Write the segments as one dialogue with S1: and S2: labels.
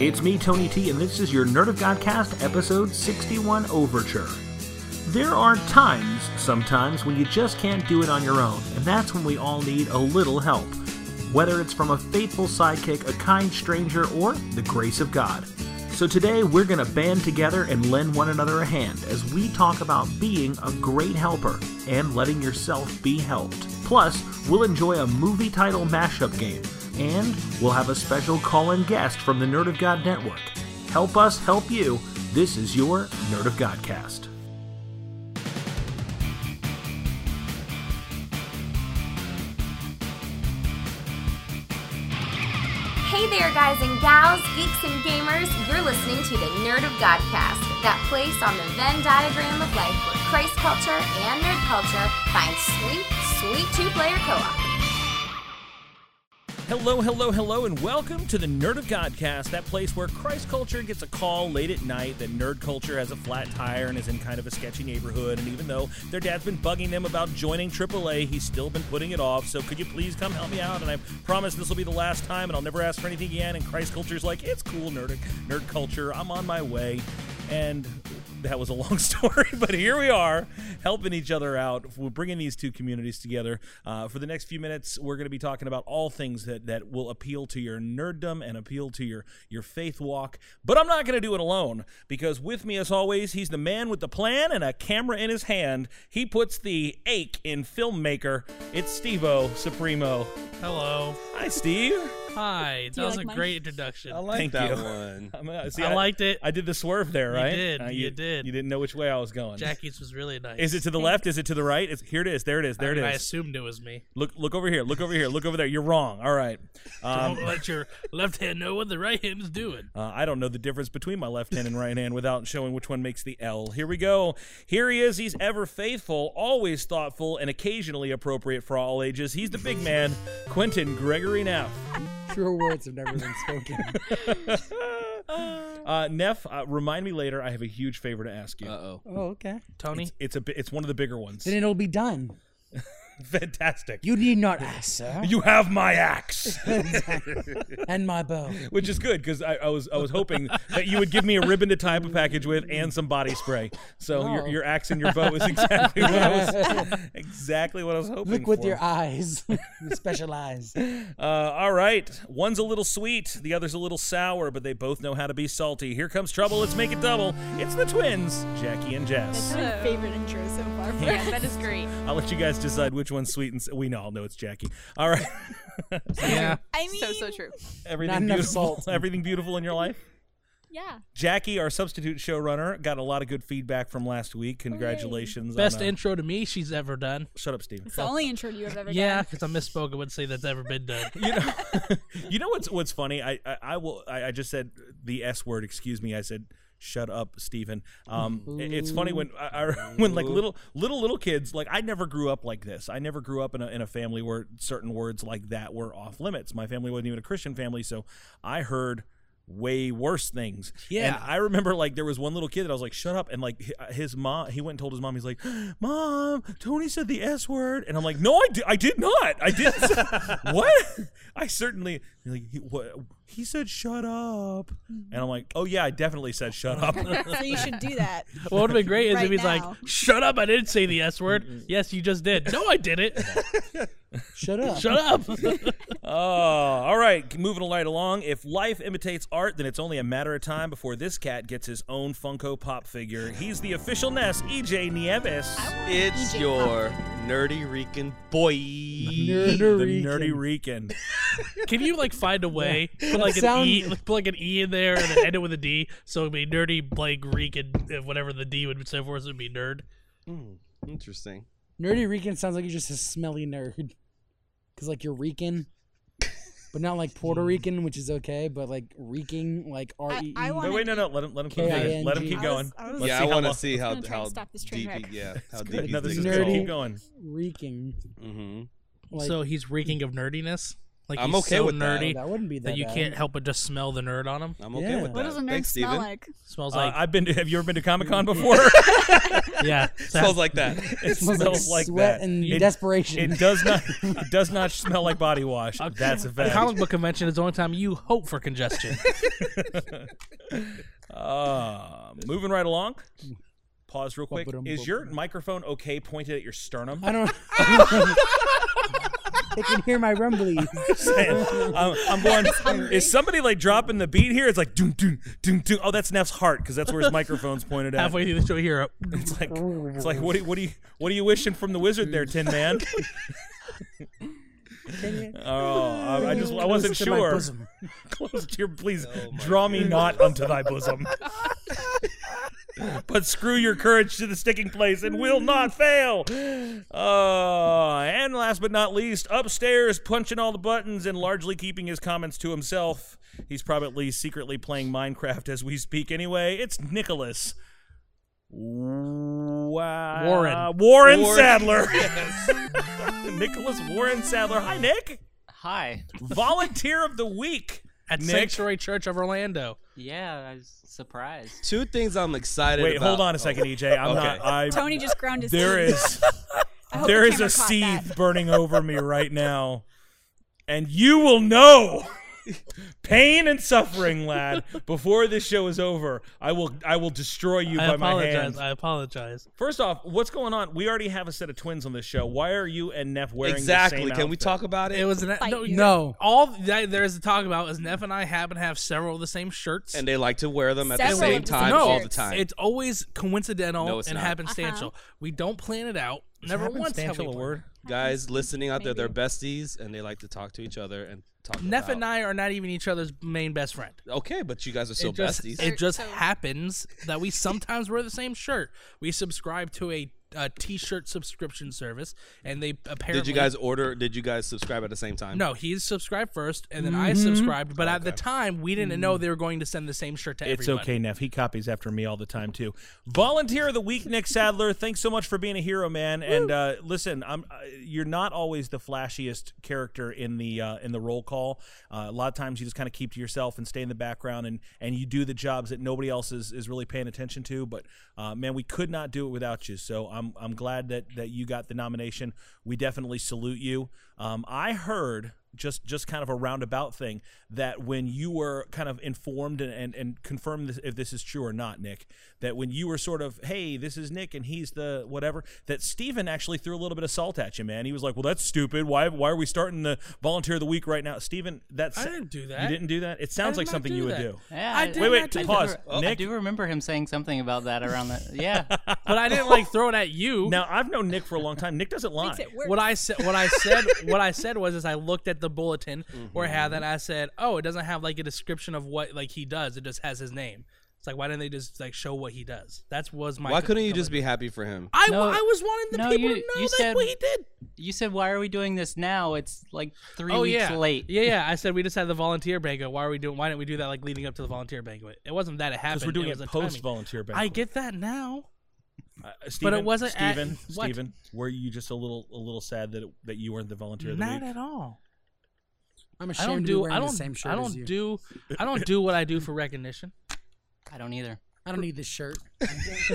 S1: It's me, Tony T, and this is your Nerd of Godcast, episode 61 Overture. There are times, sometimes, when you just can't do it on your own, and that's when we all need a little help. Whether it's from a faithful sidekick, a kind stranger, or the grace of God. So today we're going to band together and lend one another a hand as we talk about being a great helper and letting yourself be helped. Plus, we'll enjoy a movie title mashup game, and we'll have a special call in guest from the Nerd of God Network. Help us help you. This is your Nerd of Godcast.
S2: Hey there, guys and gals, geeks and gamers. You're listening to the Nerd of Godcast, that place on the Venn diagram of life where Christ culture and nerd culture find sweet, sweet two player co op.
S1: Hello, hello, hello, and welcome to the Nerd of Godcast, that place where Christ culture gets a call late at night that nerd culture has a flat tire and is in kind of a sketchy neighborhood. And even though their dad's been bugging them about joining AAA, he's still been putting it off. So could you please come help me out? And I promise this will be the last time, and I'll never ask for anything again. And Christ culture's like, it's cool, nerd, nerd culture. I'm on my way. And that was a long story, but here we are helping each other out. We're bringing these two communities together. Uh, for the next few minutes, we're going to be talking about all things that, that will appeal to your nerddom and appeal to your, your faith walk. But I'm not going to do it alone because with me, as always, he's the man with the plan and a camera in his hand. He puts the ache in filmmaker. It's Steve O Supremo.
S3: Hello.
S1: Hi, Steve.
S3: Hi. That
S4: you
S3: was
S4: like
S3: a
S4: mine?
S3: great introduction.
S1: like
S5: Thank
S1: that
S5: that
S1: one.
S5: one.
S1: I'm, uh, see,
S3: I liked it.
S1: I did the swerve there, right? Uh,
S3: did. You did.
S1: You didn't know which way I was going.
S3: Jackie's was really nice.
S1: Is it to the left? Is it to the right? It's, here it is. There it is. There it
S3: I, I
S1: is.
S3: assumed it was me.
S1: Look, look over here. Look over here. Look over there. You're wrong. All right. Um,
S3: Don't let your left hand know what the right hand's doing.
S1: uh, I don't know the difference between my left hand and right hand without showing which one makes the L. Here we go. Here he is. He's ever faithful, always thoughtful, and occasionally appropriate for all ages. He's the big man, Quentin Gregory Neff.
S6: Truer words have never been spoken.
S1: Uh, Neff, uh, remind me later. I have a huge favor to ask you.
S5: Uh oh.
S6: oh, okay.
S3: Tony,
S1: It's a. bi- It's one of the bigger ones.
S6: Then it'll be done.
S1: Fantastic.
S6: You need not ask, sir.
S1: You have my axe.
S6: and my bow.
S1: which is good because I, I was I was hoping that you would give me a ribbon to tie up a package with and some body spray. So
S6: Oh.
S1: your, your axe and your bow is exactly what I was exactly what I was hoping.
S6: Look with
S1: for.
S6: your eyes. You special eyes.
S1: Uh, all right, one's a little sweet, the other's a little sour, but they both know how to be salty. Here comes trouble. Let's make it double. It's the twins, Jackie and Jess.
S4: My favorite intro so far.
S7: Yeah, that is great.
S1: I'll let you guys decide which one's sweet and s- we know. I'll know it's Jackie. All right,
S3: yeah,
S4: I mean,
S7: so so true.
S1: everything
S6: enough
S1: beautiful.
S6: salt.
S1: Everything beautiful in your life.
S4: yeah.
S1: Jackie, our substitute showrunner, got a lot of good feedback from last week. Congratulations!
S3: best
S1: on, uh,
S3: intro to me she's ever done.
S1: Shut up, Steve.
S4: It's the only intro you have ever
S3: Yeah,
S4: done.
S3: because I misspoke. I would say that's ever been done.
S1: You know, you know what's what's funny? I I, I will. I, I just said the s word. Excuse me. I said. Shut up, Stephen. Um, i- it's funny when I, I, when like little little little kids like I never grew up like this. I never grew up in a, in a family where certain words like that were off limits. My family wasn't even a Christian family, so I heard way worse things.
S3: Yeah.
S1: And I remember like there was one little kid that I was like, shut up. And like hi- his mom, he went and told his mom, he's like, Mom, Tony said the S word. And I'm like, no, I, di- I did not. I did. what? I certainly, like, he, what? he said, shut up. And I'm like, oh yeah, I definitely said shut up.
S4: Yeah. So you should do that.
S3: What would have been great is if
S4: Right
S3: he's
S4: now.
S3: like, "Shut up! I didn't say the S word." yes, you just did. No, I didn't.
S6: Shut up.
S3: Shut up.
S1: Oh, all right. Moving right along. If life imitates art, then it's only a matter of time before this cat gets his own Funko Pop figure. He's the official Ness, EJ Nieves.
S5: It's
S2: E
S4: EJ
S5: your nerdy Rican boy.
S1: The
S6: Nerdery.
S1: nerdy Rican.
S3: Can you like find a way put like an
S6: sound-
S3: e, like, put like an e in there and then end it with a d, so it'd be nerdy blank Greek and and whatever the d would stand for is would be nerd.
S5: Hmm, Interesting.
S6: Nerdy Rican sounds like you're just a smelly nerd. Because, like, you're Rican. But not like Puerto Rican, which is okay, but like reeking, like R E E.
S4: I
S1: Wait,
S4: want-
S1: wait, no, no. Let him, let him keep going.
S6: K-I-N-G.
S1: Let him keep
S4: I
S1: going.
S4: was- I was-
S1: Let's
S5: yeah,
S1: see
S5: I
S1: how
S5: want
S1: long-
S5: to see how
S4: gonna try
S5: how
S4: and stop this train
S5: deep.
S4: wreck.
S5: he- Yeah, how
S1: Good.
S5: deep.
S1: No, this is
S5: he's
S6: nerdy.
S1: good.
S5: going.
S1: Keep going.
S6: Reeking.
S5: Mhm.
S6: Like, oh,
S3: so he's reeking of nerdiness. Like
S5: I'm
S3: he's
S5: okay
S3: so
S5: with that.
S3: nerdy
S6: that wouldn't be that,
S3: that you
S6: bad.
S3: can't help but just smell the nerd on him.
S5: I'm okay
S6: Yeah.
S5: with that.
S6: What
S4: What does a nerd
S5: Thanks,
S4: smell
S5: Steven.
S4: like?
S3: Smells
S1: Uh,
S3: like
S1: I've been. To, have you ever been to Comic Con before?
S3: yeah.
S5: Smells like that.
S1: it smells like
S6: sweat
S1: that.
S6: and
S1: It-
S6: desperation.
S1: It does not. It does not smell like body wash. That's a
S3: A
S1: fact.
S3: comic book convention is the only time you hope for congestion.
S1: Uh, moving right along. Pause real quick.
S6: Ba-ba-dum,
S1: Is your
S6: ba-ba-dum.
S1: microphone okay pointed at your sternum?
S6: I don't. they can hear my rumblies.
S1: I'm, I'm going. Is somebody like dropping the beat here? It's like doom doom doom doom. Oh, that's Neff's heart because that's where his microphone's pointed at.
S3: Halfway through the show, here,
S1: It's like it's like what do you, what do you what are you wishing from the wizard there, Tin Man? Oh, I, I just I wasn't
S6: Close to my
S1: sure.
S6: bosom.
S1: Close to your please
S5: Oh my
S1: draw me not unto thy bosom. but screw your courage to the sticking place and will not fail. Uh, and last but not least, upstairs punching all the buttons and largely keeping his comments to himself. He's probably secretly playing Minecraft as we speak anyway. It's Nicholas. Wa-
S3: Warren.
S1: Warren
S5: Warren.
S1: Sadler. Nicholas Warren Sadler. Hi, Nick.
S7: Hi.
S1: Volunteer of the week.
S3: at
S1: Nick.
S3: Sanctuary Church of Orlando.
S7: Yeah, I was surprised.
S5: Two things I'm excited
S1: Wait,
S5: about. Oh,
S1: hold on a second, EJ. I'm
S5: Okay.
S1: not. I,
S4: Tony just ground his
S1: there
S4: teeth.
S1: is
S4: I hope
S1: there
S4: the
S1: is a
S4: camera caught that.
S1: seethe burning over me right now, and you will know pain and suffering, lad. Before this show is over, I will I will destroy you
S3: I
S1: by my
S3: apologize.
S1: hands.
S3: I apologize.
S1: First off, what's going on? We already have a set of twins on this show. Why are you and Neff wearing the
S5: Exactly.
S1: same
S5: Can we
S1: outfit?
S5: talk about it?
S3: It was an
S4: Fight
S3: no,
S4: you.
S6: No.
S3: All that there is to talk about is Neff and I happen to have several of the same shirts.
S5: and they like to wear them at the
S4: Several
S5: same
S4: of the
S5: time
S4: same
S5: all the
S4: shirts.
S5: time.
S3: It's always coincidental
S5: No, it's
S3: and
S5: not.
S3: happenstantial.
S6: Uh-huh.
S3: We don't plan it out. Never once have we
S1: Happenstantial a
S3: planned
S1: word?
S5: Guys listening out there, they're besties, and they like to talk to each other and talk.
S3: it. Neff
S5: about-
S3: and I are not even each other's main best friend.
S5: Okay, but you guys are still
S3: it just,
S5: besties.
S3: It just
S4: So-
S3: happens that we sometimes wear the same shirt. We subscribe to a, a t-shirt subscription service, and they apparently
S5: did you guys order? Did you guys subscribe at the same time?
S3: No, he subscribed first, and then I subscribed. But at the time, we didn't know they were going to send the same shirt to
S1: It's
S3: everybody.
S1: okay, Neff. He copies after me all the time too. Volunteer of the week, Nick Sadler. Thanks so much for being a hero, man. And uh, listen, I'm uh, you're not always the flashiest character in the uh, in the roll call. Uh, a lot of times you just kind of keep to yourself and stay in the background, and and you do the jobs that nobody else is, is really paying attention to. But uh, man, we could not do it without you. So I'm I'm glad that that you got the nomination. We definitely salute you. Um, I heard just just kind of a roundabout thing that when you were kind of informed and, and, and confirmed this, if this is true or not, Nick, that when you were sort of, hey, this is Nick and he's the whatever, that Steven actually threw a little bit of salt at you, man. He was like, well, that's stupid. Why, why are we starting the volunteer of the week right now? Steven, that's.
S3: I didn't do that.
S1: You didn't do that? It
S3: I
S1: sounds
S3: did
S1: like
S3: not
S1: something you would
S3: that.
S1: do.
S7: Yeah,
S3: I
S7: I-
S3: did
S1: Wait, wait,
S3: not do
S1: pause.
S3: that.
S7: I
S1: Nick?
S7: do remember him saying something about that around that. Yeah.
S3: But I didn't like throw it at you.
S1: Now, I've known Nick for a long time. Nick doesn't lie.
S4: Makes it worse.
S3: What I said, what I said, what I said was, is I looked at the bulletin where it
S7: Mm-hmm.
S3: had that. and I said, "Oh, it doesn't have like a description of what like he does. It just has his name." It's like, why didn't they just like show what he does? That's was my.
S5: Why couldn't you just be happy for him?
S3: I,
S7: No,
S3: I was wanting the
S7: no,
S3: people
S7: you-
S3: to know
S7: you
S3: that's
S7: said-
S3: what he did.
S7: You said, why are we doing this now? It's like three
S3: oh
S7: weeks
S3: yeah,
S7: late.
S3: Yeah, yeah. I said we just had the volunteer banquet. Why are we doing? Why didn't we do that like leading up to the volunteer banquet? It wasn't that it happened.
S1: Because we're doing
S3: was
S1: it
S3: the timing.
S1: post volunteer banquet.
S3: I get that now.
S1: Uh, Steven,
S3: wasn't at-
S1: Steven,
S3: what?
S1: Steven, were you just a little a little sad that it, that you weren't the volunteer of the
S3: Not
S1: week?
S3: at all.
S6: I'm
S3: I don't
S6: ashamed to be
S3: do.
S6: wearing
S3: I don't.
S6: the same shirt
S3: I
S6: as
S3: don't
S6: you.
S3: do. I don't do what I do for recognition.
S7: I don't either.
S6: I don't need this shirt.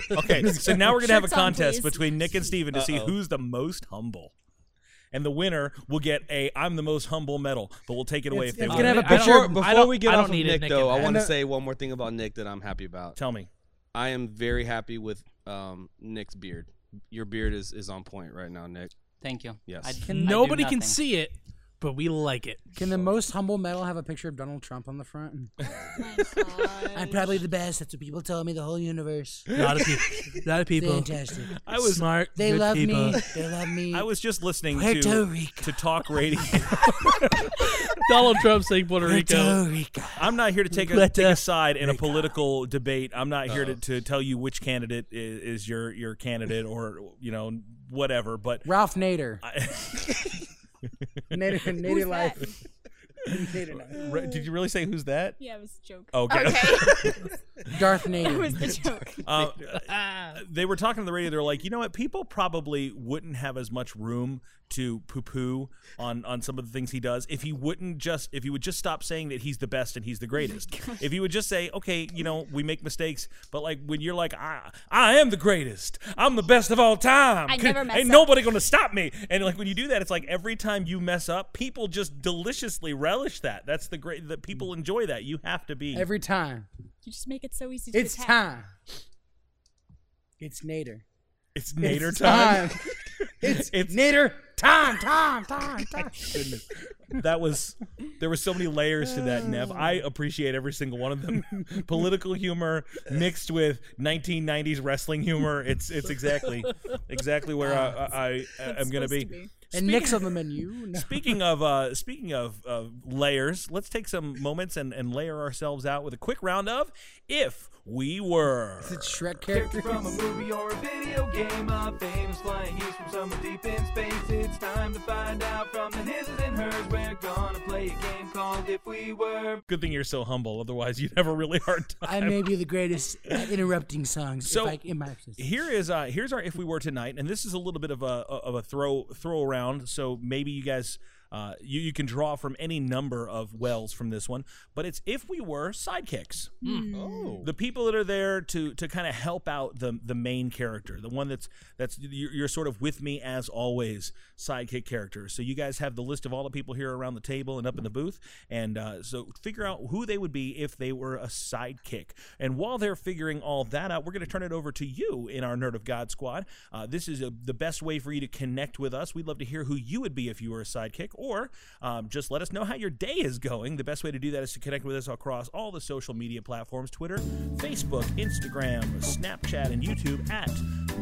S1: Okay, so now we're gonna have a
S4: Shirts on,
S1: contest
S4: please.
S1: between Nick and Steven to see
S5: Uh-oh.
S1: who's the most humble. And the winner will get a I'm the most humble medal, but we'll take it away
S6: It's-
S1: if they
S6: it's
S1: want.
S6: gonna have
S1: it.
S6: a
S3: I don't-
S5: Before,
S3: I
S5: before
S3: don't-
S5: we get
S3: I
S5: off
S3: don't
S5: of
S3: need it,
S5: Nick,
S3: Nick
S5: though,
S3: and
S5: I want to
S6: Pat.
S5: say one more thing about Nick that I'm happy about.
S1: Tell me.
S5: I am very happy with um, Nick's beard. Your beard is, is on point right now, Nick.
S7: Thank you.
S5: Yes.
S7: I- I do
S3: Nobody can
S7: nothing.
S3: see it, but we like it.
S6: Can the most humble medal have a picture of Donald Trump on the front?
S1: Oh
S6: I'm probably the best. That's what people tell me. The whole universe.
S3: A lot of people. A lot of people.
S6: Fantastic.
S1: I was
S3: smart.
S6: They
S3: good
S6: love
S3: people.
S6: me. They love me.
S1: I was just listening
S6: Puerto
S1: to
S6: Rico.
S1: to talk radio.
S3: Donald Trump saying Puerto
S6: Puerto
S3: Rico.
S6: Rico.
S1: I'm not here to take a,
S3: Puerto
S1: take a side in a political debate. I'm not here to, to tell you which candidate i- is, is your your candidate or you know whatever. But
S6: Ralph Nader.
S1: I,
S6: Nader, Nader
S4: Who's
S6: life.
S4: that?
S1: Re- Did you really say who's that?
S4: Yeah, it was a joke.
S1: Okay.
S8: Okay.
S6: Darth
S4: That was
S6: Nader.
S4: the joke.
S1: Uh, they were talking to the radio. They're like, you know what? People probably wouldn't have as much room to poo poo on, on some of the things he does if he wouldn't just if he would just stop saying that he's the best and he's the greatest. if he would just say, okay, you know, we make mistakes, but like when you're like, I I am the greatest. I'm the best of all time.
S4: I never mess
S1: Ain't
S4: up."
S1: nobody gonna stop me. And like when you do that, it's like every time you mess up, people just deliciously relish that. That's the great that people
S4: Mm.
S1: enjoy that. You have to be
S6: Every time.
S4: You just make it so easy to
S6: It's
S4: attack.
S6: time. It's Nader.
S1: it's Nader
S6: it's
S1: time.
S6: it's,
S1: It's-
S6: Nader time, time, time, time.
S1: goodness. That was there were so many layers to that, Nev. I appreciate every single one of them. Political humor mixed with 1990s wrestling humor. It's it's exactly exactly where I, I, I am going to
S4: supposed to
S1: be.
S4: be.
S6: And Nick's on the menu. No.
S1: Speaking of uh, speaking of uh, layers, let's take some moments and, and layer ourselves out with a quick round of if we were.
S6: Is it Shrek characters?
S9: From a movie or a video game, of fame's flying he's from somewhere deep in space. It's time to find out from the his and hers. We're gonna play a game called If We Were.
S1: Good thing you're so humble, otherwise you'd have a really hard time.
S6: I may be the greatest at interrupting songs.
S1: So-
S6: if I, in my absence.
S1: here is uh here's our if we were tonight and this is a little bit of a of a throw throw around so maybe you guys uh, you, you can draw from any number of wells from this one but it's if we were sidekicks
S5: Oh.
S1: the people that are there to to kind of help out the the main character the one that's that's you're, you're sort of with me as always sidekick character so you guys have the list of all the people here around the table and up in the booth and uh, so figure out who they would be if they were a sidekick and while they're figuring all that out we're going to turn it over to you in our nerd of god squad uh, this is a, the best way for you to connect with us we'd love to hear who you would be if you were a sidekick or um, just let us know how your day is going the best way to do that is to connect with us across all the social media platforms twitter facebook instagram snapchat and youtube at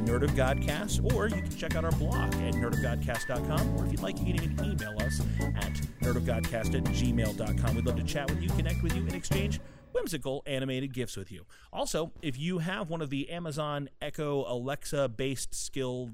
S1: nerd of godcast or you can check out our blog at nerdofgodcast.com or if you'd like you can even email us at nerdofgodcast at gmail.com we'd love to chat with you connect with you and exchange whimsical animated gifts with you also if you have one of the amazon echo alexa based skill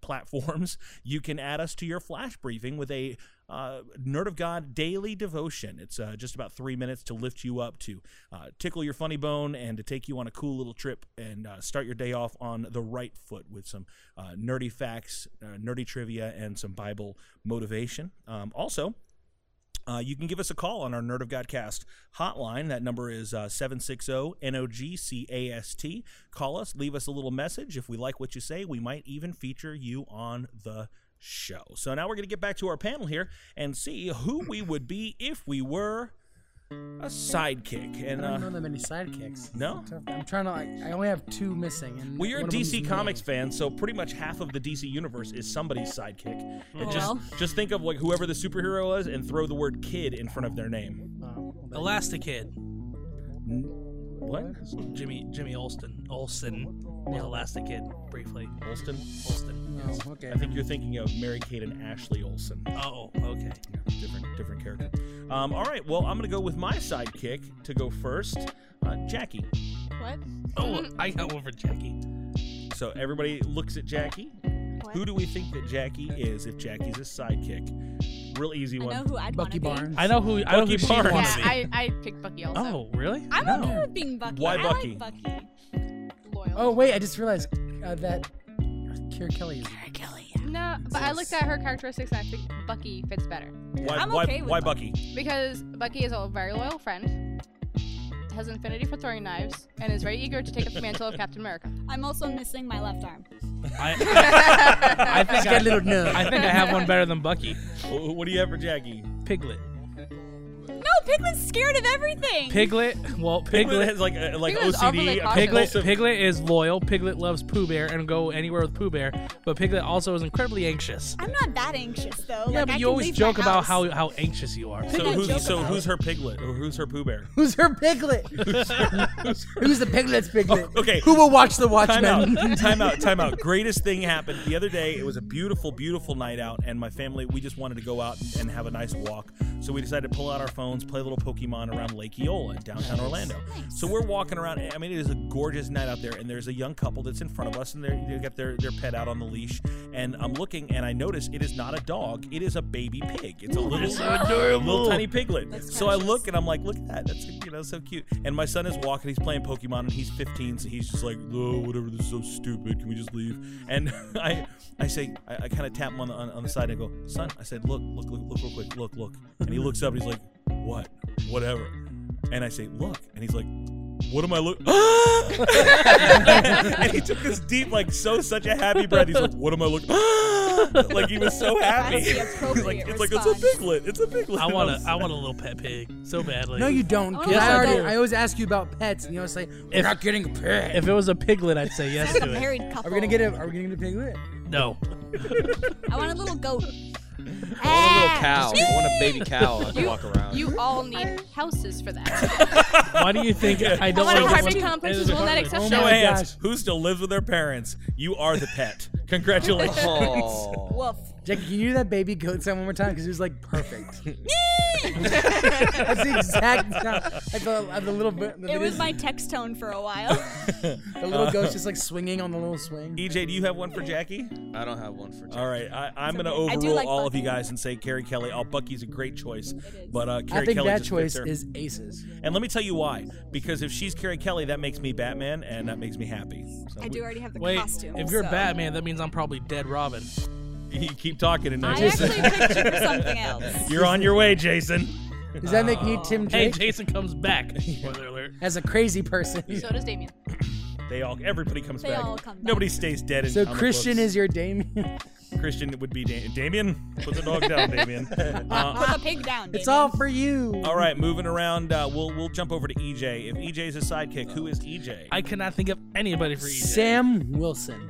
S1: platforms, you can add us to your flash briefing with a uh, Nerd of God daily devotion. It's uh, just about three minutes to lift you up, to uh, tickle your funny bone, and to take you on a cool little trip and uh, start your day off on the right foot with some uh, nerdy facts, uh, nerdy trivia, and some Bible motivation. Um, also, uh, you can give us a call on our Nerd of Godcast hotline. That number is uh, 760 NOGCAST. Call us, leave us a little message. If we like what you say, we might even feature you on the show. So now we're going to get back to our panel here and see who we would be if we were a sidekick.
S6: I
S1: And
S6: don't know
S1: uh,
S6: that many sidekicks.
S1: no?
S6: Tough- I'm trying to. Like, I only have two missing. And
S1: Well, you're a
S6: one of them's
S1: DC
S6: me.
S1: Comics fan, so pretty much half of the DC universe is somebody's sidekick. And
S4: Oh,
S1: just
S4: well.
S1: just think of like whoever the superhero was, and throw the word "kid" in front of their name.
S6: Oh, well,
S3: Elastikid,
S1: What?
S3: Jimmy Jimmy Olsen, Olsen, yeah, Elastikid, briefly,
S1: Olston?
S3: Olsen.
S6: no, Oh, okay.
S1: I think you're thinking of Mary Kate and Ashley Olsen.
S3: Oh, okay.
S1: Different, different character. Um, all right. Well, I'm gonna go with my sidekick to go first, uh, Jackie.
S4: What?
S3: Oh, I got one for Jackie.
S1: So everybody looks at Jackie.
S4: What?
S1: Who do we think that Jackie is if Jackie's a sidekick? Real easy
S4: I
S1: one.
S4: know who I'd
S6: Bucky
S4: want to
S6: Barnes.
S3: I know who. I know
S1: Bucky
S3: who she
S1: Barnes.
S3: wants
S8: yeah,
S3: to be.
S8: I, I picked Bucky also.
S3: oh, really?
S4: be. I'm
S3: no.
S4: okay with being Bucky.
S1: Why
S4: I
S1: Bucky?
S4: Like Bucky.
S8: Loyal.
S6: Oh wait, I just realized uh, that Kira Kelly is.
S8: No, but I looked at her characteristics and I think Bucky fits better.
S1: Why,
S4: I'm
S1: why,
S4: okay with
S1: why
S4: that.
S1: Bucky?
S8: Because Bucky is a very loyal friend, has an affinity for throwing knives, and is very eager to take up the mantle of Captain America.
S4: I'm also missing my left arm.
S3: I, I think I,
S6: Got a little nub.
S3: I think I have one better than Bucky.
S1: Wh- What do you have for Jackie?
S3: Piglet.
S4: No, Piglet's scared of everything.
S3: Piglet. Well,
S1: Piglet
S3: Piglet.
S1: has like a, like
S8: Piglet is overly
S1: OCD. a
S8: cautious.
S3: Piglet.
S1: compulsive-
S3: Piglet is loyal. Piglet loves Pooh Bear and go anywhere with Pooh Bear. But Piglet also is incredibly anxious.
S4: I'm not that anxious though.
S3: Yeah,
S4: like,
S3: but
S4: I
S3: you
S4: can
S3: always
S4: leave
S3: joke
S4: my
S3: about
S4: house.
S3: how, how anxious you are.
S1: So
S4: I joke
S1: who's so
S4: about
S1: who's her Piglet or who's her Pooh Bear?
S6: Who's her piglet?
S1: Who's her-
S6: Who's the piglet's piglet?
S1: Oh, okay.
S6: Who will watch the Watchmen?
S1: Time out, time out, time out. Greatest thing happened the other day. It was a beautiful, beautiful night out, and my family, we just wanted to go out and have a nice walk. So we decided to pull out our phones, play a little Pokemon around Lake Eola in downtown Orlando. So we're walking around. I mean, it is a gorgeous night out there, and there's a young couple that's in front of us, and they're, they got their, their pet out on the leash. And I'm looking, and I notice it is not a dog. It is a baby pig. It's a little, little tiny piglet. so I look, and I'm like, look at that. That's you know so cute. And my son is walking. He's playing Pokemon, and he's 15, so he's just like, oh, whatever. This is so stupid. Can we just leave? And I, I say, I, I kind of tap him on the on, on the side. and I go, son. I said, look, look, look, look, real quick, look, look. And he looks up. and He's like, what? Whatever. And I say, look. And he's like, what am I looking? and he took this deep, like so, such a happy breath. He's like, what am I looking? like he was so happy.
S4: That's the
S1: He's like,
S4: appropriate
S1: it's like it's a
S4: response.
S1: piglet. It's a piglet.
S3: I want
S1: was-
S3: a I want a little pet pig so badly.
S6: No, you don't. 'cause
S4: Yes,
S6: I,
S4: I
S6: already,
S4: do.
S6: I always ask you about pets, and you always say, "We're
S3: If-
S6: not getting a pet."
S3: If it was a piglet, I'd say yes
S4: Sounds like
S3: to
S4: a
S3: it.
S4: married couple.
S6: are we gonna get a? Are we gonna get a piglet?
S3: No,
S4: I want a little goat.
S5: I want a little cow. I want a baby cow. I can
S8: You-
S5: walk around.
S8: You all need houses for that.
S3: why do you think I don't
S8: I
S3: like
S8: want a
S3: it
S8: apartment
S3: when-
S8: complex
S3: it
S8: with
S3: is a
S8: one that
S3: complex.
S8: accepts
S1: Show of
S8: them.
S1: hands.
S6: gosh.
S1: Who still lives with their parents? You are the pet. Congratulations.
S5: Oh.
S4: Woof.
S6: Jake, can you do that baby goat sound one more time? Because it was like perfect. That's the exact sound. I felt like the little, bit- the,
S4: It
S6: video-
S4: was my text tone for a while.
S6: the little goat's just like swinging on the little swing.
S1: EJ, E do you have one for Jackie?
S5: I don't have one for. Jack.
S1: All right, I, I'm going to
S4: okay. I do
S1: overrule
S4: like
S1: all of
S4: Bucky.
S1: you guys and say Carrie Kelly. Oh, Bucky's a great choice, but uh, Carrie
S6: I think
S1: Kelly
S6: that
S1: just
S6: choice
S1: fits her.
S6: is aces.
S1: And let me tell you why. Because if she's Carrie Kelly, that makes me Batman, and that makes me happy. So
S4: I do already have the
S3: Wait,
S4: costume.
S3: if you're
S4: so.
S3: Batman, that means I'm probably dead Robin.
S1: you keep talking, and
S4: I
S1: Jason,
S4: actually picture something else.
S1: you're on your way, Jason.
S6: Does that make me Tim
S3: Hey,
S6: Drake
S3: Jason comes back. Spoiler alert.
S6: as a crazy person?
S8: So does Damien.
S1: They all, everybody comes
S4: They
S1: back.
S4: all come back.
S1: Nobody stays dead. In
S6: So
S1: comic
S6: Christian
S1: books.
S6: is your Damien.
S1: Christian would be da- Damien. Put the dog down, Damien. Uh,
S4: Put the pig down.
S6: It's
S4: Damien.
S6: all for you.
S1: All right, moving around, uh, we'll we'll jump over to EJ. If EJ's a sidekick, who is E EJ?
S3: I cannot think of anybody for E EJ.
S6: Sam Wilson,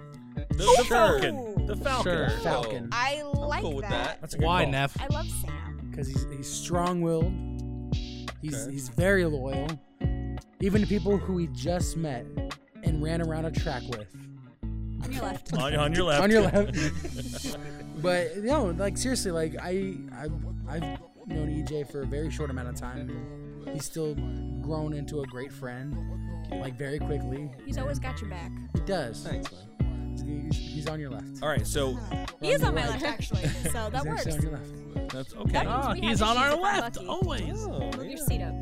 S1: the, the Falcon. The Falcon.
S3: Sure.
S6: Falcon,
S5: I like cool with that.
S1: That's a good
S3: Why,
S1: call.
S3: Neff?
S4: I love Sam.
S6: because he's he's strong-willed. He's he's very loyal, even to people who he just met and ran around a track with.
S4: On your left.
S1: On, on your left.
S6: on your left. but no, like seriously, like I I've, I've known EJ for a very short amount of time. He's still grown into a great friend, like very quickly.
S4: He's always got your back.
S6: He does.
S5: Thanks, man.
S6: He's, he's on your left.
S1: All right, so
S4: He is on my left, actually. So that
S6: He's
S4: works.
S6: actually on your left.
S1: that's okay.
S3: Ah,
S4: we have
S3: he's on
S4: issues
S3: our
S4: if I'm
S3: left Oh.
S4: lucky.
S3: always.
S4: Move your seat up.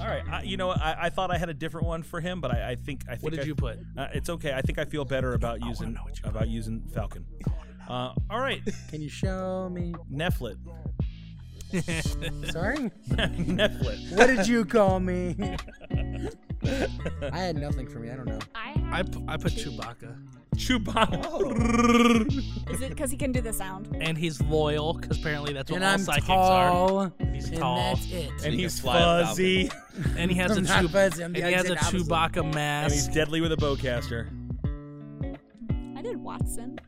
S1: All right, I, you know, I, I thought I had a different one for him, but I, I think I think
S3: What did
S1: I-
S3: you put?
S1: Uh, it's okay. I think I feel better about using about using Falcon. Uh, all right,
S6: Can you show me?
S1: Neflet.
S6: Sorry.
S1: Neflet.
S6: What did you call me? I had nothing for me. I don't know.
S3: I, pu- I put Chewbacca.
S1: Chewbacca.
S4: Is it because he can do the sound?
S3: And he's loyal, because apparently that's what
S6: and
S3: all
S6: I'm
S3: psychics are.
S6: tall.
S3: He's
S6: and
S3: tall.
S6: that's it.
S1: and
S5: he
S1: he's
S5: can fly a
S1: fuzzy.
S3: And he has a
S6: I'm not
S3: Chew-
S6: fuzzy, I'm
S3: and
S6: the
S3: he has a
S6: exact opposite.
S3: Chewbacca
S1: And he's
S3: mask.
S1: deadly with a bowcaster.
S4: I did Watson.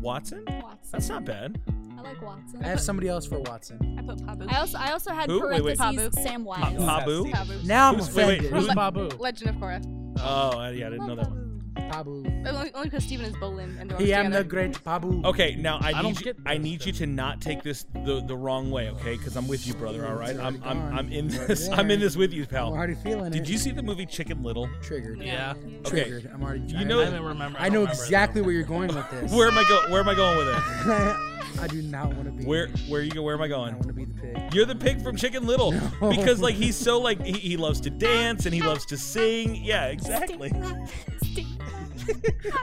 S1: Watson?
S4: Watson.
S1: That's not bad.
S4: I like Watson.
S6: I have somebody else for Watson.
S8: I put Pabu.
S4: I also I also had
S1: Who? Wait, wait.
S4: parentheses Sam Wise.
S1: Pabu.
S8: Pabu.
S6: Now I'm
S1: Who's- wait, wait,
S6: offended.
S1: who's-
S3: Who's Babu?
S8: Legend of Korra.
S1: Oh, I- yeah, I didn't know that one.
S6: Pabu.
S8: Only, only because Steven is Bolin and
S6: I am the
S8: together.
S6: great Pabu.
S1: Okay, now I,
S3: I
S1: need
S3: don't
S1: you,
S3: get
S1: I
S3: those
S1: need you
S3: things.
S1: to not take this the, the wrong way, okay? Because I'm with you, brother. All right,
S6: It's
S1: I'm
S6: already
S1: I'm,
S6: gone.
S1: I'm in
S6: It's
S1: this.
S6: already
S1: I'm in
S6: there.
S1: this with you,
S6: I'm
S1: pal.
S6: already feeling it.
S1: Did you see the movie Chicken Little?
S6: triggered?
S3: Yeah.
S1: Okay.
S6: Triggered. I'm already.
S1: You
S6: I-
S1: know-
S3: I don't remember.
S6: I know
S3: don't remember it,
S6: exactly where you're going with this.
S1: Where am I go? Where am I going with it?
S6: I do not want to be.
S1: Where where you go? Where am I
S6: I
S1: going?
S6: want to be the pig.
S1: You're the pig from Chicken Little because like he's so like he, he loves to dance and he loves to sing. Yeah, exactly.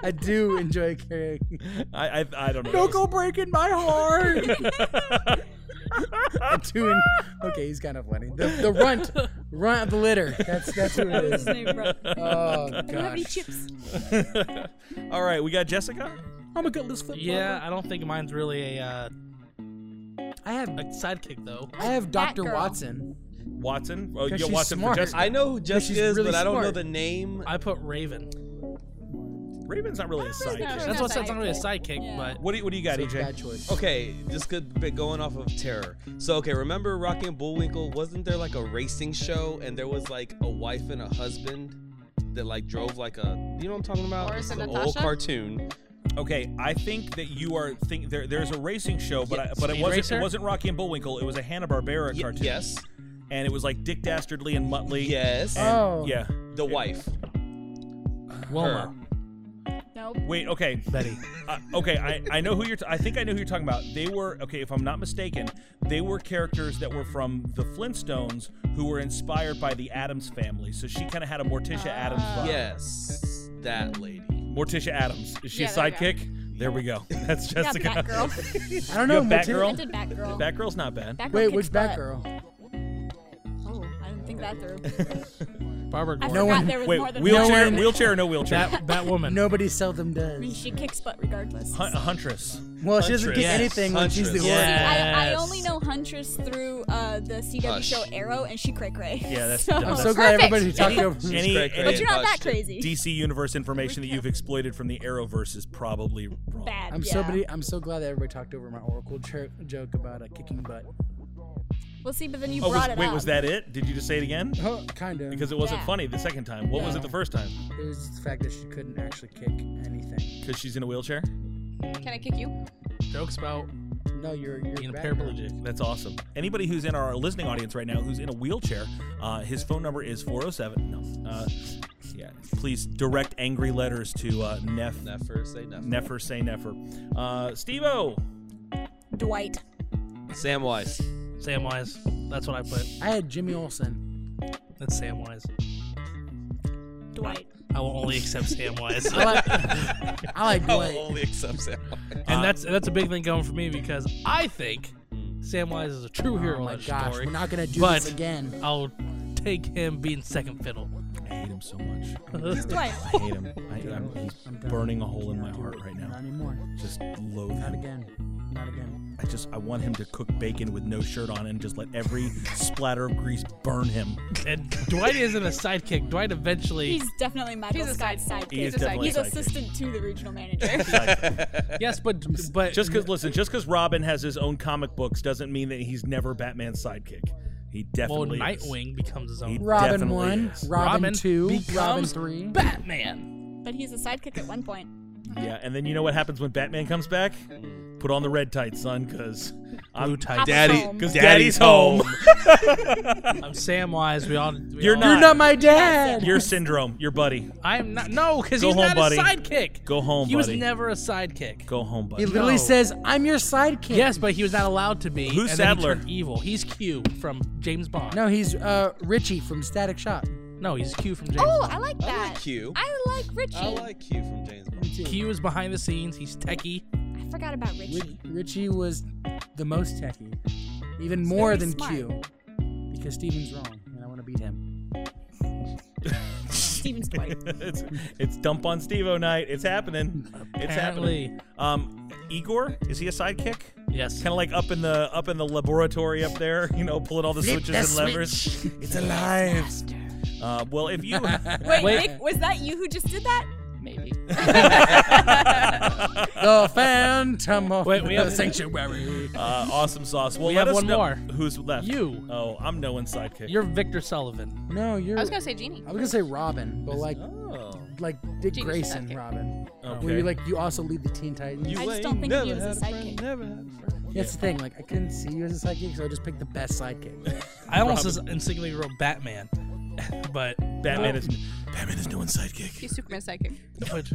S6: I do enjoy carrying.
S1: I I, I don't know.
S6: Don't go breaking my heart. I do. En- okay, he's kind of funny. The, the runt, runt of the litter. That's that's who it is. Oh
S4: Grubby
S6: gosh.
S4: chips.
S1: All right, we got Jessica.
S6: I'm a gutless flip.
S3: though. Yeah, I don't think mine's really a, uh,
S6: I have
S3: a sidekick though.
S6: I have Doctor
S4: girl.
S6: Watson.
S1: Watson. Oh,
S6: 'Cause
S1: yeah,
S6: she's
S1: Watson
S6: smart.
S1: for Jessica.
S5: I know who Jessica
S6: she's
S5: is,
S6: really
S5: but I don't know
S6: smart.
S5: the name.
S3: I put Raven.
S1: Raven's not really a sidekick.
S3: That's
S8: not
S3: what that's not really a sidekick, but
S1: What do you, what do you got,
S6: So
S1: EJ?
S6: bad
S1: Oh,
S6: choice.
S5: Okay, just good bit going off of terror. So okay, remember Rocky and Bullwinkle? Wasn't there like a racing show and there was like a wife and a husband that like drove like a you know what I'm talking about?
S8: Boris
S5: It's
S8: and
S5: an old
S8: Natasha?
S5: cartoon.
S1: Okay, I think that you are think there. There's a racing show, but I, but it
S3: Speed
S1: wasn't.
S3: Racer?
S1: It wasn't Rocky and Bullwinkle. It was a Hanna Barbera
S5: Y-
S1: cartoon.
S5: yes.
S1: and it was like Dick Dastardly and Muttley.
S5: Yes.
S1: And-
S6: Oh.
S1: Yeah.
S5: the wife.
S3: Wilma.
S4: Nope.
S1: Wait. Okay.
S3: Betty.
S1: Uh, okay. I, I know who you're. T- I think I know who you're talking about. They were okay. If I'm not mistaken, they were characters that were from the Flintstones who were inspired by the Adams family. So she kind of had a Morticia Adams
S4: Ah.
S1: vibe.
S5: Yes. That lady.
S1: Morticia Adams. Is she
S8: Yeah,
S1: a
S8: there we go.
S1: sidekick? There we go. That's
S4: Yeah,
S1: Jessica.
S4: Batgirl.
S6: I don't know.
S1: Yo,
S6: Matilda-
S1: Batgirl?
S4: I did Batgirl.
S1: Batgirl's not bad.
S4: Batgirl
S6: Wait,
S4: kicks
S6: which
S4: butt.
S6: Batgirl?
S4: Oh, I didn't think that through.
S3: Barbara
S4: I
S3: Gordon.
S4: forgot
S6: one-
S4: there was
S1: Wait,
S4: more than
S1: wheelchair,
S4: one.
S1: wheelchair, or no wheelchair?
S3: Bat, Batwoman.
S6: Nobody seldom
S4: I mean,
S6: does.
S4: she kicks butt regardless.
S1: Hun- a huntress.
S6: Well, she doesn't
S1: Huntress.
S6: get
S1: Yes.
S6: anything when she's the
S5: Huntress.
S6: horse.
S4: See, I, I
S7: Yes.
S4: only know Huntress through uh, the CW
S5: Hush.
S4: show Arrow, and she cray cray.
S1: Yeah, that's-
S4: so,
S1: I'm
S6: I'm
S1: Oh,
S6: so glad
S8: perfect.
S6: everybody talked over.
S1: Any,
S5: Cray cray.
S1: any
S4: But you're not that
S5: Hushed it.
S4: crazy.
S1: DC universe information that you've exploited from the Arrowverse is probably wrong.
S4: Bad.
S6: I'm
S4: yeah.
S6: so badi- I'm so glad that everybody talked over my Oracle jer- joke about a kicking butt.
S4: Well, see, but then you
S1: Oh, was,
S4: brought it
S1: wait,
S4: up.
S1: was that it? Did you just say it again?
S6: Oh, kind of.
S1: Because it wasn't
S4: Yeah.
S1: funny the second time. What was it the first time?
S6: it was just the fact that she couldn't actually kick anything.
S1: Because she's in a wheelchair.
S8: Can I kick you?
S3: Jokes about
S6: No, you're you're
S3: being a
S6: back.
S3: paraplegic.
S1: That's awesome. Anybody who's in our listening audience right now who's in a wheelchair, uh, his phone number is 407. No. Uh, yeah. Please direct angry letters to uh, Nef.
S5: Nefer, say Nefer.
S1: Nefer, say Nefer. Uh, Steve O.
S4: Dwight.
S5: Samwise.
S3: Samwise. That's what I put.
S6: I had Jimmy Olsen.
S3: That's Samwise.
S4: Dwight.
S3: I will only accept Samwise.
S6: I like I like
S5: Oh,
S6: Oh
S4: Oh,
S6: Dwight.
S5: only accept Samwise.
S3: and that's
S6: Um,
S3: that's a big thing going for me because I think Samwise is a true hero
S6: Oh
S3: in
S6: my
S3: that
S6: gosh,
S3: story.
S6: we're not gonna do
S3: But-
S6: this again.
S3: I'll take him being second fiddle.
S1: I hate him so much.
S4: Dwight.
S1: I hate him. I, I'm, he's
S6: I'm done.
S1: burning a hole in my
S6: Cannot do
S1: heart
S6: it.
S1: right
S6: Not
S1: now.
S6: anymore.
S1: Just loathe
S6: Not
S1: him.
S6: again. Not again.
S1: I just I want him to cook bacon with no shirt on and just let every splatter of grease burn him.
S3: And Dwight isn't a sidekick. Dwight eventually,
S4: He's definitely Michael
S8: He's a
S4: Scott's
S8: side-
S4: sidekick.
S1: He is
S8: He's a
S1: definitely
S4: He's
S1: a sidekick.
S4: assistant to the regional manager.
S3: yes, but but
S1: Just because listen, just because Robin has his own comic books doesn't mean that he's never Batman's sidekick. He
S3: well,
S1: definitely is.
S3: Nightwing becomes his
S1: He
S3: own.
S6: Robin
S1: definitely
S6: one,
S1: is.
S6: Robin, two, Robin
S3: becomes
S6: three.
S3: Batman.
S4: but he's a sidekick at one point.
S1: Yeah, and then you know what happens when Batman comes back? Put on the red tights, son, because I'm
S3: tights.
S5: Daddy,
S4: home.
S1: because Daddy's
S5: daddy's, home.
S1: home.
S3: I'm Samwise. We all. we
S1: You're
S3: all-
S1: not.
S6: You're not my dad.
S1: Your syndrome, your buddy.
S3: I am not. No, because
S1: Go
S3: he's
S1: home,
S3: not
S1: buddy.
S3: a sidekick.
S1: Go home,
S3: He was
S1: buddy.
S3: never a sidekick.
S1: Go home,
S6: He
S1: buddy.
S6: literally
S3: No.
S6: says, "I'm your sidekick."
S3: Yes, but he was not allowed to be.
S1: Who's
S3: and then he
S1: Sadler?
S3: turned evil. He's Q from James Bond.
S6: No, he's uh, Richie from Static Shock.
S3: no, he's Q from James.
S4: Oh,
S3: Bond.
S4: I like
S5: I
S4: that.
S5: like you.
S4: I like Richie.
S5: I
S4: I,
S5: like you from James Bond.
S3: Q is behind the scenes. He's techie.
S4: forgot about Richie.
S6: Ri- Richie was the most techie, even more
S4: very
S6: than
S4: smart.
S6: Q, because Steven's wrong, and I want to beat him.
S4: Steven's Dwight.
S1: it's it's dump on Steve-O night. It's happening. It's happening.
S3: Apparently.
S1: Um, Igor, is he a sidekick?
S3: Yes.
S1: Kind of like up in the up in the laboratory up there, you know, pulling all the switches and levers. It's alive. Uh, well, if you
S4: Wait,
S3: Wait.
S4: Nick, was that you who just did that?
S7: Maybe.
S6: The Phantom of
S3: Wait, we
S6: the
S3: have-
S6: Sanctuary.
S1: uh, awesome sauce, well,
S3: We
S1: let
S3: have
S1: us
S3: one
S1: know
S3: more.
S1: Who's left?
S3: You.
S1: Oh, I'm no one's sidekick.
S3: You're Victor Sullivan.
S6: No, you're.
S8: I was gonna say Genie.
S6: I was gonna say Robin, but like,
S5: Oh.
S6: like Dick
S8: Genius
S6: Grayson,
S8: sidekick.
S6: Robin.
S1: Okay.
S6: Where you like, you also lead the Teen Titans.
S5: You
S4: I just
S5: ain't
S4: don't think
S5: never
S4: he was a
S5: had friend,
S4: sidekick.
S5: Never had a friend.
S6: That's the thing. Like, I couldn't see you as a sidekick, so I just picked the best sidekick.
S3: I almost just instinctively wrote Batman, but
S1: Batman is Batman is no one's sidekick.
S8: He's Superman's sidekick.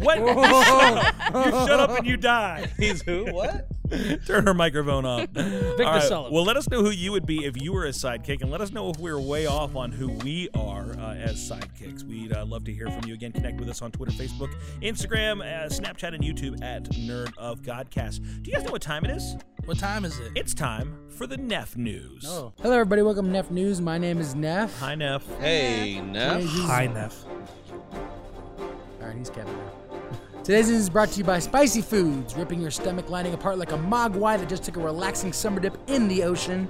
S1: What? you shut up and you die.
S5: He's who? What?
S1: Turn her microphone off. Victor
S3: Sullivan.
S1: Well, let us know who you would be if you were a sidekick, and let us know if we are way off on who we are uh, as sidekicks. We'd uh, love to hear from you. Again, connect with us on Twitter, Facebook, Instagram, uh, Snapchat, and YouTube at Nerd of Godcast. Do you guys know what time it is?
S3: what time is it?
S1: It's time for the Neff News.
S6: Oh. Hello, everybody. Welcome to Neff News. My name is Neff.
S1: Hi, Neff.
S5: Hey,
S6: Today's
S5: Neff.
S6: news-
S3: Neff.
S6: All right, he's Kevin now. Today's news is brought to you by Spicy Foods, ripping your stomach lining apart like a mogwai that just took a relaxing summer dip in the ocean.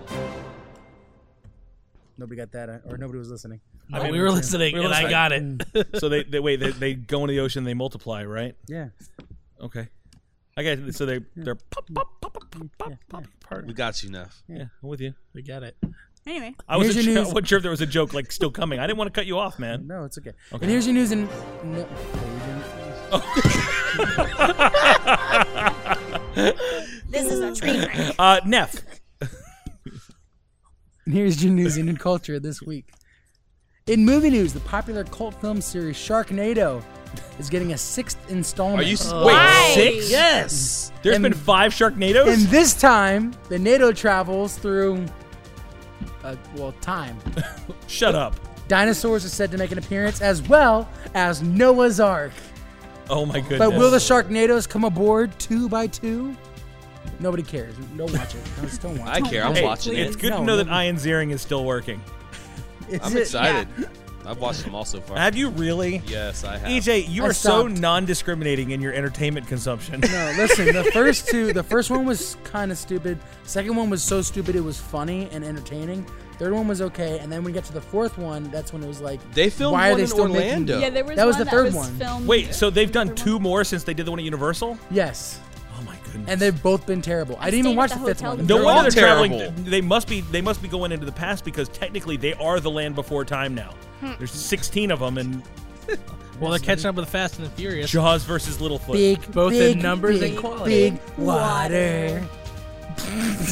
S6: Nobody got that, uh, or nobody was listening.
S3: I mean, we were listening,
S1: we were
S3: and I
S1: listening.
S3: got it.
S1: so they, they wait. They, they go into the ocean. They multiply, right?
S6: Yeah.
S1: Okay. I guess so. They they're pop pop pop pop pop pop. pop.
S5: We got you, Neff.
S1: Yeah, I'm with you.
S3: we got it.
S4: Anyway,
S1: I was
S6: Here's your
S1: sure,
S6: news.
S1: wasn't sure if there was a joke like still coming. I didn't want to cut you off, man.
S6: No, it's okay. And here's your news in. No,
S4: this is a train wreck.
S1: Uh, Neff.
S6: And here's your news in and culture this week. In movie news, the popular cult film series Sharknado is getting a sixth installment.
S5: Are you s-
S1: Wait,
S5: wait?
S1: six?
S5: Yes.
S1: There's
S6: And-
S1: been five Sharknadoes?
S6: And this time, the NATO travels through, uh, well, time.
S1: Shut up.
S6: Dinosaurs are said to make an appearance as well as Noah's Ark.
S1: Oh my goodness.
S6: But will the Sharknadoes come aboard two by two? Nobody cares. Don't watch it. No, just don't watch
S5: I
S6: it.
S5: care. I'm
S1: Hey,
S5: watching
S1: It's
S5: it.
S1: good
S6: No,
S1: to know
S6: no.
S1: that Ian Ziering is still working.
S6: Is
S5: I'm
S6: it-
S5: excited. I've watched them all so far.
S1: Have you really?
S5: yes, I have.
S1: EJ, E you
S6: I
S1: are so
S6: stopped.
S1: non-discriminating in your entertainment consumption.
S6: No, listen. The first two, the first one was kind of stupid. Second one was so stupid it was funny and entertaining. Third one was okay, and then when we get to the fourth one, that's when it was like
S5: They filmed
S6: why are
S5: one
S6: they
S5: in
S6: still
S5: Orlando.
S6: Making...
S4: Yeah, there was
S6: That was
S4: one
S6: the third
S4: that was
S6: one.
S4: filmed.
S1: Oh. Wait, so they've done two more since they did the one at Universal?
S6: Yes,
S1: Oh my goodness.
S6: and they've both been terrible. I, didn't
S4: stayed
S6: even
S4: at
S6: watch
S4: the
S6: the, fifth
S4: hotel
S6: one.
S1: no
S5: They're
S1: wonder
S5: all
S1: they're traveling.
S5: terrible.
S1: They must be. They must be going into the past because technically they are the land before time now. There's 16 of them, and
S3: Well, they're catching up with Fast and the Furious.
S1: Jaws versus Littlefoot.
S6: Big,
S3: Both in
S6: big,
S3: numbers
S6: big,
S3: and quality.
S6: Big water.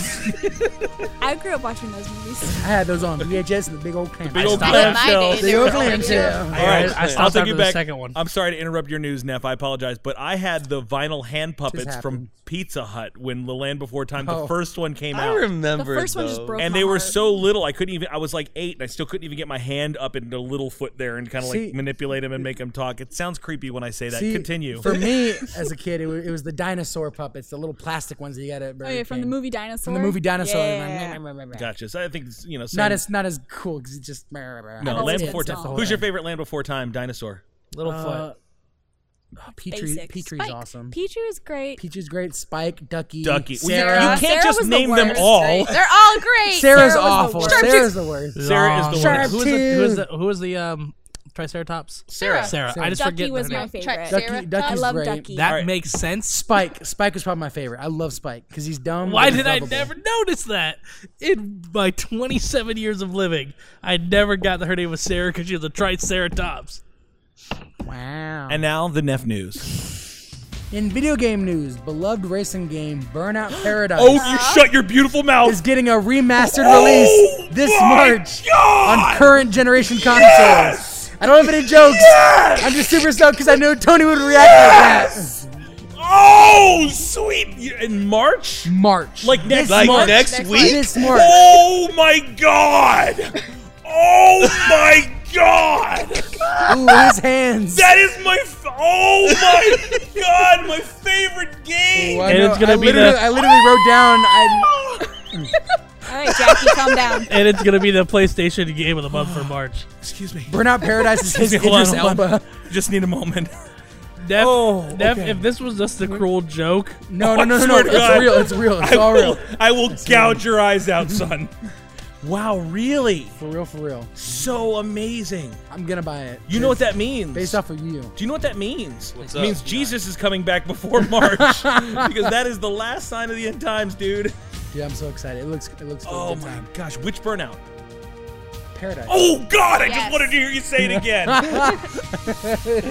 S4: I grew up watching those movies.
S6: I had those on VHS and the big old clamp.
S1: Big old
S7: stopped.
S1: clamshell.
S8: My
S6: The old clamp shell.
S1: All right,
S3: I
S1: I'll
S3: stopped
S1: take
S3: after
S1: you
S3: the
S1: back.
S3: second one.
S1: I'm sorry to interrupt your news, Neff. I apologize, but I had the vinyl hand puppets
S6: happened.
S1: from Pizza Hut when The Land Before Time, the
S6: Oh.
S1: first one came
S5: I
S1: out.
S5: remember.
S4: The first one just
S5: though.
S4: broke
S1: and
S4: my
S1: they were
S4: heart.
S1: so little, I couldn't even. I was like eight, and I still couldn't even get my hand up into Littlefoot there and kind of
S6: See-
S1: like manipulate him and make him talk. It sounds creepy when I say that.
S6: See,
S1: Continue.
S6: For me, as a kid, it was, it was the dinosaur puppets, the little plastic ones that you got at Burger
S4: Oh yeah, from the
S6: King.
S4: movie Dinosaur.
S6: From the movie Dinosaur.
S4: Yeah.
S1: gotcha. So I think you know.
S6: Not
S1: same-
S6: as not as cool because it just
S1: no
S4: I've
S1: Land
S4: always
S1: Before
S4: been
S1: Time.
S4: small.
S1: Who's your favorite Land Before Time dinosaur?
S3: Little
S6: Uh, Petrie,
S4: Basic.
S6: Petrie's
S4: Spike.
S6: awesome.
S4: Petrie was great. Uh,
S6: Petrie's great. Spike, Ducky,
S1: Ducky. Well, you-
S6: Sarah.
S1: you can't
S4: E- Sarah
S1: just
S4: was the
S1: name them
S4: worst.
S1: all.
S8: They're all great.
S6: Sarah's
S4: Sarah was the
S6: awful.
S4: worst.
S6: Sarah's the worst.
S1: Sarah is the
S6: Sharp
S1: worst.
S3: Who was the, who was the who was the um Triceratops?
S8: Sarah.
S3: Sarah.
S6: Sarah.
S3: I just
S4: Ducky
S3: forget
S4: was
S3: her
S4: my
S3: name.
S4: favorite.
S8: Sarah.
S6: Ducky,
S4: I
S6: Ducky's
S4: love
S6: great.
S4: Ducky.
S3: That
S1: All right.
S3: makes sense.
S6: Spike. Spike was probably my favorite. I love Spike because he's dumb.
S3: Why
S6: but
S3: did I
S6: lovable.
S3: never notice that? In my 27 years of living, I never got that her name was Sarah because she was a Triceratops.
S6: Wow.
S1: And now the Neff news.
S6: in video game news, beloved racing game Burnout Paradise
S1: Oh, you shut your beautiful mouth.
S6: is getting a remastered
S1: Oh
S6: release this
S1: my
S6: March
S1: God!
S6: on current generation consoles.
S1: Yes!
S6: I don't have any jokes.
S1: Yes!
S6: I'm just super stoked because I know Tony would react
S1: Yes! Oh, sweet. In March?
S6: like that. March.
S1: Like next
S6: this
S5: like
S1: month?
S5: next,
S8: Next
S5: week.
S6: This March.
S1: Oh my god. Oh my god.
S6: Ooh, his hands.
S1: That is Oh my. F- oh my god, my favorite game.
S6: Ooh, I
S3: And it's gonna
S6: I
S3: be
S6: literally-
S3: the-
S6: I literally wrote down. I,
S4: All right, Jackie, calm down.
S3: And it's gonna be the PlayStation game of the month for March.
S1: Excuse me.
S6: Burnout Paradise is his
S1: Hold on,
S6: Idris
S1: hold on.
S6: Elba.
S1: Just need a moment.
S3: Def,
S1: Oh,
S3: Def,
S1: okay.
S3: if this was just a cruel joke,
S6: No,
S1: Oh,
S6: no,
S1: I
S6: no, no, no.
S1: swear to
S6: It's
S1: God.
S6: real. It's real. It's
S1: I
S6: all
S1: will,
S6: real.
S1: I will gouge your eyes out, son. wow, really?
S6: For real, for real.
S1: So amazing.
S6: I'm gonna buy it.
S1: You know what that means?
S6: Based off of you.
S1: Do you know what that means?
S5: What's
S1: it
S5: up?
S1: means Jesus is coming back before March because that is the last sign of the end times, dude.
S6: Dude, I'm so excited. It looks, it looks. like a
S1: Oh
S6: good
S1: my
S6: time.
S1: gosh, which burnout?
S6: Paradise.
S1: Oh God, I just
S8: Yes.
S1: wanted to hear you say it again.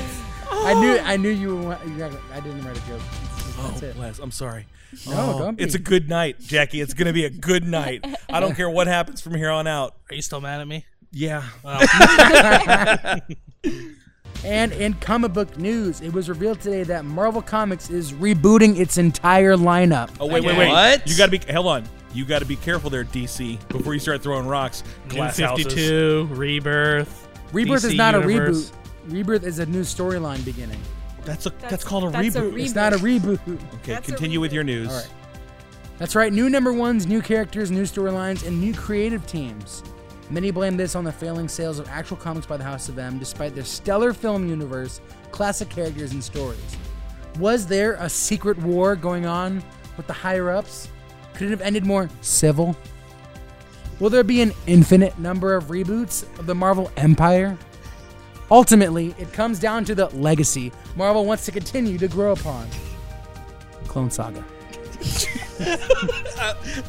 S6: I knew, I knew you. Were, you got- I didn't write a joke.
S1: oh,
S6: That's it.
S1: bless. I'm sorry.
S6: No, don't be.
S1: It's a good night, Jackie. It's gonna be a good night. I don't care what happens from here on out.
S3: are you still mad at me?
S1: Yeah.
S6: And in comic book news, it was revealed today that Marvel Comics is rebooting its entire lineup.
S1: Oh wait, wait, wait.
S5: What?
S1: You gotta be. Hold on. You gotta be careful there, DC, before you start throwing rocks. Glass houses.
S3: 52, Rebirth.
S6: Rebirth
S3: DC
S6: is not
S3: Universe.
S6: a reboot. Rebirth is a new storyline beginning.
S1: That's a. That's,
S4: That's-
S1: called a
S4: that's a
S1: reboot.
S4: re-
S6: It's not a reboot.
S1: okay,
S4: That's a
S1: continue with your news.
S6: All right. That's right. New number ones, new characters, new storylines, and new creative teams. Many blame this on the failing sales of actual comics by the House of M, despite their stellar film universe, classic characters, and stories. Was there a secret war going on with the higher ups? Could it have ended more civil? Will there be an infinite number of reboots of the Marvel Empire? Ultimately, it comes down to the legacy Marvel wants to continue to grow upon. Clone Saga.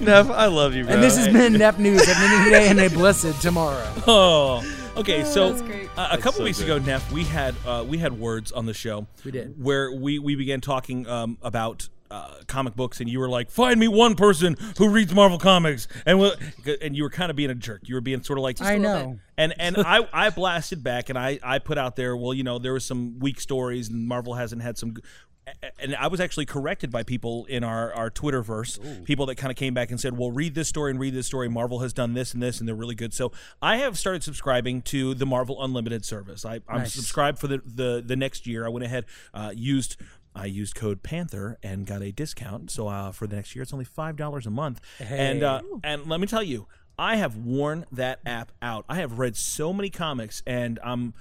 S5: Neff, I love you, bro.
S6: And this has been Nep News. Have an amazing day and a blessed tomorrow.
S1: Oh, okay. so
S4: that's great.
S1: Uh, a couple
S5: so
S1: weeks
S5: good.
S1: ago, Neff, we had uh, we had words on the show.
S6: We did.
S1: where we we began talking um, about uh, comic books, and you were like, "Find me one person who reads Marvel comics," and we'll, and you were kind of being a jerk. You were being sort of like,
S6: I know.
S1: and and I, I blasted back and I, I put out there well you know there was some weak stories and Marvel hasn't had some g- and I was actually corrected by people in our our Twitterverse people that kind of came back and said well read this story and read this story Marvel has done this and this and they're really good so I have started subscribing to the Marvel Unlimited service I, I'm
S6: Nice.
S1: subscribed for the, the the next year I went ahead uh, used. I used code Panther and got a discount. So uh, for the next year, it's only five dollars a month. And uh, and let me tell you, I have worn that app out. I have read so many comics, and um,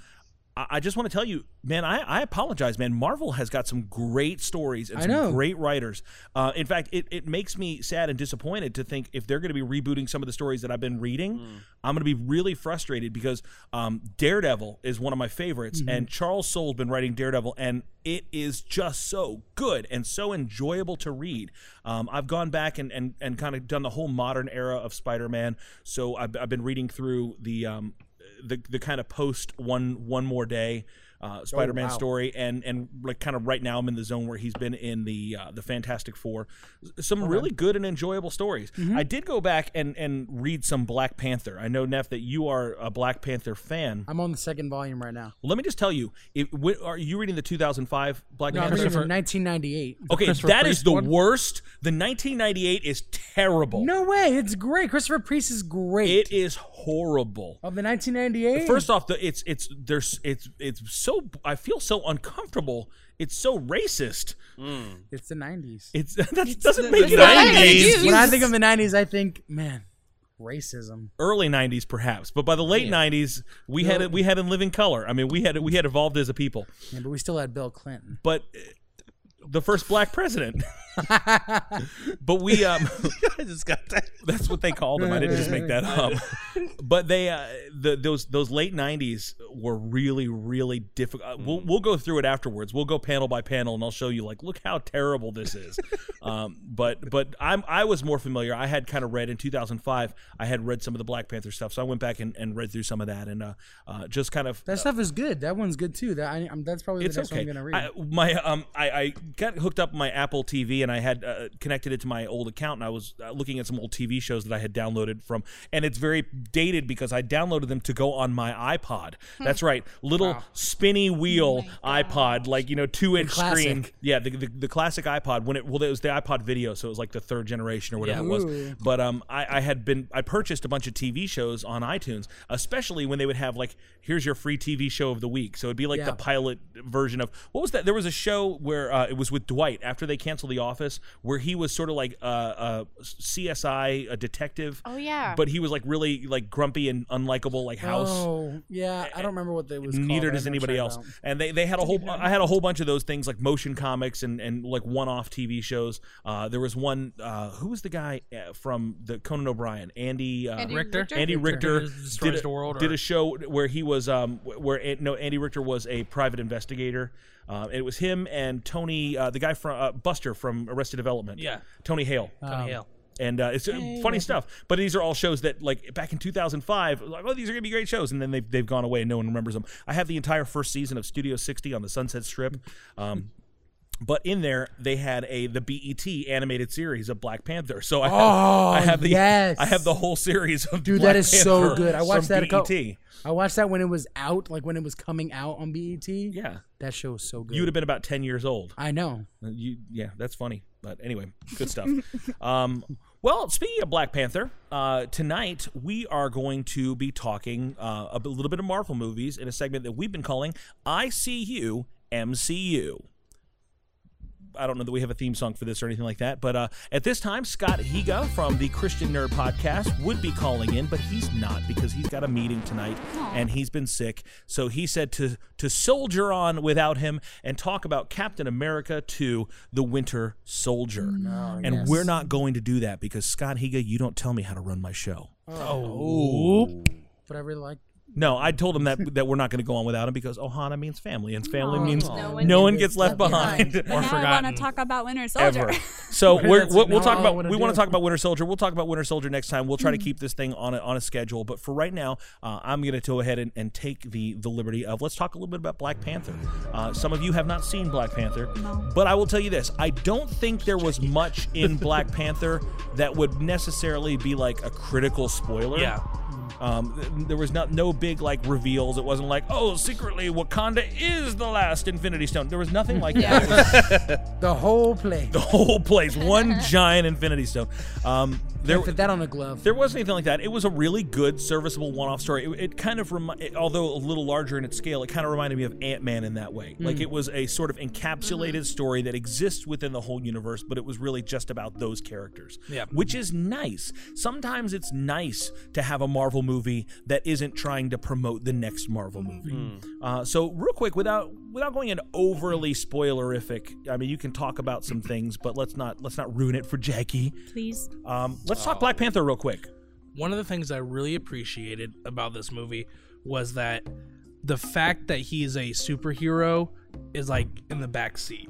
S1: I, I just want to tell you, man, I, I apologize, man. Marvel has got some great stories and
S6: I
S1: some
S6: know.
S1: great writers. Uh, in fact, it, it makes me sad and disappointed to think if they're going to be rebooting some of the stories that I've been reading, I'm going to be really frustrated because um, Daredevil is one of my favorites,
S6: Mm-hmm.
S1: and Charles Soule's been writing Daredevil, and it is just so good and so enjoyable to read. Um, I've gone back and, and, and kind of done the whole modern era of Spider-Man, so I've, I've been reading through the um, the the kind of post one one more day uh, Spider-Man
S6: Oh, wow.
S1: story, and and like kind of right now I'm in the zone where he's been in the uh, the Fantastic Four. S- Some really good and enjoyable stories.
S6: Mm-hmm.
S1: I did go back and and read some Black Panther. I know Neff that you are a Black Panther fan.
S6: I'm on the second volume right now.
S1: Let me just tell you, if, wh- are you reading the 2005 Black
S6: No, I'm
S1: Panther?
S6: reading from 1998.
S1: Okay, that is
S3: Christopher Priest
S1: the
S3: one?
S1: worst. The 1998 is terrible.
S6: No way, it's great. Christopher Priest is great.
S1: It is horrible.
S6: of the 1998.
S1: First off, the, it's it's there's it's it's so I feel so uncomfortable. It's so racist.
S6: it's the 90s.
S1: It's that doesn't make it
S8: not an
S1: 90s.
S8: excuse.
S6: When I think of the 90s, I think, man, racism.
S1: Early 90s, perhaps, but by the late 90s, we had it. We had in living color. I mean, we had we had evolved as a people.
S6: Yeah, but we still had Bill Clinton.
S1: But uh, the first black president. but we um,
S5: I just got that.
S1: That's what they called them. I didn't just make that up. But they, uh, the, those those late '90s were really, really difficult. We'll we'll go through it afterwards. We'll go panel by panel, and I'll show you like, look how terrible this is. um, but but I'm I was more familiar. I had kind of read in 2005. I had read some of the Black Panther stuff, so I went back and, and read through some of that, and uh, uh, just kind of
S6: That stuff is good. That one's good too. That I, I'm, that's probably
S1: it's
S6: the next
S1: okay.
S6: one I'm gonna read.
S1: I, my um, I, I got hooked up my Apple TV and I had uh, connected it to my old account and I was uh, looking at some old TV shows that I had downloaded from and it's very dated because I downloaded them to go on my iPod.
S6: Hmm.
S1: That's right, little spinny wheel iPod, like you know, two inch screen.
S6: Oh classic.
S1: Yeah, the, the the classic iPod when it well it was the iPod video, so it was like the third generation or whatever
S6: Yeah.
S1: it was.
S6: Ooh.
S1: But um, I, I had been I purchased a bunch of TV shows on iTunes, especially when they would have like here's your free TV show of the week. So it'd be like the
S6: Yeah.
S1: pilot version of what was that? There was a show where uh, it was with Dwight after they canceled The Office, where he was sort of like uh, a, a CSI, a detective.
S8: Oh, yeah.
S1: but he was like really like grumpy and unlikable, like House.
S6: Oh yeah, I don't remember what that was. called.
S1: Neither
S6: I
S1: does
S6: know what
S1: anybody
S6: you're
S1: else.
S6: talking about.
S1: And they, they had a whole I had a whole bunch of those things like motion comics and, and like one off TV shows. Uh, there was one uh, who was the guy uh, from the Conan O'Brien, Andy uh,
S8: Andy
S3: Richter?
S8: Richter?
S1: Andy Richter
S3: Richter destroys
S1: did a,
S3: the world,
S1: did
S3: or-
S1: a show where he was um wh- where An- no Andy Richter was a private investigator. Uh, it was him and Tony, uh, the guy from uh, Buster from Arrested Development.
S3: Yeah.
S1: Tony Hale.
S3: Tony Hale.
S1: And uh, it's uh, funny stuff. But these are all shows that, like, back in 2005, like, oh, these are going to be great shows. And then they've, they've gone away and no one remembers them. I have the entire first season of Studio 60 on the Sunset Strip. Um, but in there, they had a the BET animated series of Black Panther. So I have,
S6: Oh,
S1: I have the
S6: yes.
S1: I have the whole series of
S6: Dude,
S1: Black
S6: that is so
S1: Panther
S6: good. I
S1: from E
S6: watched that a
S1: BET.
S6: couple- I watched that when it was out, like when it was coming out on BET.
S1: Yeah,
S6: that show was so good.
S1: you would have been about ten years old.
S6: I know.
S1: You, yeah, that's funny. But anyway, good stuff. um, well, speaking of Black Panther, uh, tonight we are going to be talking uh, a b- little bit of Marvel movies in a segment that we've been calling "I See You MCU." I don't know that we have a theme song for this or anything like that, but uh, at this time, Scott Higa from the Christian Nerd Podcast would be calling in, but he's not because he's got a meeting tonight and he's been sick. So he said to to soldier on without him and talk about Captain America to the Winter Soldier. and we're not going to do that because Scott Higa, you don't tell me how to run my show.
S6: But I really like
S1: No, I told him that that we're not going to go on without him because Ohana means family, and family
S4: Aw.
S1: means
S5: No
S1: no
S5: one
S1: one,
S6: gets
S1: gets left
S6: left
S1: behind.
S3: Or
S4: now I
S3: forgotten.
S4: want to talk about Winter Soldier.
S1: Ever. So
S6: Okay,
S1: we're,
S6: that's
S1: we'll, we'll
S6: not
S1: talk
S6: what I
S1: about
S6: wanna
S1: we want
S6: do. Hmm.
S1: to talk about Winter Soldier. We'll talk about Winter Soldier next time. We'll try to keep this thing on a, on a schedule. But for right now, uh, I'm going to go ahead and, and take the the liberty of let's talk a little bit about Black Panther. Uh, some of you have not seen Black Panther, but I will tell you this: I don't think there was much in Black Panther that would necessarily be like a critical spoiler.
S3: Yeah.
S1: Um, th- there was not no big like reveals. It wasn't like, oh, secretly Wakanda is the last Infinity Stone. There was nothing like that. It was
S6: The whole play.
S1: the whole place, one giant Infinity Stone. Um, there,
S6: Can't fit that on a glove.
S1: there wasn't anything like that. It was a really good, serviceable one-off story. It, it kind of, remi- it- although a little larger in its scale, it kind of reminded me of Ant Man in that way. Like it was a sort of encapsulated story that exists within the whole universe, but it was really just about those characters.
S3: Yeah.
S1: which is nice. Sometimes it's nice to have a Marvel movie that isn't trying to promote the next Marvel movie. Uh, so, real quick, without without going in overly spoilerific, I mean, you can talk about some things, but let's not let's not ruin it for Jackie.
S4: Please.
S1: Um, let's talk Black Panther real quick.
S3: one of the things I really appreciated about this movie was that the fact that he is a superhero is like in the back seat.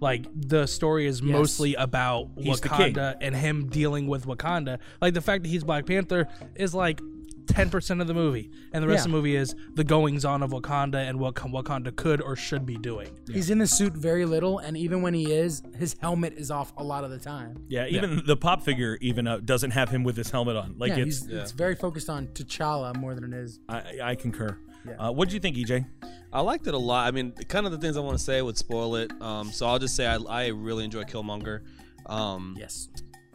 S3: Like the story is mostly about
S1: He's the king.
S3: Wakanda and him dealing with Wakanda. Like the fact that he's Black Panther is like ten percent of the movie, and the rest of
S6: Yeah.
S3: the movie is the goings on of Wakanda and what Wakanda could or should be doing.
S6: He's in the suit very little, and even when he is, his helmet is off a lot of the time.
S1: Yeah, even the pop figure even uh, doesn't have him with his helmet on. Like
S6: yeah,
S1: it's,
S6: he's, it's very focused on T'Challa more than it is.
S1: I, I concur. Uh, what do you think, EJ?
S5: I liked it a lot. I mean, kind of the things I want to say would spoil it. Um, so I'll just say I, I really enjoy Killmonger. Um,
S6: Yes.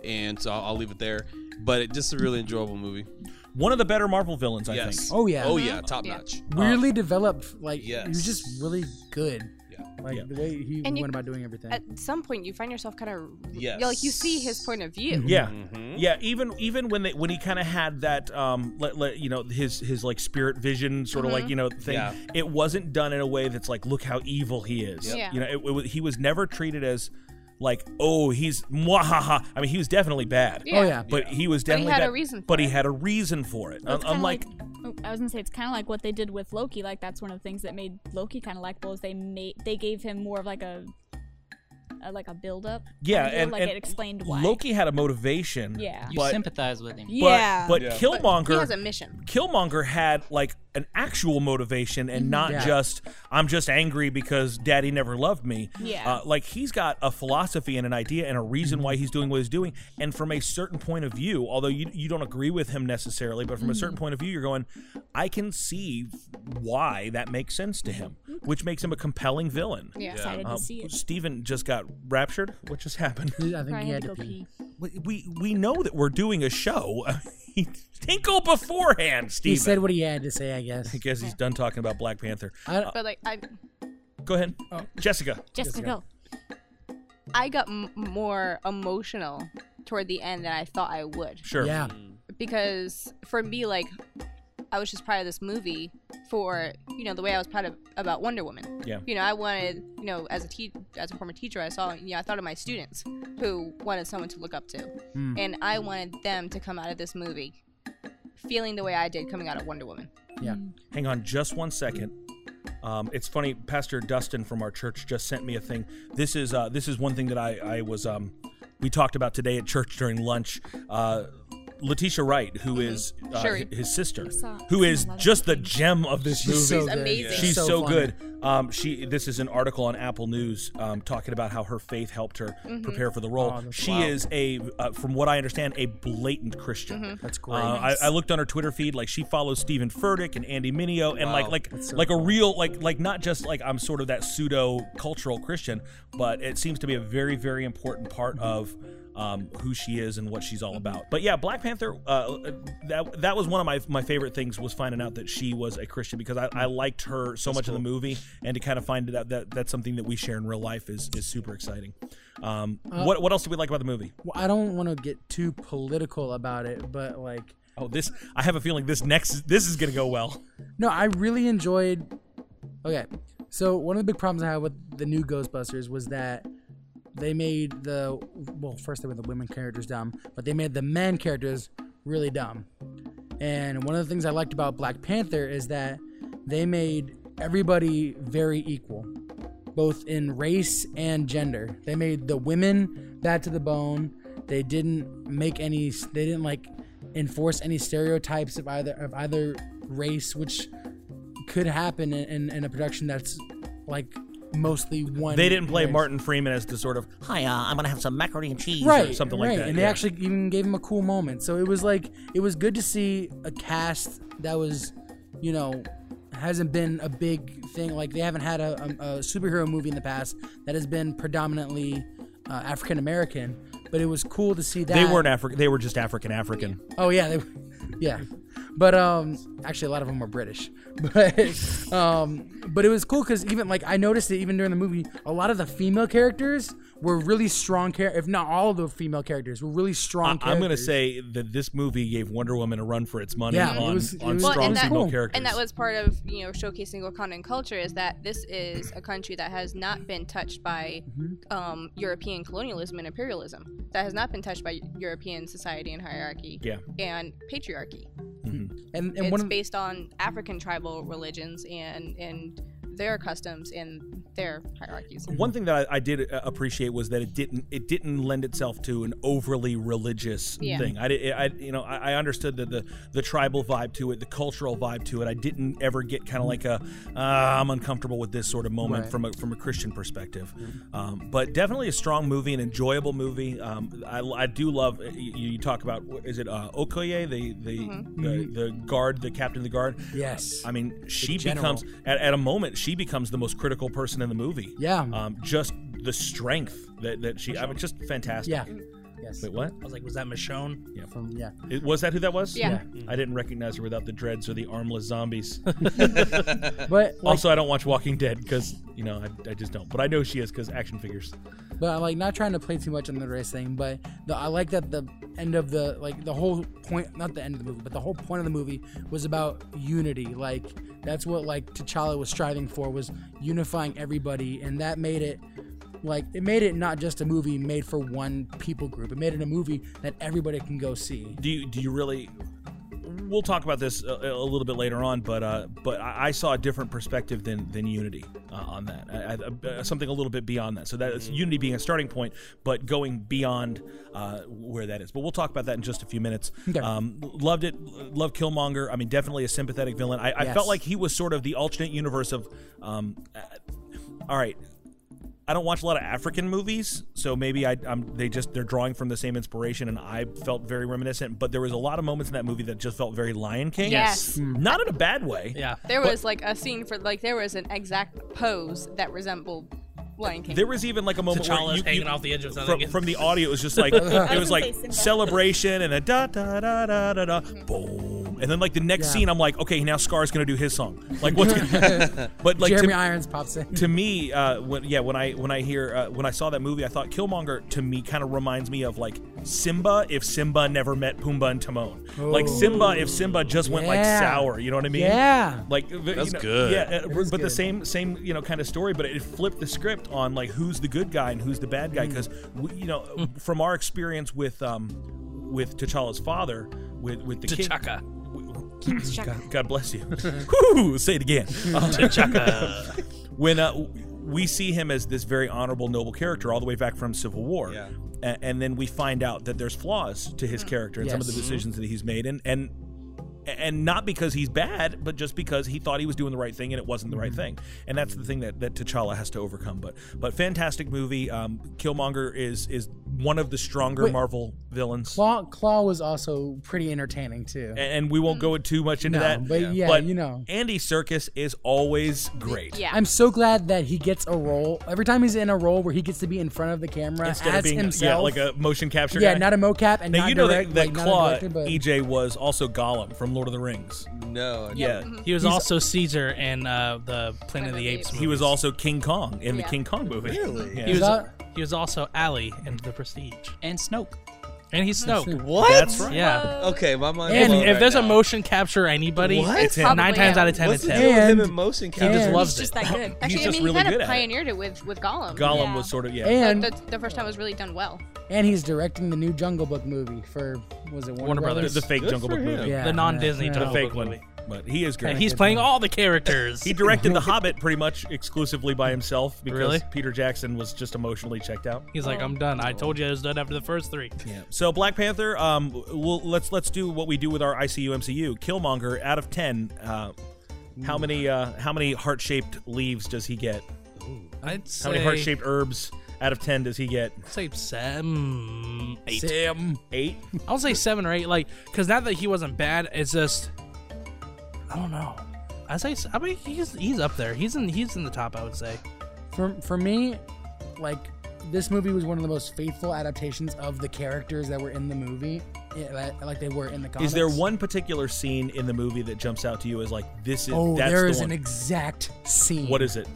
S5: And so I'll, I'll leave it there. But it just a really enjoyable movie.
S1: One of the better Marvel villains, I
S5: yes.
S1: think.
S6: Oh, yeah.
S5: Oh yeah. Top
S8: Yeah.
S5: notch.
S6: Weirdly developed, like he
S5: yes.
S6: was just really good.
S5: Yeah.
S6: Like
S1: Yeah.
S6: the way he
S8: And
S6: went
S8: you-
S6: about doing everything. Oh,
S8: At some point, you find yourself kind of
S5: Yes.
S8: like you see his point of view.
S1: Yeah,
S8: Mm-hmm.
S5: Mhm.
S1: yeah. Even even when they when he kind of had that um, let, let, you know his his like spirit vision sort of
S8: Mm-hmm.
S1: like you know thing.
S5: Yeah.
S1: It wasn't done in a way that's like look how evil he is.
S8: Yep. Yeah.
S1: You know, it, it, was- he was never treated as like oh he's mwahaha. I mean, he was definitely bad.
S8: Yeah.
S6: oh yeah.
S1: But he was
S8: But he
S1: definitely
S8: had a
S1: bad,
S8: reason for
S1: but he
S8: it.
S1: had a reason for it.
S4: Well, it's
S1: Un-
S4: kinda
S1: unlike
S4: like- oh, I was gonna say it's kind of like what they did with Loki. Like that's one of the things that made Loki kind of likable is they made they gave him more of like a, a like a build up.
S1: yeah, and,
S4: like
S1: and
S4: it explained why.
S1: Loki had a motivation.
S4: Yeah.
S7: You
S1: but
S7: sympathize with him.
S1: but,
S4: yeah.
S1: but
S5: Yeah.
S8: But
S1: Killmonger
S8: He has a mission.
S1: Killmonger had like an actual motivation
S4: Mm-hmm.
S1: and not
S6: Yeah.
S1: just I'm just angry because daddy never loved me.
S4: Yeah. Mm-hmm.
S1: Uh, like he's got a philosophy and an idea and a reason why he's doing what he's doing and from a certain point of view, although you you don't agree with him necessarily, but from a
S4: Mm-hmm.
S1: certain point of view you're going I can see why that makes sense to him, which makes him a compelling villain. Uh,
S8: Yeah.
S4: Mm-hmm. excited to
S1: um,
S4: see it.
S1: Steven just got raptured. What just happened?
S6: I think
S4: Brian
S6: he had
S4: had to go
S6: to pee.
S4: pee.
S1: We we, we know that we're doing a show. Tinkle beforehand, Steven.
S6: He said what he had to say, I guess.
S1: I guess he's done talking about Black Panther.
S6: I,
S8: But like I,
S1: Go ahead, Jessica.
S4: Jessica, go.
S8: I got m- more emotional toward the end than I thought I would
S1: Sure.
S6: Yeah.
S8: because for me, like I was just proud of this movie for you know the way I was proud of about Wonder Woman.
S1: Yeah.
S8: You know, I wanted you know as a te- as a former teacher, I saw you know I thought of my students who wanted someone to look up to,
S1: Hmm.
S8: and I wanted them to come out of this movie feeling the way I did coming out of Wonder Woman.
S6: Yeah.
S1: Hang on just one second. Um, it's funny, Pastor Dustin from our church just sent me a thing. This is uh, this is one thing that I, I was um, we talked about today at church during lunch. Uh, Letitia Wright, who is uh,
S8: Sure.
S1: hi- his sister,
S4: saw-
S1: who
S4: I
S1: is
S4: love
S1: just
S4: that
S1: the
S4: thing.
S1: gem of this movie.
S6: She's so good.
S8: amazing.
S1: She's so,
S6: fun.
S1: good. Um, she this is an article on Apple News um, talking about how her faith helped her prepare for the role.
S6: Oh, that's-
S1: she
S6: wow.
S1: is a, uh, from what I understand, a blatant Christian.
S6: Mm-hmm. That's
S1: Uh,
S6: great.
S1: I, I looked on her Twitter feed. Like she follows Stephen Furtick and Andy Mineo, and like
S5: Wow.
S1: like like a real like like not just like I'm sort of that pseudo cultural Christian, but it seems to be a very very important part of um, who she is and what she's
S6: Mm-hmm.
S1: all about. But yeah, Black Panther. Uh, that that was one of my my favorite things was finding out that she was a Christian because I, I liked her so much in the movie, and to kind of find that that that's something that we share in real life is is super exciting. Um,
S6: Uh,
S1: what what else do we like about the movie?
S6: Well, I don't want to get too political about it, but like,
S1: Oh, this I have a feeling this next this is gonna go well.
S6: no, I really enjoyed. Okay, so one of the big problems I had with the new Ghostbusters was that they made the well, first they made the women characters dumb, but they made the men characters really dumb, And one of the things I liked about Black Panther is that they made everybody very equal, both in race and gender. They made the women bad to the bone. They didn't make any. They didn't like enforce any stereotypes of either of either race, which could happen in, in, in a production that's like mostly one.
S1: They didn't play
S6: race.
S1: Martin Freeman as the sort of hi, uh, I'm gonna have some macaroni and cheese
S6: right,
S1: or something
S6: right.
S1: like that.
S6: And
S1: yeah.
S6: they actually even gave him a cool moment. So it was like it was good to see a cast that was, you know, hasn't been a big thing. Like they haven't had a, a, a superhero movie in the past that has been predominantly uh, African American. But it was cool to see that
S1: They weren't African. They were just African African.
S6: Oh yeah, they, yeah. But um, actually, a lot of them are British. But um, but it was cool because even like I noticed it even during the movie, a lot of the female characters were really strong. Char- if not all of the female characters were really strong.
S1: I, am gonna
S6: characters.
S1: say that this movie gave Wonder Woman a run for its money
S6: Yeah, it
S1: on,
S6: was- it
S1: on
S6: was-
S8: Well,
S1: strong
S8: and that-
S1: female
S6: cool.
S1: characters.
S8: And that was part of you know showcasing Wakandan culture is that this is a country that has not been touched by
S1: Mm-hmm.
S8: um, European colonialism and imperialism, that has not been touched by European society and hierarchy
S1: yeah.
S8: and patriarchy.
S6: and, and one
S8: It's
S6: of,
S8: based on African tribal religions and and their customs and their hierarchies.
S1: One thing that I, I did uh, appreciate was that it didn't it didn't lend itself to an overly religious
S8: Yeah.
S1: thing. I, di- I you know I, I understood the, the the tribal vibe to it, the cultural vibe to it. I didn't ever get kind of like a uh, I'm uncomfortable with this sort of moment
S6: Right.
S1: from a from a Christian perspective. Um, but definitely a strong movie, an enjoyable movie. Um, I, I do love you, you talk about is it uh, Okoye the the, the the guard the captain of the guard.
S6: Mm-hmm. Yes.
S1: I mean she
S6: general.
S1: becomes at, at a moment she becomes the most critical person in the movie
S6: Yeah.
S1: um, just the strength that, that she, I mean, just fantastic.
S6: yeah, yes,
S1: Wait, what?
S3: I was like, was that Michonne?
S6: from yeah.
S1: It- was that who that was?
S8: Yeah.
S1: I didn't recognize her without the dreads or the armless zombies. Uh,
S6: But like,
S1: also, I don't watch Walking Dead because, you know, I, I just don't. But I know she is because action figures.
S6: but I'm, like not trying to play too much on the race thing. But the, I like that the end of the like the whole point, not the end of the movie, but the whole point of the movie was about unity. Like that's what like T'Challa was striving for was unifying everybody, and that made it like it made it not just a movie made for one people group. It made it a movie that everybody can go see.
S1: Do you, do you really. We'll talk about this a, a little bit later on, but uh, but I I saw a different perspective than than Unity uh, on that. I, I, uh, something a little bit beyond that. So
S6: Mm.
S1: that's Unity being a starting point, but going beyond uh, where that is. But we'll talk about that in just a few minutes.
S6: Okay.
S1: Um, loved it. Love Killmonger. I mean, definitely a sympathetic villain. I, I
S6: Yes.
S1: felt like he was sort of the alternate universe of. Um, uh, all right. I don't watch a lot of African movies, so maybe I, I'm, they just they're drawing from the same inspiration, and I felt very reminiscent. But there was a lot of moments in that movie that just felt very Lion King.
S8: Yes. Yes.
S1: not in a bad way.
S3: Hmm. Yeah.
S8: There was like a scene for like there was an exact pose that resembled Lion King.
S1: There was even like a moment where
S3: T'Challa's
S1: you,
S3: hanging
S1: you-
S3: off the edge of something.
S1: from, from the audio, it was just like it was
S4: say
S1: like
S4: Simba.
S1: celebration and a da da da da da da boom, and then like the next
S6: Yeah.
S1: scene, I'm like, okay, now Scar's gonna do his song. Like what's gonna, but like
S6: Jeremy
S1: to,
S6: Irons pops in.
S1: to me, uh, when, yeah, when I when I hear uh, when I saw that movie, I thought Killmonger to me kind of reminds me of like Simba if Simba never met Pumbaa and Timon. Like Simba if Simba just went like
S6: Yeah.
S1: sour. You know what I mean?
S6: Yeah.
S1: Like the-
S5: That's
S1: you know,
S5: good.
S1: Yeah, uh,
S6: was
S1: but the
S6: good.
S1: same same you know kind of story, but it flipped the script on like who's the good guy and who's the bad
S6: Mm.
S1: guy because you know from our experience with um with T'Challa's father with with the king-
S3: T'Chaka.
S1: God, God bless you. Whew, say it again. Uh, when uh, w- we see him as this very honorable, noble character, all the way back from Civil War,
S5: Yeah.
S1: A- and then we find out that there's flaws to
S6: Hmm.
S1: his character and some of the
S6: Yes.
S1: decisions that he's made, and and and not because he's bad, but just because he thought he was doing the right thing and it wasn't the right thing. And that's the thing that, that T'Challa has to overcome. But but fantastic movie. Um, Killmonger is is one of the stronger
S6: Wait.
S1: Marvel villains.
S6: Claw, Claw was also pretty entertaining too.
S1: A- and we won't go too much into
S6: Mm. No,
S1: that.
S6: but yeah, you know.
S1: Andy Circus is always great.
S8: yeah.
S6: I'm so glad that he gets a role. Every time he's in a role where he gets to be in front of the camera
S1: Instead
S6: as
S1: of being
S6: himself,
S1: yeah, like a motion capture
S6: yeah,
S1: guy.
S6: not a mocap and
S1: now
S6: not
S1: you know
S6: direct,
S1: that, that
S6: like,
S1: Claw
S6: not a director, but
S1: EJ was also Gollum from Lord of the Rings.
S5: No.
S1: Yeah.
S3: He was also Caesar in uh, the Planet of the Apes.
S1: He was also King Kong in
S8: Yeah.
S1: the King Kong movie. Really?
S3: He was,
S6: Is that-
S3: he was also Ali in The Prestige.
S7: And Snoke.
S3: And he's Snoke.
S5: What?
S1: That's right.
S3: Yeah.
S5: Okay, my mind.
S3: If,
S6: And
S5: blown
S3: if
S5: right
S3: there's a
S5: now.
S3: motion capture anybody,
S5: What?
S1: It's him.
S8: Probably
S3: nine times
S8: him.
S3: out of ten,
S5: What's the
S3: it's
S5: deal
S3: him.
S5: with him
S6: And-
S5: in motion
S3: He just
S6: And-
S3: loves
S4: He's
S3: it.
S4: just that good.
S8: Actually, I
S1: just
S8: mean,
S1: really
S8: he kind
S1: good
S8: of
S1: at it.
S8: pioneered it. with with Gollum.
S1: Gollum
S4: Yeah.
S1: was sort of yeah.
S8: Like,
S6: And
S8: the, the first time it was really done well.
S6: and he's directing the new Jungle Book movie for was it Warner,
S3: Warner
S1: the,
S3: Brothers.
S1: the fake
S5: Good
S1: Jungle
S5: for
S1: Book
S5: him.
S1: movie.
S6: Yeah,
S3: the non-Disney
S6: yeah.
S1: The
S3: Jungle
S1: fake
S3: Book
S1: one.
S3: movie.
S1: But he is great.
S3: And he's playing all the characters.
S1: He directed The Hobbit pretty much exclusively by himself because
S3: Really?
S1: Peter Jackson was just emotionally checked out.
S3: He's like, I'm done. I told you I was done after the first three.
S1: Yeah. So Black Panther, um, we'll, let's let's do what we do with our ICU MCU. Killmonger, out of ten, uh,
S3: Mm.
S1: how many uh, how many heart shaped leaves does he get?
S3: I'd say,
S1: How many heart shaped herbs out of ten does he get?
S3: Say seven, eight.
S6: Sam.
S1: Eight.
S3: I'll say seven or eight. Like, because not that he wasn't bad, it's just I don't know. I say, s- I mean, he's he's up there. He's in he's in the top. I would say.
S6: For for me, like this movie was one of the most faithful adaptations of the characters that were in the movie, yeah, like- like they were in the comics.
S1: Is there one particular scene in the movie that jumps out to you as like this is?
S6: Oh,
S1: that's
S6: there
S1: the
S6: is
S1: one.
S6: an exact scene.
S1: what is it?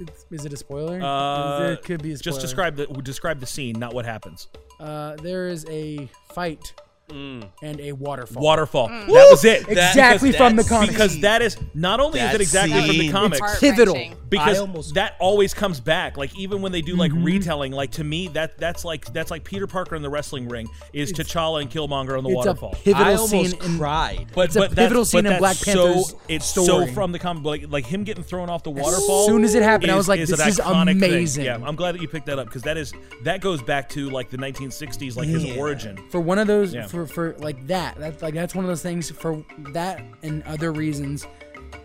S6: It's- Is it a spoiler?
S1: Uh,
S6: it could be a spoiler.
S1: Just describe the describe the scene, not what happens.
S6: Uh, there is a fight
S1: Mm.
S6: and a waterfall.
S1: Waterfall. That was it.
S6: exactly
S5: because
S6: from the
S5: that's-
S6: comics.
S1: because that is not only is
S5: That
S1: it exactly from
S5: scene.
S1: the
S5: It's
S1: comics
S6: pivotal.
S8: Heart-wrenching.
S1: because
S6: I almost- Mm-hmm.
S1: that always comes back like even when they do like retelling like to me that that's like that's like peter parker in the wrestling ring is t'challa and killmonger on the
S6: it's
S1: waterfall
S6: a pivotal
S5: I almost
S6: scene in
S5: cried.
S1: but,
S6: it's a
S1: but that's-
S6: pivotal
S1: but
S6: scene in
S1: that's
S6: Black Panther's
S1: so, it's
S6: story.
S1: so from the comic like, like him getting thrown off the waterfall
S6: As soon as it happened, I
S1: is-
S6: was like,
S1: an
S6: "This is
S1: iconic thing."
S6: amazing."
S1: yeah i'm glad that you picked that up because that is that goes back to like the 1960s like his
S5: Yeah.
S1: origin
S6: for one of those
S1: Yeah.
S6: for for like that that's like that's one of those things for that and other reasons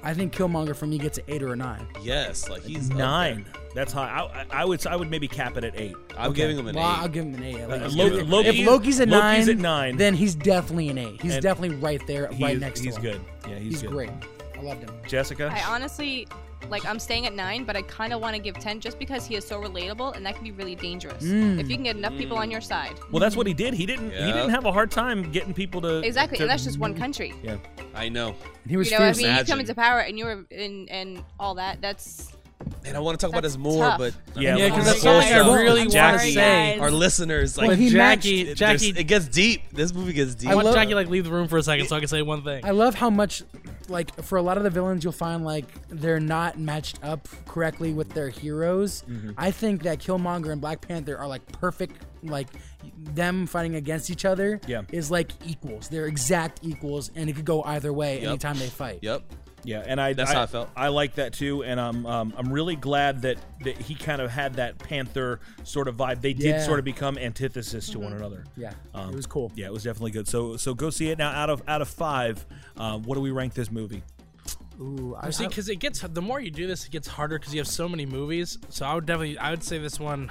S6: i think killmonger for me gets an eight or a nine
S5: Yes, like he's up there.
S1: nine that's high I, I- I would I would maybe cap it at eight
S5: I'm giving him an
S6: well i'll
S5: eight.
S6: give him an eight at
S1: Uh,
S6: least.
S1: Lo-
S6: if,
S1: Loki-
S6: if loki's a nine
S1: Loki's at nine.
S6: then he's definitely an eight he's
S1: And
S6: definitely right there
S1: He
S6: right
S1: is-
S6: next
S1: he's
S6: to him
S1: good yeah he's,
S6: he's,
S1: good.
S6: great i loved him
S1: jessica
S8: I honestly, like, I'm staying at nine, but I kind of want to give ten just because he is so relatable, and that can be really dangerous if you can get enough people on your side.
S1: Well, that's what he did. He didn't. He
S5: Yeah.
S1: didn't have a hard time getting people to
S8: Exactly,
S1: to-
S8: and that's just one country.
S1: yeah.
S5: I know.
S6: he was
S8: You know, I
S6: fierce
S8: mean, you
S5: Imagine.
S8: come into power and you're in and all that. That's
S5: And I want to talk about
S8: That's
S5: this more,
S8: tough.
S5: but
S1: Yeah,
S3: Yeah,
S1: well,
S3: because that's
S1: well,
S3: something I
S1: so-
S3: really
S1: I'm
S3: want to
S1: sorry,
S3: say.
S5: our listeners like
S6: Well, he
S3: Jackie,
S5: it- there's-
S3: Jackie,
S5: it gets deep. This movie gets deep.
S3: I want
S6: love-
S3: Jackie like leave the room for a second so I can say one thing.
S6: I love how much, like, for a lot of the villains, you'll find like they're not matched up correctly with their heroes.
S1: Mm-hmm.
S6: I think that Killmonger and Black Panther are like perfect, like them fighting against each other
S1: Yeah.
S6: is like equals. They're exact equals, and it could go either way
S5: Yep.
S6: anytime they fight.
S5: Yep.
S1: Yeah, and I
S5: That's
S1: I,
S5: how I felt.
S1: I like that too, and I'm um, I'm really glad that that he kind of had that Panther sort of vibe. They did
S6: Yeah. Mm-hmm.
S1: sort of become antithesis to one another.
S6: Yeah,
S1: Um,
S6: it was cool.
S1: Yeah, it was definitely good. So so go see it now. Out of out of five, uh, what do we rank this movie?
S6: Ooh, I,
S3: You see,
S6: I-
S3: because it gets the more you do this, it gets harder because you have so many movies. So I would definitely, I would say this one.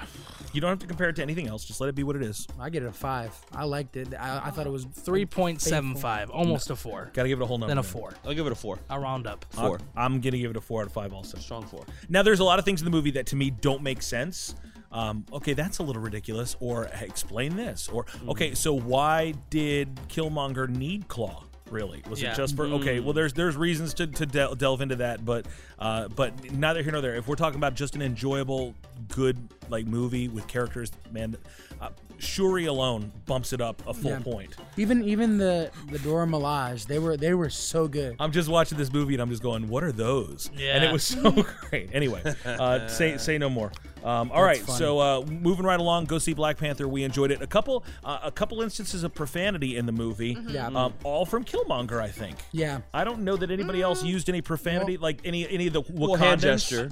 S1: You don't have to compare it to anything else. Just let it be what it is.
S6: I get it a five. I liked it. I, I thought it was
S3: Three point seven five, almost a four,
S1: Got to give it a whole number.
S3: then a
S1: man.
S3: four.
S5: I'll give it a four.
S3: I round up.
S1: I'm-
S5: Four.
S1: I'm gonna give it a four out of five also.
S5: Strong four.
S1: Now, there's a lot of things in the movie that to me don't make sense. Um, okay, that's a little ridiculous. Or "Hey, explain this. Or okay, so why did Killmonger need Claw? Really, was
S3: Yeah.
S1: it just for okay? Well, there's there's reasons to, to del delve into that, but uh, but neither here nor there. If we're talking about just an enjoyable, good like movie with characters, man, uh, Shuri alone bumps it up a full
S6: Yeah.
S1: point.
S6: even even the the Dora Milaje. They were they were so good.
S1: I'm just watching this movie and I'm just going, what are those? And it
S3: Yeah.
S1: was so great. Anyway, uh, say say no more. Um, all right, so uh, moving right along, go see Black Panther. We enjoyed it. A couple uh, a couple instances of profanity in the movie.
S6: Yeah.
S1: Um, all from Killmonger, I think.
S6: Yeah.
S1: I don't know that anybody else used any profanity, like any any of the Wakandans.
S5: Well, hand gesture.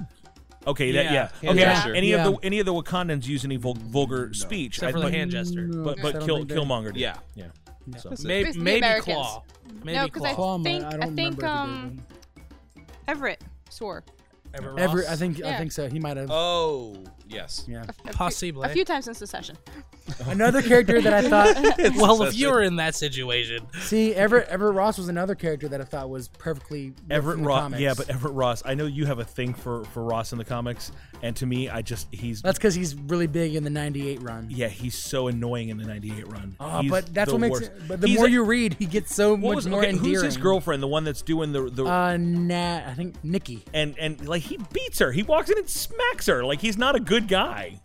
S1: Okay, that
S3: Yeah.
S1: yeah.
S5: Hand
S1: okay,
S5: gesture.
S1: any
S6: Yeah.
S1: of the any of the Wakandans use any vul- vulgar speech?
S3: Except for the
S1: but,
S3: hand gesture.
S1: but
S6: I
S1: but
S6: don't
S1: Kill,
S6: think they-
S1: Killmonger. Did.
S5: Yeah.
S1: yeah. So.
S3: Maybe,
S8: Basically
S3: maybe
S8: Americans.
S3: claw. Maybe
S8: No, 'cause I-
S3: claw.
S6: Palma,
S8: think-
S6: I don't
S8: I
S6: remember
S8: think,
S6: if he did
S8: um,
S6: one.
S8: Everett swore.
S3: Everett
S6: Every,
S3: Ross?
S6: I think I
S8: Yeah.
S6: think so. He might have.
S5: Oh yes.
S6: yeah.
S8: a few-
S3: Possibly.
S8: A few times since the session.
S6: Another character that I thought.
S3: well, if
S5: That's
S3: you
S5: it.
S3: were in that situation,
S6: See, Everett Everett Ross was another character that I thought was perfectly ripped
S1: Everett
S6: from the
S1: Ross,
S6: comics.
S1: yeah, but Everett Ross. I know you have a thing for for Ross in the comics, and to me, I just he's
S6: that's because he's really big in the '98 run.
S1: yeah, he's so annoying in the '98 run.
S6: Ah,
S1: He's
S6: but that's
S1: the
S6: what makes.
S1: worst.
S6: It, but the
S1: He's
S6: more
S1: a-
S6: you read, he gets so
S1: what
S6: much
S1: was
S6: more
S1: okay,
S6: endearing.
S1: who's his girlfriend? The one that's doing the the
S6: Uh, Nat, I think Nikki.
S1: and and like he beats her. He walks in and smacks her. Like he's not a good guy.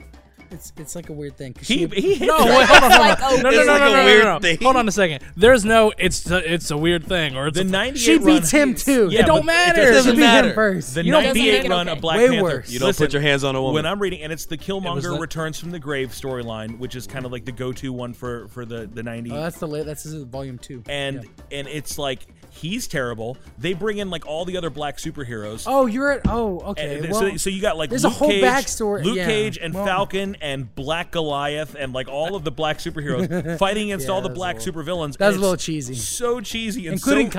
S6: It's it's like a weird thing. 'cause
S1: He,
S6: she-
S1: he hit
S3: No,
S1: that.
S3: wait, hold on, hold on.
S8: oh,
S3: no, no,
S5: it's
S3: no,
S5: like
S3: no,
S5: a
S3: no, no,
S5: weird
S3: no, no.
S5: thing.
S3: Hold on a second. There's no. It's a, it's a weird thing, or it's
S1: the
S3: a,
S1: 98
S6: she
S1: run,
S6: beats him too.
S1: Yeah,
S3: It don't
S1: but
S3: matter.
S1: It
S6: She
S1: doesn't
S6: beat
S1: matter.
S6: him first.
S1: The
S6: You don't-
S1: 98
S8: it
S1: run
S8: okay.
S1: of Black
S6: Way
S1: Panther.
S6: worse.
S5: You don't put your hands on a woman.
S1: When I'm reading, and it's the Killmonger
S3: that-
S1: returns from the grave storyline, which is kind of like the go-to one for for the the 90s.
S6: Oh, that's the late. That's this is volume two.
S1: and
S6: Yeah.
S1: and it's like he's terrible. They bring in like all the other black superheroes.
S6: oh, you're at. Oh, okay.
S1: And th-
S6: well,
S1: so, so you got like
S6: there's
S1: Luke
S6: a whole
S1: Cage,
S6: backstory-
S1: Luke
S6: yeah,
S1: Cage and
S6: well-
S1: Falcon and Black Goliath and like all of the black superheroes fighting against
S6: Yeah,
S1: all the
S6: that was a
S1: black
S6: little-
S1: supervillains.
S6: that
S1: and
S6: was a little
S1: it's
S6: cheesy.
S1: so cheesy, and
S6: including
S1: so,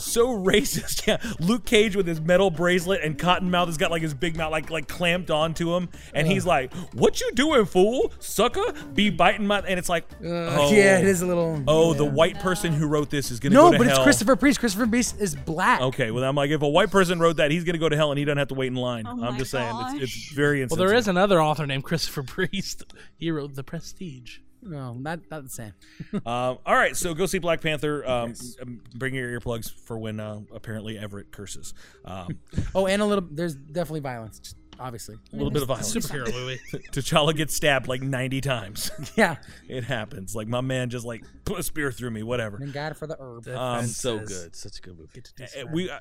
S1: so racist. Yeah, Luke Cage with his metal bracelet and Cottonmouth has got like his big mouth like like clamped onto him, and he's like, "What you doing, fool, sucker? Be biting my." And it's like,
S6: Uh,
S1: oh,
S6: yeah, it is a little.
S1: Oh,
S6: yeah.
S1: the white person who wrote this is gonna
S6: No,
S1: go to
S6: but
S1: hell.
S6: it's Christopher Priest. Christopher Priest is black.
S1: Okay, well, I'm like, if a white person wrote that, he's gonna go to hell, and he doesn't have to wait in line.
S4: Oh
S1: I'm
S4: my
S1: just saying, it's, it's very
S3: well,
S1: insensitive.
S3: there is another author named Christopher Priest. He wrote The Prestige.
S8: Oh,
S6: No, not not the same.
S1: Um, all right, so go see Black Panther. Um, um, Bring your earplugs for when uh, apparently Everett curses. Um,
S6: Oh, and a little. There's definitely violence. just Obviously.
S1: a little bit of violence.
S3: Superhero movie.
S1: T'Challa gets stabbed like 90 times.
S6: Yeah.
S1: it happens. Like my man just like put a spear through me. Whatever.
S6: And God for the herb.
S1: Um,
S5: so good, such a good movie.
S1: Uh, we uh,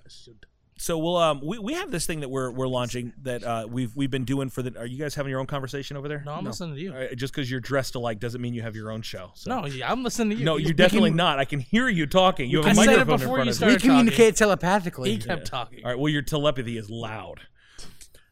S1: so we'll um we, we have this thing that we're we're launching that uh we've we've been doing for the. Are you guys having your own conversation over there?
S3: No, I'm listening to you.
S1: All right, Uh, just because you're dressed alike doesn't mean you have your own show. So.
S3: No, yeah, I'm listening to you.
S1: No,
S3: He-
S1: you're
S3: he
S1: definitely
S3: can-
S1: not. I can hear you talking. You
S3: I
S1: have a
S3: said it
S1: microphone in
S3: before
S1: front
S3: you
S1: of
S3: started.
S6: we
S3: talking.
S6: communicate
S3: He
S6: telepathically.
S3: kept talking.
S1: you. All right. Well, your telepathy is loud.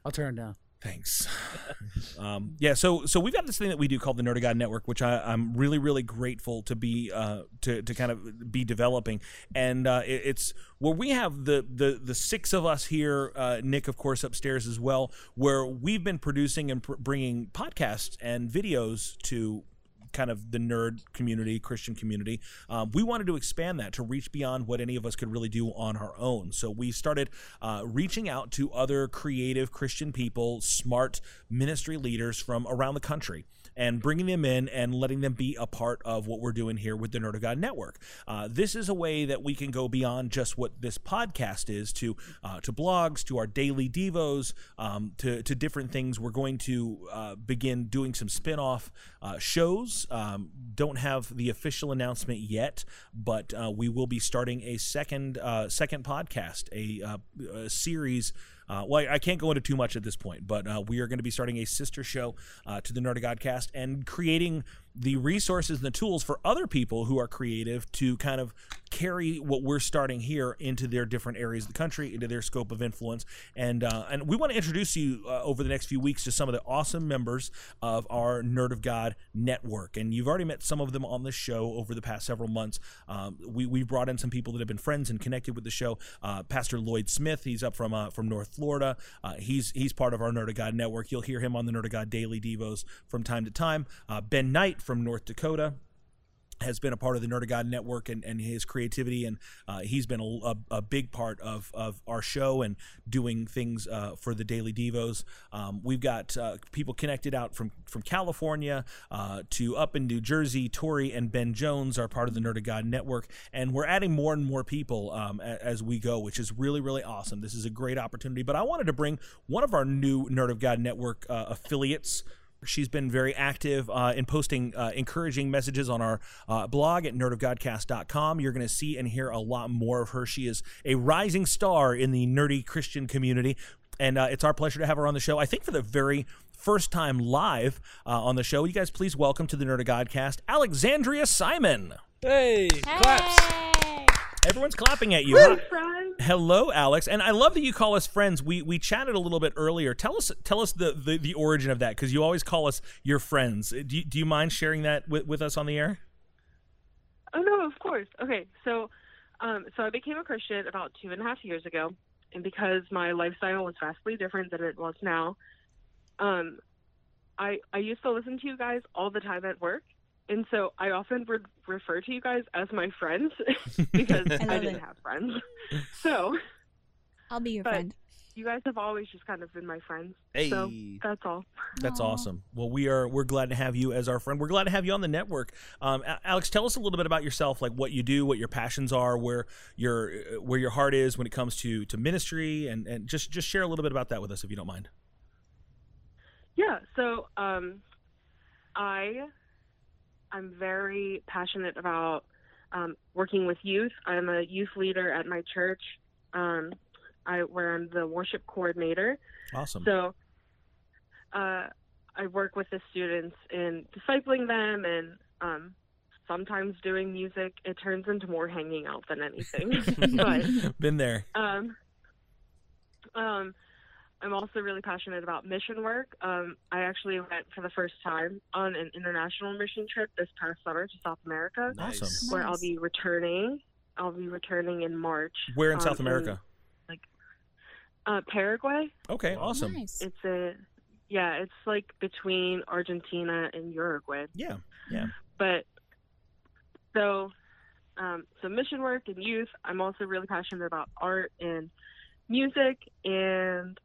S6: I'll turn it down.
S1: Thanks. um, yeah. So so we've got this thing that we do called the Nerd God Network, which I, I'm really really grateful to be uh, to to kind of be developing, and uh, it, it's where we have the the the six of us here, uh, Nick of course upstairs as well, where we've been producing and pr- bringing podcasts and videos to kind of the nerd community, Christian community. Um, we wanted to expand that to reach beyond what any of us could really do on our own. So we started uh, reaching out to other creative Christian people, smart ministry leaders from around the country. And bringing them in and letting them be a part of what we're doing here with the Nerd of God Network. Uh, this is a way that we can go beyond just what this podcast is to uh, to blogs, to our daily devos, um, to to different things. We're going to uh, begin doing some spin off uh, shows. Um, don't have the official announcement yet, but uh, we will be starting a second uh, second podcast, a, uh, a series. Uh, well, I can't go into too much at this point, but uh, we are going to be starting a sister show uh, to the Nerd of Godcast and creating the resources and the tools for other people who are creative to kind of carry what we're starting here into their different areas of the country, into their scope of influence, and uh, and we want to introduce you uh, over the next few weeks to some of the awesome members of our Nerd of God network, and you've already met some of them on this show over the past several months. Um, we we brought in some people that have been friends and connected with the show. Uh, Pastor Lloyd Smith, he's up from uh, from North Florida. Uh, he's he's part of our Nerd of God network. You'll hear him on the Nerd of God Daily Devos from time to time. Uh, ben Knight from North Dakota has been a part of the Nerd of God Network and, and his creativity, and uh, he's been a, a, a big part of, of our show and doing things uh, for the Daily Devos. Um, we've got uh, people connected out from from California uh, to up in New Jersey. Tori and Ben Jones are part of the Nerd of God Network, and we're adding more and more people um, a- as we go, which is really really awesome. This is a great opportunity. But I wanted to bring one of our new Nerd of God Network uh, affiliates. She's been very active uh, in posting uh, encouraging messages on our uh, blog at nerdofgodcast.com. You're going to see and hear a lot more of her. She is a rising star in the nerdy Christian community, and uh, it's our pleasure to have her on the show. I think for the very first time live uh, on the show, you guys please welcome to the Nerd of Godcast, Alexandria Simon.
S3: Hey, claps.
S1: Everyone's clapping at you. Hi- Hello, Alex, and I love that you call us friends. We we chatted a little bit earlier. Tell us tell us the the, the origin of that because you always call us your friends. Uh, Do you, do you mind sharing that with, with us on the air?
S10: Oh no, of course. Okay, so, um, so I became a Christian about two and a half years ago, and because my lifestyle was vastly different than it was now, um, I I used to listen to you guys all the time at work, and so I often would refer to you guys as my friends because
S4: I
S10: I,
S4: love
S10: didn't
S4: it.
S10: have friends. So
S4: I'll be your
S10: But-
S4: friend.
S10: you guys have always just kind of been my friends.
S5: Hey,
S10: So that's all.
S1: That's
S4: Aw.
S1: awesome. Well, we are we're glad to have you as our friend. We're glad to have you on the network. Um, A- Alex, tell us a little bit about yourself, like what you do, what your passions are, where your uh, where your heart is when it comes to to ministry, and and just just share a little bit about that with us if you don't mind.
S10: Yeah, so um, I I'm very passionate about um, working with youth. I'm a youth leader at my church, um, I, where I'm the worship coordinator.
S1: Awesome.
S10: So uh, I work with the students in discipling them and um, sometimes doing music. It turns into more hanging out than anything. but
S1: Been there.
S10: um, um, I'm also really passionate about mission work. Um, I actually went for the first time on an international mission trip this past summer to South America,
S1: Awesome.
S10: where I'll
S4: Nice.
S10: be returning. I'll be returning in March.
S1: Where in
S10: um,
S1: South America?
S10: uh, Paraguay.
S1: Okay, awesome.
S4: Nice.
S10: It's a yeah. It's like between Argentina and Uruguay.
S1: Yeah, yeah.
S10: but so um, so mission work and youth i'm also really passionate about art and music and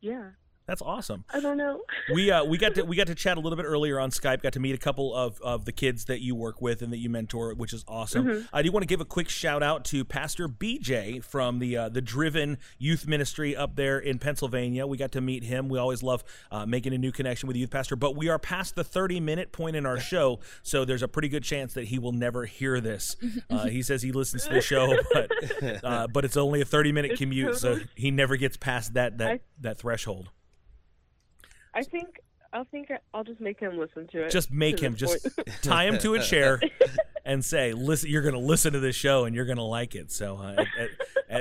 S10: yeah
S1: That's awesome.
S10: i don't know
S1: We uh, we got to we got to chat a little bit earlier on Skype. Got to meet a couple of, of the kids that you work with and that you mentor, which is awesome.
S10: Mm-hmm.
S1: I do want to give a quick shout out to Pastor BJ from the uh, the Driven Youth Ministry up there in Pennsylvania. We got to meet him. We always love uh, making a new connection with the youth pastor. But we are past the thirty minute point in our show, so there's a pretty good chance that he will never hear this. Uh, he says he listens to the show, but uh, but it's only a thirty minute
S10: It's
S1: commute, so
S10: totally-
S1: he never gets past that that
S10: I-
S1: that threshold.
S10: i think i think i'll just make him listen to it
S1: just make
S10: to
S1: him
S10: this
S1: just
S10: point.
S1: tie him to a chair and say listen you're going to listen to this show and you're going to like it so uh, at, at,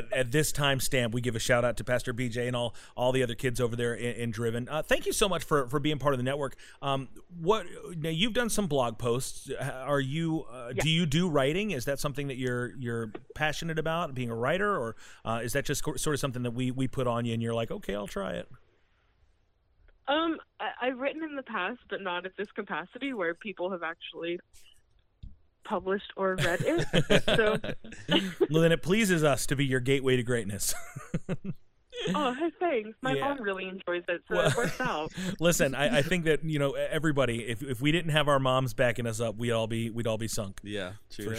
S1: at, at this time stamp we give a shout out to pastor bj and all all the other kids over there in, in driven uh, thank you so much for for being part of the network um what now you've done some blog posts Uh, are you uh, do you do writing is that something that you're you're passionate about being a writer or uh, is that just co- sort of something that we we put on you and you're like okay i'll try it
S10: um I, i've written in the past but not at this capacity where people have actually published or read it so
S1: well then it pleases us to be your gateway to greatness
S10: oh hey, thanks my
S1: Yeah.
S10: mom really enjoys it so
S1: Well-
S10: it works out
S1: Listen, I, I think that you know e, everybody. If, if we didn't have our moms backing us up, we'd all be we'd all be sunk
S5: Yeah, true
S1: for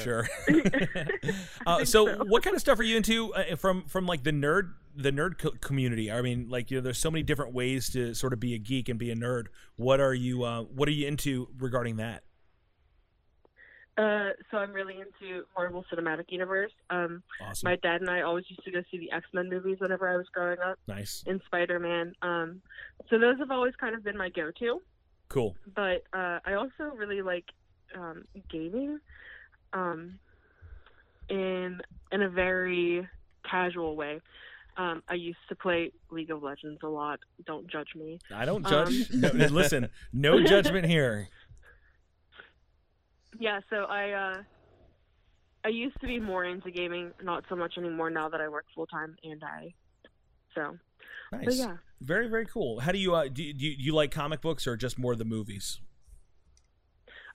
S5: that.
S1: sure. uh, so, what kind of stuff are you into uh, from from like the nerd the nerd co- community? I mean, like you know, there's so many different ways to sort of be a geek and be a nerd. What are you uh, What are you into regarding that?
S10: Uh, so I'm really into Marvel Cinematic Universe. Um,
S1: Awesome,
S10: my dad and I always used to go see the X Men movies whenever I was growing up,
S1: nice,
S10: and Spider Man. Um, so those have always kind of been my go-to.
S1: cool.
S10: But uh, I also really like um, gaming, um, in in a very casual way. Um, I used to play League of Legends a lot. Don't judge me.
S1: I don't judge.
S10: Um.
S1: no, eh, listen, no judgment here.
S10: Yeah, so I uh, I used to be more into gaming, not so much anymore now that I work full time and I so
S1: Nice,
S10: but Oh, yeah.
S1: very very cool. How do you uh, do? You, do you, you like comic books or just more the movies?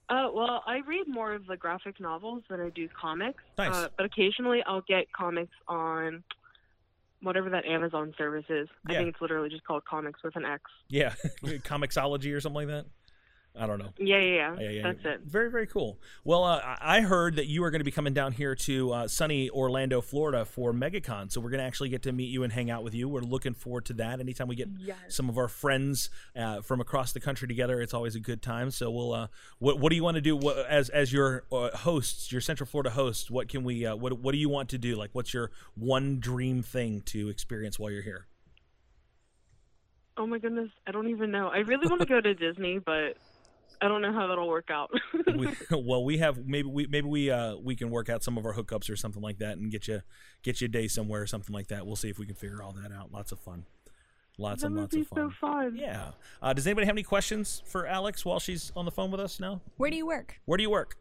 S10: Uh, well, I read more of the graphic novels than I do comics.
S1: Nice.
S10: Uh, but occasionally I'll get comics on whatever that Amazon service is. I
S1: Yeah.
S10: think it's literally just called comics with an X.
S1: Yeah, comicsology or something like that. I don't know.
S10: Yeah, yeah, yeah.
S1: Yeah, yeah,
S10: That's
S1: yeah.
S10: it.
S1: Very, very cool. Well, uh, I- I heard that you are going to be coming down here to uh, sunny Orlando, Florida for MegaCon. So we're going to actually get to meet you and hang out with you. We're looking forward to that. Anytime we get some of our friends uh, from across the country together, it's always a good time. So we'll. Uh, what, what do you want to do what, as as your uh, hosts, your Central Florida hosts? What can we? Uh, what What do you want to do? Like, what's your one dream thing to experience while you're here?
S10: Oh my goodness, I don't even know. I really want to go to Disney, but I don't know how that'll work out.
S1: we, well, we have maybe we maybe we uh we can work out some of our hookups or something like that and get you get you a day somewhere or something like that. We'll see if we can figure all that out. Lots of fun, lots
S10: that
S1: and
S10: would
S1: lots
S10: be
S1: of fun.
S10: so fun.
S1: Yeah. Uh, does anybody have any questions for Alex while she's on the phone with us? No.
S4: Where do you work?
S1: Where do you work?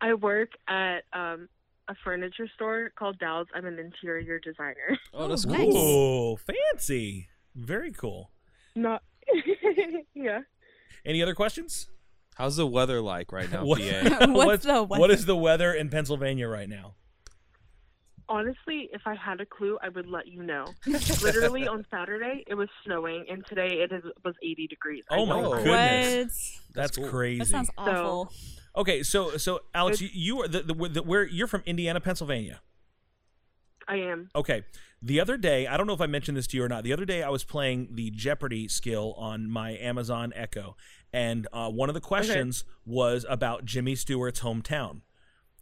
S10: I work at um, a furniture store called Dow's. I'm an interior designer.
S5: Oh, that's
S4: Ooh,
S5: cool.
S4: Nice.
S1: Oh, fancy! Very cool.
S10: Not, yeah.
S1: Any other questions?
S5: How's the weather like right now,
S1: What-
S5: PA?
S4: What's
S1: What's-
S4: the
S1: What is the weather in Pennsylvania right now?
S10: Honestly, if I had a clue, I would let you know. Literally on Saturday, it was snowing, and today it is, was 80 degrees. I
S1: Oh my
S10: know.
S5: know.
S4: What?
S1: goodness, that's,
S5: cool.
S1: crazy.
S4: That sounds awful.
S1: okay, so so Alex, you, you are the, the, the where you're from Indiana, Pennsylvania.
S10: I am.
S1: Okay. The other day, I don't know if I mentioned this to you or not. The other day, I was playing the Jeopardy skill on my Amazon Echo, and uh, one of the questions was about Jimmy Stewart's hometown,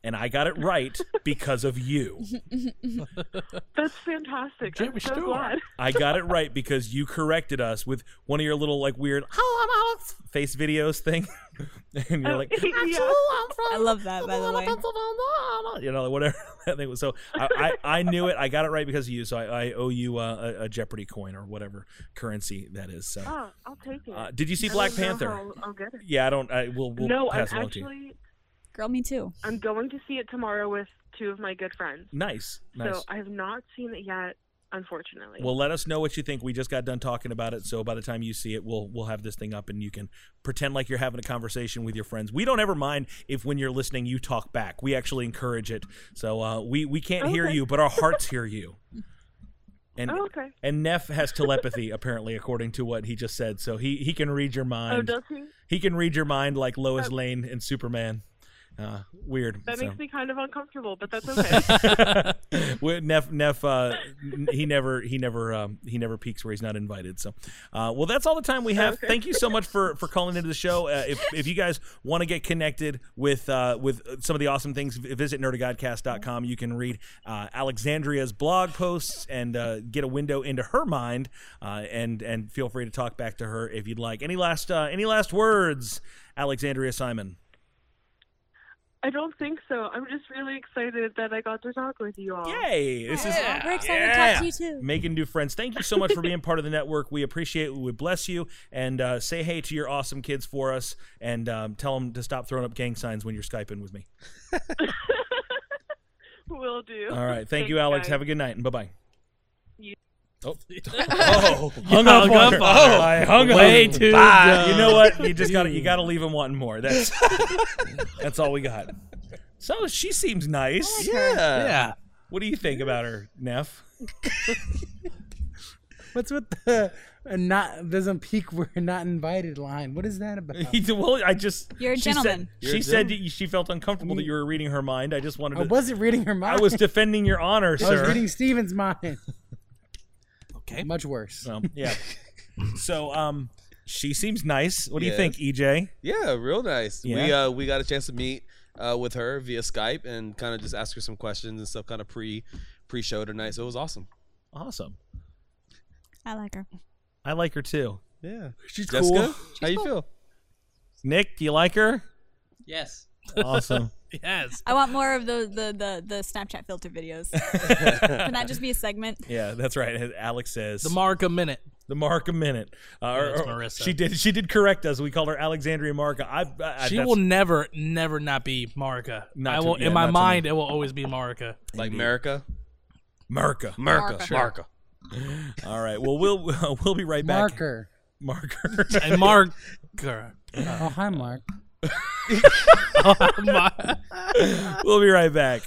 S1: and I got it right because of you.
S10: That's fantastic. I'm so glad.
S1: I got it right because you corrected us with one of your little like weird "Hello, I'm Alex," face videos thing, and you're like,
S10: yeah.
S4: Oh, I love that, by the way.
S1: you know, like, whatever that thing was. So I, I, I knew it. I got it right because of you. So I, I owe you uh, a, a Jeopardy coin or whatever currency that is. So
S10: Oh, I'll take it.
S1: Uh, did you see
S10: I
S1: Black
S10: don't know
S1: Panther?
S10: how I'll- I'll get it.
S1: yeah, I don't. I will. We'll
S10: no, I'm
S1: pass it along to you.
S10: actually
S4: Girl, me too.
S10: I'm going to see it tomorrow with two of my good friends.
S1: Nice, nice.
S10: So I have not seen it yet, unfortunately.
S1: Well, let us know what you think. We just got done talking about it, so by the time you see it, we'll we'll have this thing up, and you can pretend like you're having a conversation with your friends. We don't ever mind if when you're listening you talk back. We actually encourage it. So uh, we we can't hear
S10: Okay.
S1: you, but our hearts hear you. And
S10: oh, okay.
S1: and Neff has telepathy apparently, according to what he just said. So he he can read your mind.
S10: Oh, does he?
S1: He can read your mind like Lois Lane and Superman. Uh, weird.
S10: That
S1: so.
S10: makes me kind of uncomfortable, but that's okay.
S1: Well, Neff, Neff, uh, n- he never, he never, um, he never peaks where he's not invited. So, uh, well, that's all the time we have. Thank you so much for for calling into the show. Uh, if if you guys want to get connected with uh, with some of the awesome things, v- visit nerdagodcast.com. You can read uh, Alexandria's blog posts and uh, get a window into her mind. Uh, and and feel free to talk back to her if you'd like. Any last uh, any last words, Alexandria Simon?
S10: I don't think so. I'm just really excited that I got to talk with you all.
S1: Yay! This is
S4: We're excited to talk to you too.
S1: making new friends. Thank you so much for being part of the network. We appreciate it. We bless you. And uh, say hey to your awesome kids for us. And um, tell them to stop throwing up gang signs when you're Skyping with me.
S10: Will do.
S1: All right. Thank
S10: Thanks,
S1: you, Alex.
S10: guys.
S1: Have a good night. And bye bye.
S10: You-
S1: Oh. oh, hung up, on
S3: hung up
S1: her.
S3: on her.
S1: Oh, I hung
S3: Way
S1: up.
S3: too
S1: Bye.
S3: dumb.
S1: You know what? You just got to you got to leave him wanting more. That's that's all we got. So she seems nice.
S5: Yeah.
S3: Yeah.
S1: What do you think about her, Neff?
S6: What's with the uh, not doesn't peak we're not invited line? What is that about?
S1: He- well, I just
S4: You're a
S1: she
S4: gentleman.
S1: Said, she said that you- she felt uncomfortable that you were reading her mind. I just wanted
S6: I
S1: to.
S6: wasn't reading her
S1: I
S6: mind.
S1: was defending your honor,
S6: I was
S1: sir.
S6: reading Steven's mind.
S3: Okay.
S6: Much worse.
S1: So, yeah. So um, she seems nice. What do
S5: Yes.
S1: you think, E EJ?
S5: Yeah, real nice. We
S1: Yeah.
S5: uh, we got a chance to meet uh, with her via Skype and kind of just ask her some questions and stuff, kind of pre pre show tonight. So it was awesome.
S1: Awesome.
S4: I like her.
S1: I like her too.
S5: Yeah,
S6: She's cool.
S5: Jessica, how you feel?
S1: Nick, do you like her?
S7: Yes.
S1: Awesome.
S3: Yes.
S4: I want more of the the the, the Snapchat filter videos. Can that just be a segment?
S1: yeah, that's right. As Alex says
S3: The mark a minute.
S1: the mark a minute. Uh, or-
S3: it's
S1: or-
S3: Marissa.
S1: She did. She did correct us. We called her Alexandria Marca. I, I,
S3: She
S1: that's-
S3: will never, never not be Marika.
S1: Not
S3: I
S1: to-
S3: will,
S1: yeah,
S3: in my
S1: not to
S3: mind, it will always be Marika.
S5: Like America,
S1: Marca.
S5: America, America.
S1: All right. Well, we'll we'll be right back.
S6: Marker.
S1: Marker.
S3: And Marker.
S6: Oh hi, Mark.
S3: Mar-
S1: we'll be right back.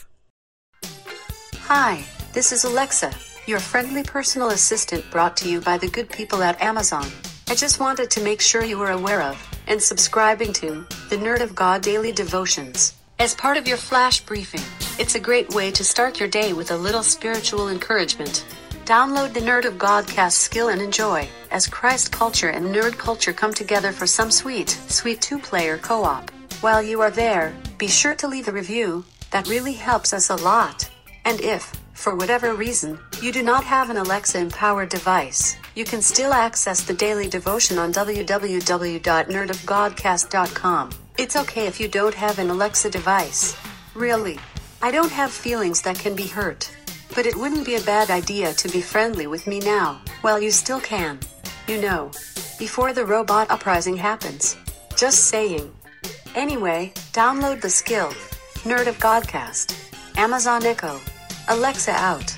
S11: Hi, this is Alexa, your friendly personal assistant brought to you by the good people at Amazon. I just wanted to make sure you were aware of and subscribing to the Nerd of God Daily Devotions as part of your flash briefing. It's a great way to start your day with a little spiritual encouragement. Download the Nerd of Godcast skill and enjoy as Christ culture and nerd culture come together for some sweet, sweet two player co op. While you are there, be sure to leave a review, that really helps us a lot. And if, for whatever reason, you do not have an Alexa empowered device, you can still access the daily devotion on www.nerdofgodcast.com. It's okay if you don't have an Alexa device. Really, I don't have feelings that can be hurt. But it wouldn't be a bad idea to be friendly with me now, while you still can. You know, before the robot uprising happens. Just saying. Anyway, download the skill Nerd of Godcast, Amazon Echo, Alexa out.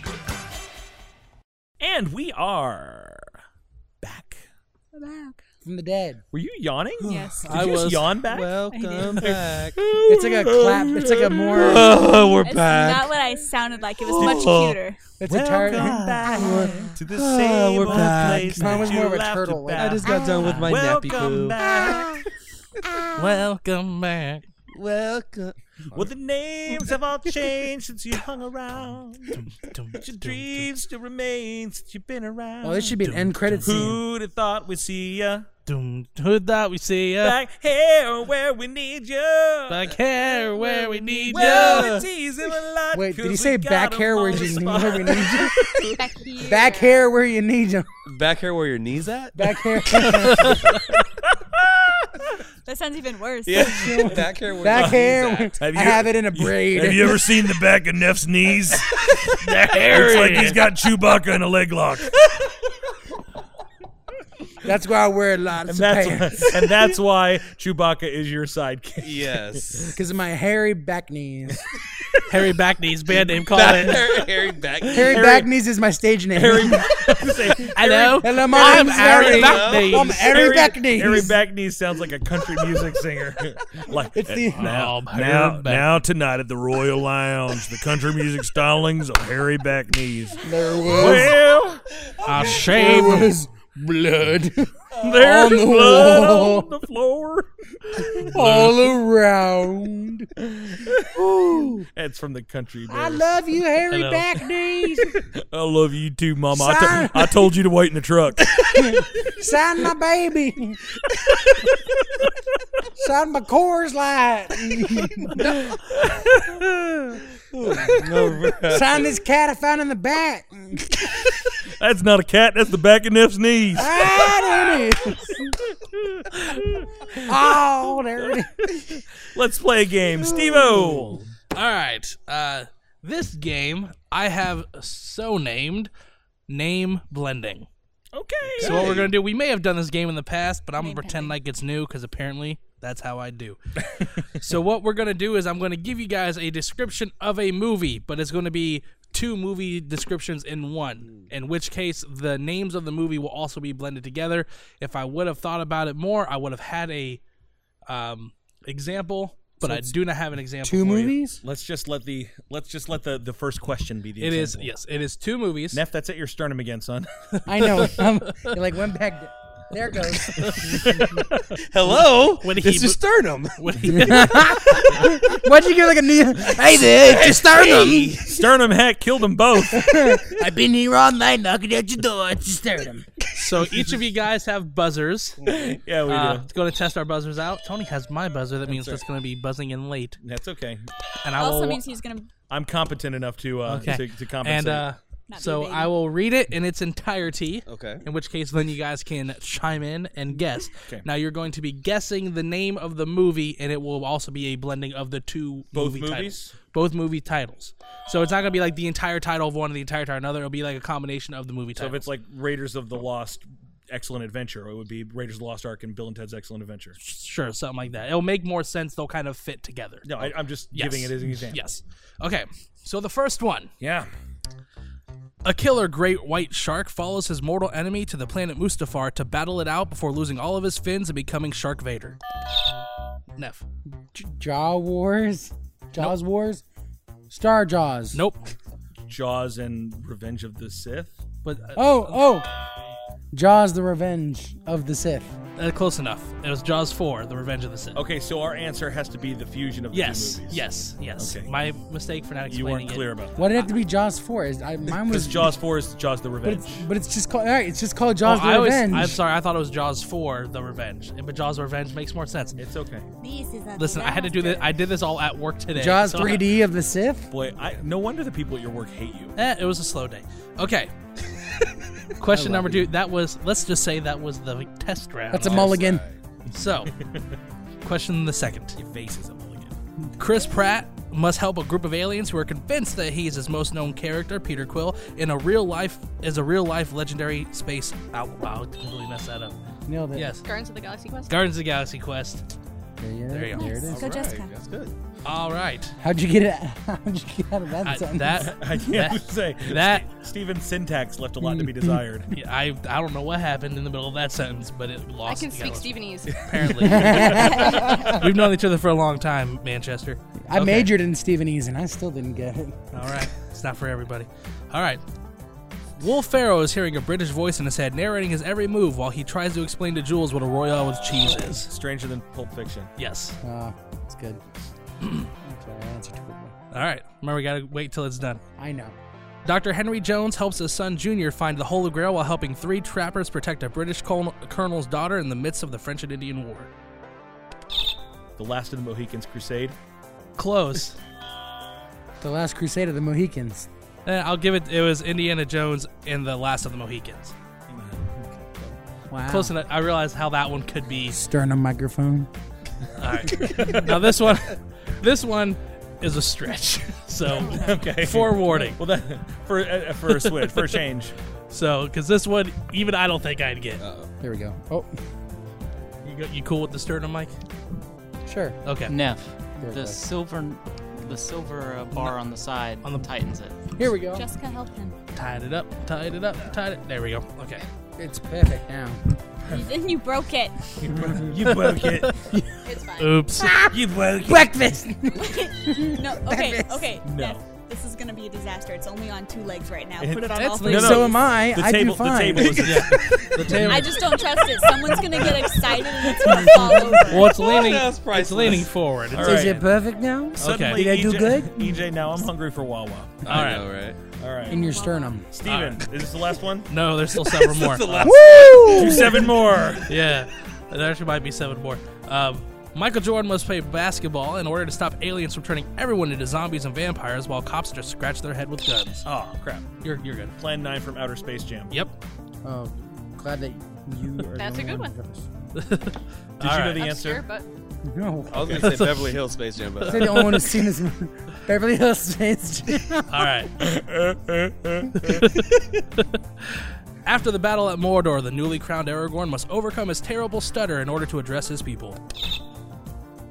S1: And we are back.
S6: From the dead.
S1: Were you yawning?
S4: Yes.
S1: Did
S3: I
S1: you just
S3: was.
S1: yawn back?
S5: Welcome back.
S6: It's like a clap. It's like a more.
S1: Oh, we're
S4: It's not what I sounded like. It was much
S3: Oh.
S4: cuter.
S6: It's a tar-
S1: Welcome back to the same
S5: we're
S1: old
S5: back.
S1: place.
S6: Mine was
S1: that
S6: more
S1: you
S6: of a
S1: laughed
S6: turtle, like-
S1: about.
S5: I just got done with my nappy
S1: Welcome
S5: poo.
S1: back.
S3: Welcome back.
S5: Welcome.
S1: Well, the names have all changed since you hung around. But your dreams still remain since you've been around.
S6: Oh, this should be an end credit scene.
S1: Who'd have thought we'd see ya?
S3: Who'd thought we'd see ya?
S1: Back here where we need ya.
S3: Back hair where we need
S1: Well, it's
S3: you.
S1: easy a lot.
S6: Wait, did
S1: 'cause
S6: he
S1: we
S6: say
S1: got
S6: back
S1: 'em
S6: hair where
S1: on the
S6: you need
S1: spot.
S6: where we need you? Back hair where you need you.
S5: Back here where your knees at?
S6: Back hair.
S4: That sounds even worse.
S5: Yeah. back here where
S6: Back
S5: your
S6: hair.
S5: knees at.
S6: I have it in a braid.
S12: Have you ever seen the back of Neff's knees? It's like he's got Chewbacca in a leg lock.
S6: That's why I wear a lot
S1: And
S6: of
S1: that's,
S6: pants.
S1: why, and that's why Chewbacca is your sidekick.
S5: Yes.
S6: Because of my hairy back knees.
S3: Harry back knees band name. Call
S5: Back
S3: it.
S5: hair, hairy back.
S6: Hairy back knees is my stage name.
S3: Hello.
S6: Hello, my
S3: I'm
S6: name's
S3: Harry
S6: Harry.
S3: back knees.
S6: I'm Harry back knees.
S1: Harry Backney sounds like a country music singer. like
S6: It's the-
S12: Now,
S3: Um, Harry
S12: now,
S3: Back-
S12: now tonight at the Royal Lounge, the country music stylings of Harry Back Knees.
S6: There was,
S1: well,
S3: I
S6: there
S3: shaved.
S6: was blood
S1: there's
S6: On the
S1: blood
S6: wall.
S1: on the floor.
S6: all around.
S1: That's from the country.
S6: I
S1: bear.
S6: love you, Harry
S3: Hello.
S6: back knees.
S1: I love you too, Mama. I,
S6: Sorry.
S1: to- I told you to wait in the truck.
S6: Sign my baby. Sign my Coors Light. Sign this cat I found in the back.
S1: That's not a cat. That's the back of Neff's knees.
S6: Ah, there it is. Oh, there it is.
S1: Let's play a game, Steve-O.
S3: All right. Uh, this game I have so named name blending.
S1: Okay.
S3: So what we're gonna do? We may have done this game in the past, but I'm gonna
S4: Name
S3: pretend
S4: pending.
S3: like it's new because apparently that's how I do. so what we're gonna do is I'm gonna give you guys a description of a movie, but it's gonna be two movie descriptions in one.
S6: Hmm.
S3: In which case, the names of the movie will also be blended together. If I would have thought about it more, I would have had a um, example, but I do not have an example.
S6: Two
S3: for you.
S6: movies?
S1: Let's just let the let's just let the the first question be the.
S3: It is
S1: example.
S3: yes, it is two movies.
S1: Neff, that's at your sternum again, son.
S6: I know. I'm, you're like one back. d- There it goes.
S5: Hello.
S3: When he
S5: it's your
S3: mo-
S5: sternum.
S3: What do you-
S6: Why'd you get like a new? Hey there, it's your sternum.
S1: sternum heck killed them both.
S6: I've been here all night knocking at your door. It's your sternum.
S3: so each of you guys have buzzers.
S1: yeah, we
S3: Uh,
S1: do.
S3: it's going to test our buzzers out. Tony has my buzzer. That means
S1: right.
S3: it's going to be buzzing in late,
S1: That's okay.
S3: and I
S4: Also
S3: will.
S4: means he's gonna
S1: I'm competent enough to uh,
S3: Okay.
S1: to, to compensate.
S3: and uh,
S4: Not be
S3: so
S4: a baby.
S3: I will read it in its entirety.
S5: Okay.
S3: In which case, then you guys can chime in and guess.
S1: Okay.
S3: Now you're going to be guessing the name of the movie, and it will also be a blending of the two
S1: Both
S3: movie
S1: movies?
S3: titles. Both movie titles. So it's not going to be like the entire title of one and the entire title of another. It'll be like a combination of the movie
S1: so
S3: titles.
S1: if it's like Raiders of the Lost Excellent Adventure, it would be Raiders of the Lost Ark and Bill and Ted's Excellent Adventure.
S3: sure, something like that. It'll make more sense. They'll kind of fit together.
S1: No, I, I'm just
S3: Yes.
S1: giving it as an example.
S3: Yes. Okay. So the first one.
S1: Yeah.
S3: A killer great white shark follows his mortal enemy to the planet Mustafar to battle it out before losing all of his fins and becoming Shark Vader. Neff.
S6: J- Jaw Wars? Jaws Wars? Star Jaws.
S3: Nope.
S1: Jaws and Revenge of the Sith.
S3: But uh,
S6: Oh, oh. Jaws the Revenge of the Sith.
S3: uh, close enough. It was Jaws 4, The Revenge of the Sith.
S1: Oh. Okay, so our answer has to be the fusion of the
S3: Yes.
S1: two movies.
S3: Yes. Yes.
S1: Okay.
S3: My mistake for not
S1: You
S3: explaining
S1: weren't clear
S3: it.
S1: about that.
S6: Why did it have to be Jaws 4? Is, I, mine
S1: Because
S6: was
S1: Jaws 4 is Jaws the
S6: But
S1: Revenge.
S6: it's, but it's just called. All right, it's just called
S3: Oh,
S6: Jaws the
S3: I always-
S6: Revenge.
S3: I'm sorry. I thought it was Jaws 4, The Revenge. But Jaws the Revenge makes more sense.
S1: It's okay.
S3: Listen, I had to do this. I did this all at work today.
S6: Jaws
S3: so-
S6: 3D of the Sith.
S1: Boy, I, no wonder the people at your work hate you.
S3: Eh, it was a slow day. Okay. Question number two. That was, let's just say that was the test round.
S6: That's a mulligan.
S3: So, question the second.
S1: Your face is a mulligan.
S3: Chris Pratt must help a group of aliens who are convinced that he is his most known character, Peter Quill, in a real life is a real life legendary space. Ow, wow, I completely messed that up.
S6: Nailed it.
S3: Yes,
S8: Guardians of the Galaxy Quest.
S3: Guardians of the Galaxy quest.
S6: There you,
S3: There you go.
S6: there it
S4: Nice.
S6: is.
S4: Go Jessica.
S5: That's good.
S3: All right,
S6: How'd you get it? How'd you get out of that?
S3: I,
S6: sentence?
S3: Uh, that
S1: I can't
S3: that-
S1: say
S3: that.
S1: Steven's syntax left a lot to be desired.
S3: yeah, I I don't know what happened in the middle of that sentence, but it
S8: I
S3: lost.
S8: can
S3: it got
S8: speak
S3: lost.
S8: Stevenese.
S3: Apparently, we've known each other for a long time, Manchester.
S6: I
S3: Okay.
S6: majored in Stephen Ease and I still didn't get it.
S3: All right, it's not for everybody. All right, Will Farrow is hearing a British voice in his head narrating his every move while he tries to explain to Jules what a Royale with cheese is.
S5: Stranger than Pulp Fiction.
S3: Yes.
S6: Ah, it's good. okay, I answered too quickly.
S3: All right. Remember, we gotta wait till it's done.
S6: I know.
S3: Dr. Henry Jones helps his son Junior find the Holy Grail while helping three trappers protect a British colon- colonel's daughter in the midst of the French and Indian War.
S1: The Last of the Mohicans Crusade.
S3: Close.
S6: The Last Crusade of the Mohicans.
S3: Eh, I'll give it. It was Indiana Jones and the Last of the Mohicans.
S6: Wow.
S3: Close enough. I realized how that one could be.
S6: Sternum microphone.
S3: All right. now this one, this one is a stretch. So
S1: Okay.
S3: forewarning.
S1: Well, that, for uh, for a switch, for a change.
S3: So, because this one, even I don't think I'd get.
S6: Here we go. Oh,
S3: You, go, you cool with the sternum, Mike?
S6: sure.
S3: Okay.
S7: Neff.
S6: Very
S7: The
S6: close.
S7: silver, the silver uh, bar on the side on the tightens it.
S6: Here we go.
S4: Jessica helped him.
S3: Tied it up. Tied it up. Tied it. There we go. Okay.
S6: It's perfect now.
S4: You didn't. You broke it.
S12: You broke it.
S8: It's fine.
S3: Oops.
S12: You broke it.
S6: Breakfast.
S4: no. Okay. Okay.
S1: No.
S4: Beth, This is gonna be a disaster. It's only on two legs right now. Put it on all
S6: That's
S4: three.
S6: like,
S1: no,
S6: so am I.
S1: The
S6: I
S1: table.
S6: do fine.
S1: The table is.
S6: The table.
S4: I just don't trust it. Someone's gonna get excited and it's gonna fall over.
S3: Well, it's leaning.
S5: That's
S3: It's
S5: priceless.
S3: leaning forward. It's
S1: All right. Oh.
S6: Is it perfect now?
S1: Suddenly, E
S6: Did I do
S1: EJ,
S6: good?
S1: EJ, now I'm hungry for Wawa.
S3: All
S5: I
S3: right.
S5: know, right?
S1: All right.
S6: In your sternum.
S1: Steven, is this the last one?
S3: No, there's still several more. Uh,
S5: The last
S1: Do seven more.
S3: yeah, there actually might be seven more. Um, Michael Jordan must play basketball in order to stop aliens from turning everyone into zombies and vampires, while cops just scratch their head with guns.
S1: Oh crap!
S3: You're you're good.
S1: Plan nine from Outer Space Jam.
S3: Yep.
S6: Oh, glad that you are.
S8: That's
S6: the
S8: a good
S6: only
S8: one.
S6: with us.
S1: Did you know the
S8: I'm
S1: answer?
S8: scared, but
S6: No.
S5: I was gonna say Beverly Hills Space Jam,
S6: I
S5: but
S6: said the only one who's seen this movie. Beverly Hills Space Jam.
S3: All right. After the battle at Mordor, the newly crowned Aragorn must overcome his terrible stutter in order to address his people.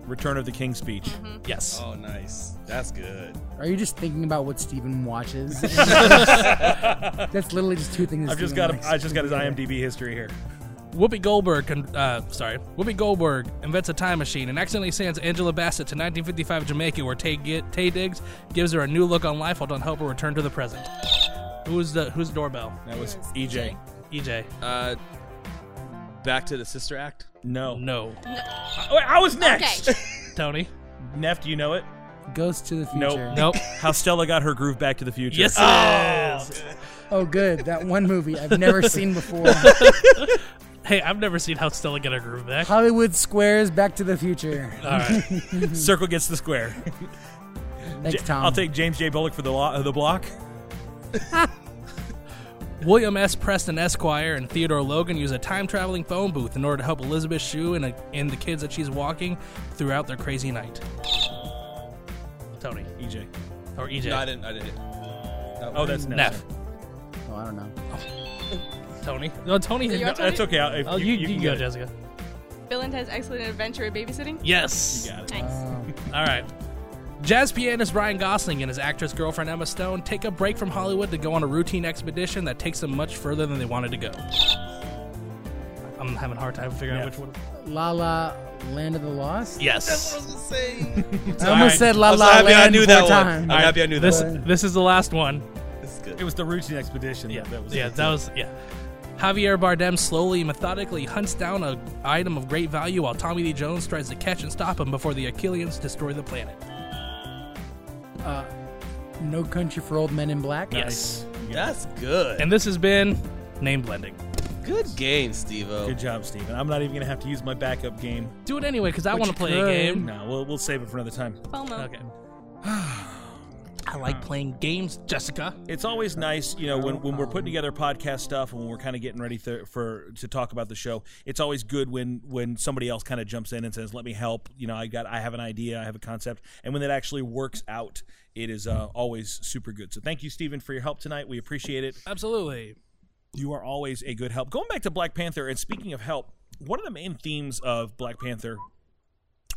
S1: Return of the King speech.
S3: Yes.
S5: oh, nice. That's good.
S6: Are you just thinking about what Steven watches? That's literally just two things. that
S1: I've just got
S6: Steven likes.
S1: I just got his IMDb history here.
S3: Whoopi Goldberg, con- uh, sorry, Whoopi Goldberg invents a time machine and accidentally sends Angela Bassett to 1955 Jamaica, where Tay, Gi- Tay Diggs gives her a new look on life while don't help her return to the present. Who's the Who's doorbell? E
S1: That was
S6: E
S1: EJ.
S3: EJ.
S5: Uh, back to the sister act.
S1: No.
S3: No.
S1: Oh, wait, I was next.
S8: okay.
S3: Tony.
S1: Neff, do you know it?
S6: Ghost to the future.
S1: Nope.
S3: Nope.
S1: How Stella got her groove back to the future.
S3: yes.
S1: Ah,
S3: it is.
S6: Oh, good. That one movie I've never seen before.
S3: Hey, I've never seen how Stella get her groove back.
S6: Hollywood Squares Back to the Future.
S1: Uh,
S3: All right.
S1: circle gets the square.
S6: Thanks, Tom.
S1: I'll take James J. Bullock for the lo- uh, the block.
S3: William S. Preston Esquire and Theodore Logan use a time traveling phone booth in order to help Elizabeth Shue and, uh, and the kids that she's walking throughout their crazy night. Tony
S1: EJ.
S3: or E EJ.
S5: No, I didn't. I didn't.
S1: Oh, that's Neff.
S3: Neff.
S6: Oh, I don't know.
S3: Tony. No, Tony.
S8: You
S3: no,
S8: want Tony?
S1: That's okay. I'll- If
S3: oh, you, you,
S1: can
S3: can
S1: get
S3: go,
S1: it.
S3: Jessica.
S8: Bill and Ted's Excellent Adventure of Babysitting.
S3: Yes.
S1: You got it.
S4: Nice.
S6: Um,
S3: All right. Jazz pianist Ryan Gosling and his actress girlfriend Emma Stone take a break from Hollywood to go on a routine expedition that takes them much further than they wanted to go. I'm having a hard time figuring out
S1: Neff.
S3: which one.
S6: La La Land of the Lost.
S3: Yes.
S6: I almost
S3: right.
S6: said La
S5: I'm so
S6: La
S5: happy
S6: Land
S5: I knew
S6: four
S5: that
S6: times.
S5: one. I'm happy I knew
S3: This
S5: that one.
S3: this is the last one.
S5: This is good.
S1: It was the routine expedition.
S3: Yeah,
S1: that was.
S3: yeah, that was yeah. Javier Bardem slowly, methodically hunts down a item of great value while Tommy Lee Jones tries to catch and stop him before the Achilleans destroy the planet.
S6: No Country for Old Men in Black.
S3: Yes.
S5: That's good.
S3: And this has been name blending.
S5: Good game, Steve-O.
S1: Good job, Steven. I'm not even gonna have to use my backup game.
S3: Do it anyway because I
S6: But
S3: want to
S6: you
S3: play
S6: could.
S3: a game.
S1: No, we'll we'll save it for another time.
S8: FOMO.
S3: Okay. I like playing games, Jessica.
S1: It's always nice, you know, when, when we're putting together podcast stuff and when we're kind of getting ready th- for to talk about the show. It's always good when when somebody else kind of jumps in and says, "Let me help." You know, I got, I have an idea, I have a concept, and when that actually works out, it is uh, always super good. So, thank you, Stephen, for your help tonight. We appreciate it.
S3: Absolutely.
S1: You are always a good help. Going back to Black Panther, and speaking of help, one of the main themes of Black Panther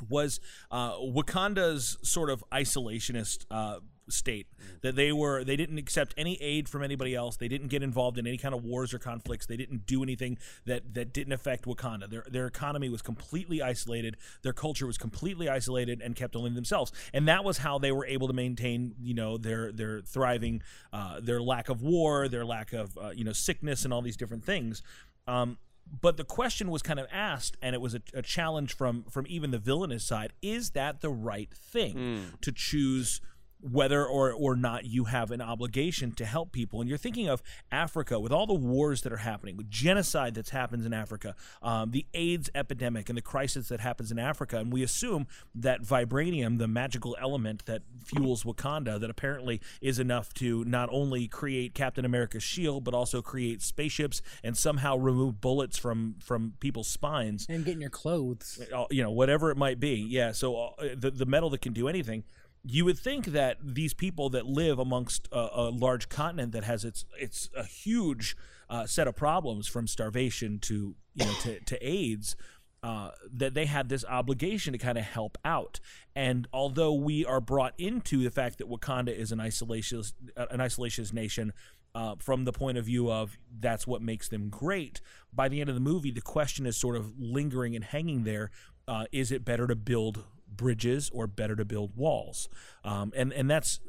S1: was uh, Wakanda's sort of isolationist uh, state that they were they didn't accept any aid from anybody else. They didn't get involved in any kind of wars or conflicts. They didn't do anything that that didn't affect Wakanda. Their their economy was completely isolated. Their culture was completely isolated and kept only to themselves. And that was how they were able to maintain you know their their thriving uh, their lack of war, their lack of uh, you know sickness and all these different things. Um, but the question was kind of asked, and it was a, a challenge from from even the villainous side: Is that the right thing to choose? Whether or, or not you have an obligation to help people, and you're thinking of Africa with all the wars that are happening, with genocide that's happens in Africa, um, the AIDS epidemic, and the crisis that happens in Africa, and we assume that vibranium, the magical element that fuels Wakanda, that apparently is enough to not only create Captain America's shield, but also create spaceships and somehow remove bullets from from people's spines
S6: and getting your clothes.
S1: uh, you know whatever it might be yeah so uh, the, the metal that can do anything you would think that these people that live amongst a, a large continent that has its its a huge uh, set of problems from starvation to you know to, to AIDS uh, that they had this obligation to kind of help out and although we are brought into the fact that Wakanda is an isolationist uh, an isolationist nation uh, from the point of view of that's what makes them great. By the end of the movie, the question is sort of lingering and hanging there: uh, Is it better to build bridges or better to build walls? Um, and and that's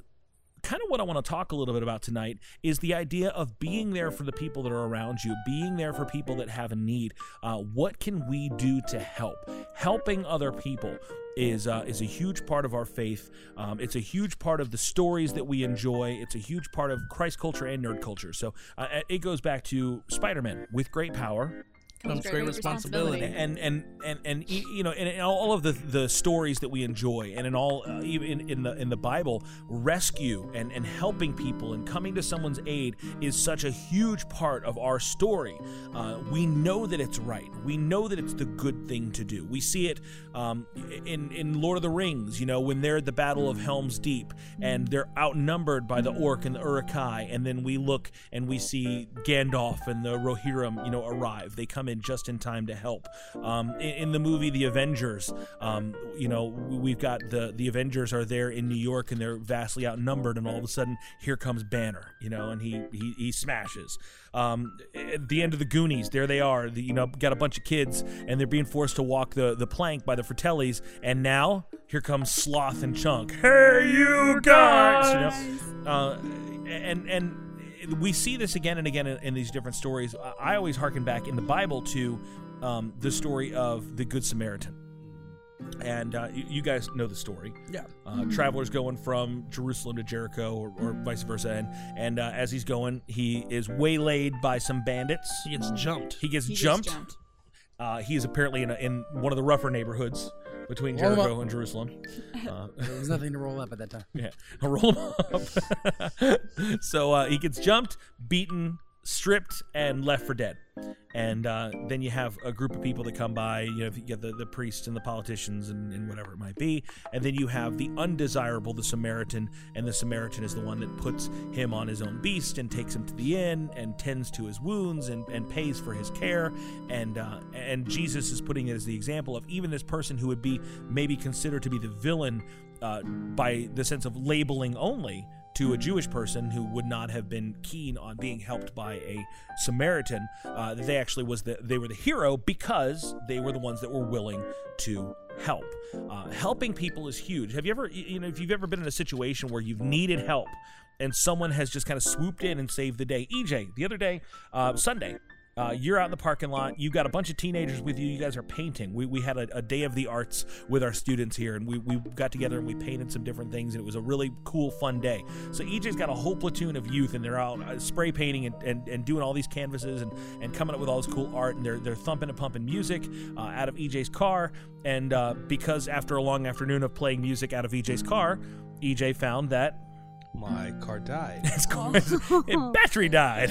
S1: kind of what I want to talk a little bit about tonight is the idea of being there for the people that are around you, being there for people that have a need. Uh, what can we do to help? Helping other people is uh, is a huge part of our faith. Um, it's a huge part of the stories that we enjoy. It's a huge part of Christ culture and nerd culture. So uh, it goes back to Spider-Man with great power
S3: Comes great great responsibility. responsibility.
S1: and and and and y- you know and in all all of the the stories that we enjoy and in all uh, even in, in the in the bible rescue and and helping people and coming to someone's aid is such a huge part of our story uh, we know that it's right we know that it's the good thing to do we see it um, in in lord of the rings you know when they're at the battle of helms deep and they're outnumbered by the orc and the urukai and then we look and we see gandalf and the rohirrim you know arrive they come in just in time to help um, in, in the movie the avengers um, you know we've got the the avengers are there in new york and they're vastly outnumbered and all of a sudden here comes banner you know and he he, he smashes um, at the end of the goonies there they are the, you know got a bunch of kids and they're being forced to walk the the plank by the fratellis and now here comes sloth and chunk hey you guys you know uh, and and we see this again and again in, in these different stories. I- I always hearken back in the Bible to um, the story of the Good Samaritan. And uh, you, you guys know the story.
S6: Yeah.
S1: Uh, Travelers going from Jerusalem to Jericho or, or vice versa. And, and uh, as he's going, he is waylaid by some bandits. He
S3: gets jumped.
S1: He gets
S3: He gets
S1: jumped.
S3: jumped.
S1: Uh, he is apparently in, a, in one of the rougher neighborhoods between
S6: Roll 'em
S1: Jericho
S6: up.
S1: and Jerusalem. Uh,
S6: There was nothing to roll up at that time.
S1: yeah, roll him up. so uh, he gets jumped, beaten, stripped, and left for dead. And uh, then you have a group of people that come by. You know, you get the, the priests and the politicians and, and whatever it might be. And then you have the undesirable, the Samaritan. And the Samaritan is the one that puts him on his own beast and takes him to the inn and tends to his wounds and, and pays for his care. And uh, and Jesus is putting it as the example of even this person who would be maybe considered to be the villain uh, by the sense of labeling only to a Jewish person who would not have been keen on being helped by a Samaritan. Uh, they actually was the, they were the hero because they were the ones that were willing to help. Uh, helping people is huge. Have you ever you know if you've ever been in a situation where you've needed help and someone has just kind of swooped in and saved the day? EJ, the other day, uh, Sunday, uh, you're out in the parking lot. You've got a bunch of teenagers with you. You guys are painting. We, we had a, a day of the arts with our students here, and we, we got together and we painted some different things, and it was a really cool, fun day. So EJ's got a whole platoon of youth, and they're out uh, spray painting and, and, and doing all these canvases and, and coming up with all this cool art, and they're, they're thumping and pumping music uh, out of EJ's car. And uh, because after a long afternoon of playing music out of EJ's car, EJ found that
S5: my car died.
S1: his car, his, battery died.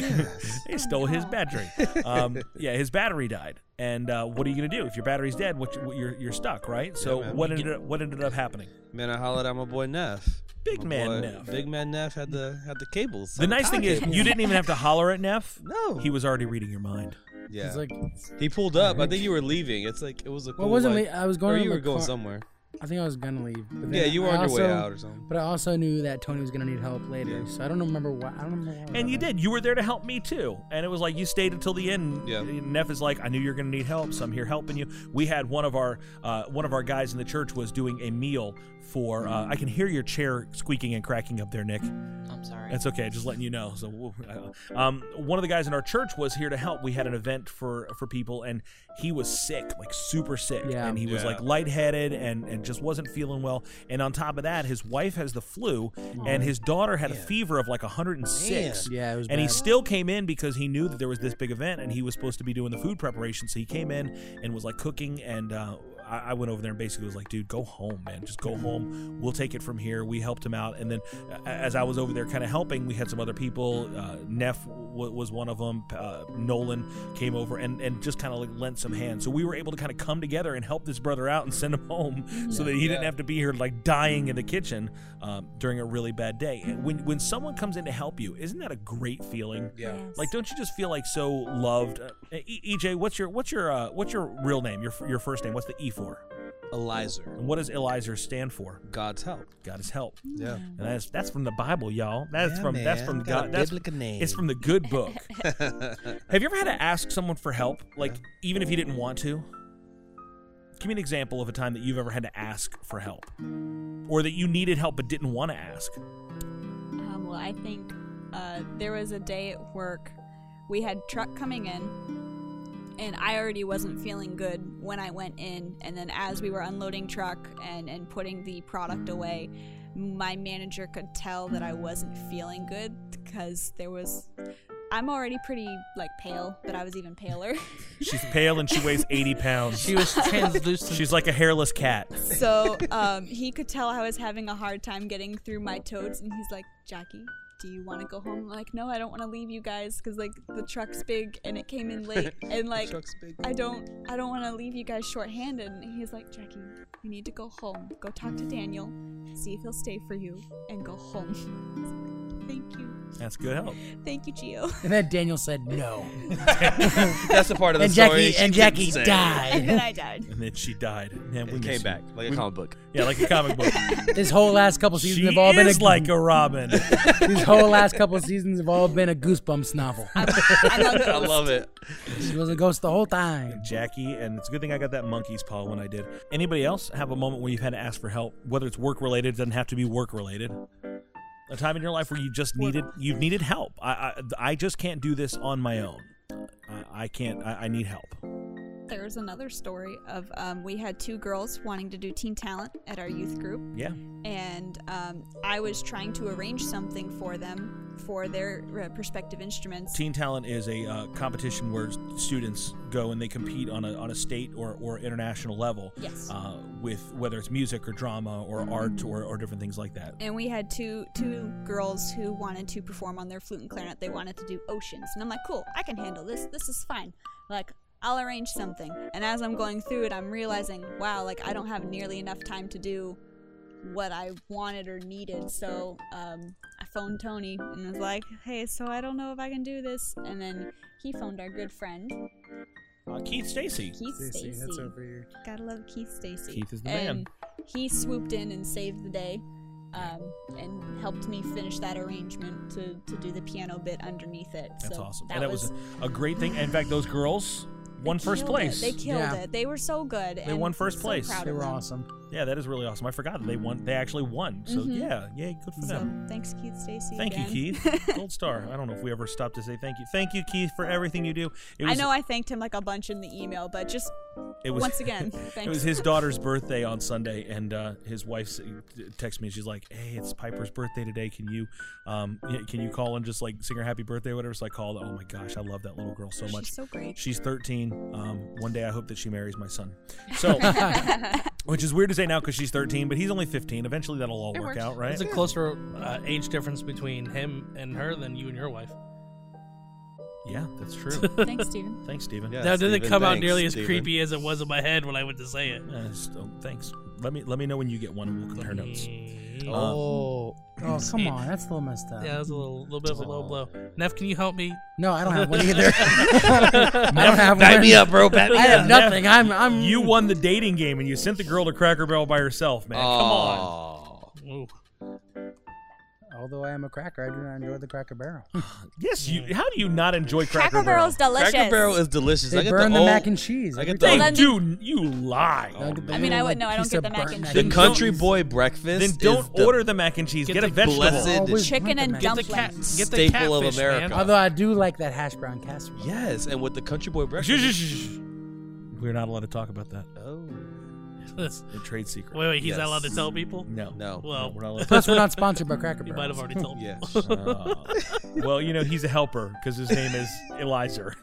S1: they stole his battery. Um, yeah, his battery died. And uh, what are you gonna do if your battery's dead? What, you- you're you're stuck, right? So
S5: man.
S1: what ended up, what ended up happening?
S5: Man, I hollered at my boy Neff.
S1: Big
S5: My
S1: man
S5: boy-
S1: Neff.
S5: Big man Neff had the had the cables.
S1: The nice thing is you didn't even have to holler at Neff.
S5: No.
S1: he was already reading your mind.
S5: Yeah.
S6: He's like,
S5: he pulled up. I think you were leaving. It's like it was a. Cool,
S6: well, it wasn't
S5: like-
S6: me. I was
S5: Or
S6: going.
S5: you
S6: in
S5: were
S6: the
S5: going
S6: car-
S5: somewhere.
S6: I think I was gonna leave. But then
S5: Yeah, you were
S6: I
S5: on your way
S6: also-
S5: out or something.
S6: But I also knew that Tony was gonna need help later, so I don't remember what. I don't remember. What
S1: And you did. You were there to help me too. And it was like you stayed until the end. Yeah. Neff is like, I knew you're going to need help, so I'm here helping you. We had one of our uh, one of our guys in the church was doing a meal for. Uh, I can hear your chair squeaking and cracking up there, Nick.
S7: I'm sorry.
S1: That's okay. Just letting you know. So, we'll- uh, um, one of the guys in our church was here to help. We had an event for for people, and he was sick, like super sick,
S6: Yeah.
S1: and he was
S6: Yeah.
S1: like lightheaded and and just wasn't feeling well. And on top of that, his wife has the flu, and his daughter had a fever of like 106.
S6: Man. Yeah, it was
S1: and he
S6: bad.
S1: still came in because he knew that there was this big event, and he was supposed to be doing the food preparation. So he came in and was like cooking and. Uh, I I went over there and basically was like, dude, go home, man. Just go home. We'll take it from here. We helped him out. And then a- as I was over there kind of helping, we had some other people. Uh, Neff w- was one of them. Uh, Nolan came over and, and just kind of like lent some hands. So we were able to kind of come together and help this brother out and send him home so
S6: Yeah.
S1: that he
S6: Yeah.
S1: didn't have to be here like dying in the kitchen um, during a really bad day. And when, when someone comes in to help you, isn't that a great feeling?
S5: Yeah.
S1: Like, don't you just feel like so loved? Uh, E- EJ, what's your what's your uh, what's your real name? Your f- your first name? What's the E for?
S5: Elizer.
S1: And what does Elizer stand for?
S5: God's help.
S1: God's help.
S5: Yeah.
S1: And that's that's from the Bible, y'all. That's
S5: Yeah,
S1: from that's
S5: man.
S1: from
S5: Got a
S1: God. That's,
S5: biblical name.
S1: It's from the good book. Have you ever had to ask someone for help, like even if you didn't want to? Give me an example of a time that you've ever had to ask for help, or that you needed help but didn't want to ask.
S4: Um, well, I think uh, there was a day at work we had truck coming in, and I already wasn't feeling good when I went in. And then as we were unloading truck and and putting the product away, my manager could tell that I wasn't feeling good because there was. I'm already pretty like pale, but I was even paler.
S1: She's pale and she weighs eighty pounds.
S4: She was translucent.
S1: She's like a hairless cat.
S4: So um, he could tell I was having a hard time getting through my totes, and he's like, Jackie, do you want to go home? I'm like, no, I don't want to leave you guys because like the truck's big and it came in late, and like
S5: truck's big.
S4: I don't, I don't want to leave you guys shorthanded. And he's like, Jackie, you need to go home. Go talk to Daniel, see if he'll stay for you, and go home. I was like, Thank you,
S1: That's good help.
S4: thank you, Gio.
S6: And then Daniel said no.
S5: That's the part of the
S6: and
S5: story
S6: Jackie,
S5: she
S6: and
S5: didn't
S6: Jackie
S5: say.
S6: died.
S4: And then I died.
S1: And then she died. Man, we
S5: And came
S1: miss-
S5: back, like a
S1: we-
S5: comic book.
S1: Yeah, like a comic book.
S6: This whole last couple
S1: She
S6: seasons have all been
S1: is
S6: a,
S1: like a Robin.
S6: These whole last couple seasons have all been a goosebumps novel.
S5: I love it.
S6: She was a ghost the whole time.
S1: Jackie, and it's a good thing I got that monkey's paw when I did. Anybody else have a moment where you've had to ask for help, whether it's work related, doesn't have to be work related. A time in your life where you just needed you've needed help. I I, I just can't do this on my own. I, I can't. I, I need help.
S4: There's another story of um, we had two girls wanting to do Teen Talent at our youth group.
S1: Yeah.
S4: and um, I was trying to arrange something for them for their uh, prospective instruments.
S1: Teen Talent is a uh, competition where s- students go and they compete on a, on a state or, or international level.
S4: Yes.
S1: Uh, with whether it's music or drama or art or, or different things like that.
S4: And we had two two girls who wanted to perform on their flute and clarinet. They wanted to do oceans, and I'm like, cool, I can handle this. This is fine. Like. I'll arrange something. And as I'm going through it, I'm realizing, wow, like I don't have nearly enough time to do what I wanted or needed. So um, I phoned Tony and was like, hey, so I don't know if I can do this. And then he phoned our good friend,
S1: Uh, Keith Stacy.
S4: Keith Stacy.
S6: that's over here.
S4: Gotta love Keith Stacy.
S1: Keith is the
S4: and He swooped in and saved the day, um, and helped me finish that arrangement to, to do the piano bit underneath it.
S1: That's
S4: so
S1: awesome.
S4: That,
S1: and that was,
S4: was,
S1: a, a great thing. And in fact, those girls won first
S4: killed it.
S1: place.
S4: They killed it. They were so good.
S1: They
S4: and
S1: won first
S4: so
S1: place.
S4: proud
S1: They
S4: of
S1: were
S4: them.
S6: awesome.
S1: Yeah, that is really awesome. I forgot that they won. They actually won. So
S4: Mhm.
S1: yeah, yay, good for them.
S4: So thanks, Keith Stacy.
S1: Thank
S4: again.
S1: you, Keith. Gold star. I don't know if we ever stopped to say thank you. Thank you, Keith, for everything you do. It
S4: I know I thanked him like a bunch in the email, but just
S1: It was
S4: once again, thanks.
S1: it was his daughter's birthday on Sunday, and uh, his wife s- texted me. She's like, "Hey, it's Piper's birthday today. Can you, um, yeah, can you call and just like sing her happy birthday, or whatever?" So I called. Oh my gosh, I love that little girl so
S4: She's
S1: much.
S4: so great.
S1: She's 13. Um, one day I hope that she marries my son. So, which is weird to say now because she's 13, but he's only 15. Eventually that'll all
S5: It
S1: work
S5: works.
S1: out, right?
S3: It's a closer uh, age difference between him and her than you and your wife.
S1: Yeah, that's true.
S3: Thanks, Steven.
S1: Thanks, Steven.
S3: that didn't come out nearly as creepy as it was in my head when I went to say it.
S1: Uh, oh, thanks. Let me let me know when you get one, and we'll compare notes. Uh,
S6: Oh, oh, come on, that's a little messed up.
S3: Mm. Yeah, that was a little, little bit of a low blow. Neff, can you help me?
S6: No, I don't have one either. I don't have one. I have nothing. I'm I'm
S1: You won the dating game, and you sent the girl to Cracker Barrel by herself, man. Come on.
S6: Although I am a cracker, I do not enjoy the Cracker Barrel.
S3: Oh,
S1: Yes, you. How do you not enjoy Cracker,
S6: Cracker
S1: Barrel?
S6: Barrel's delicious.
S5: Cracker Barrel is delicious.
S6: They
S5: I get
S6: burn
S5: the,
S6: the
S5: old,
S6: mac and cheese
S5: I
S6: every
S5: get
S6: time.
S5: the
S6: They
S5: old-
S6: do.
S1: Dude, you lie.
S4: I mean, I would no, I don't
S6: piece
S4: get
S6: of
S4: the mac and
S6: burnt
S5: The
S4: cheese.
S5: country boy breakfast.
S1: Then
S5: is
S1: don't
S5: the
S1: order the mac and cheese. Get, a vegetable.
S5: blessed
S4: Chicken and dumplings.
S5: get the staple of America.
S6: Although I do like that hash brown casserole.
S5: Yes, and with the country boy breakfast.
S1: We're not allowed to talk about that.
S5: Oh.
S1: It's a trade secret.
S3: Wait, wait, he's
S5: Yes.
S3: not allowed to tell people?
S1: No.
S5: No.
S3: Well,
S1: we're not allowed to-
S6: Plus, we're not sponsored by Cracker
S3: You
S6: Barrel.
S3: might have already told
S5: Yeah.
S1: Oh. well, you know, he's a helper because his name is Elizer.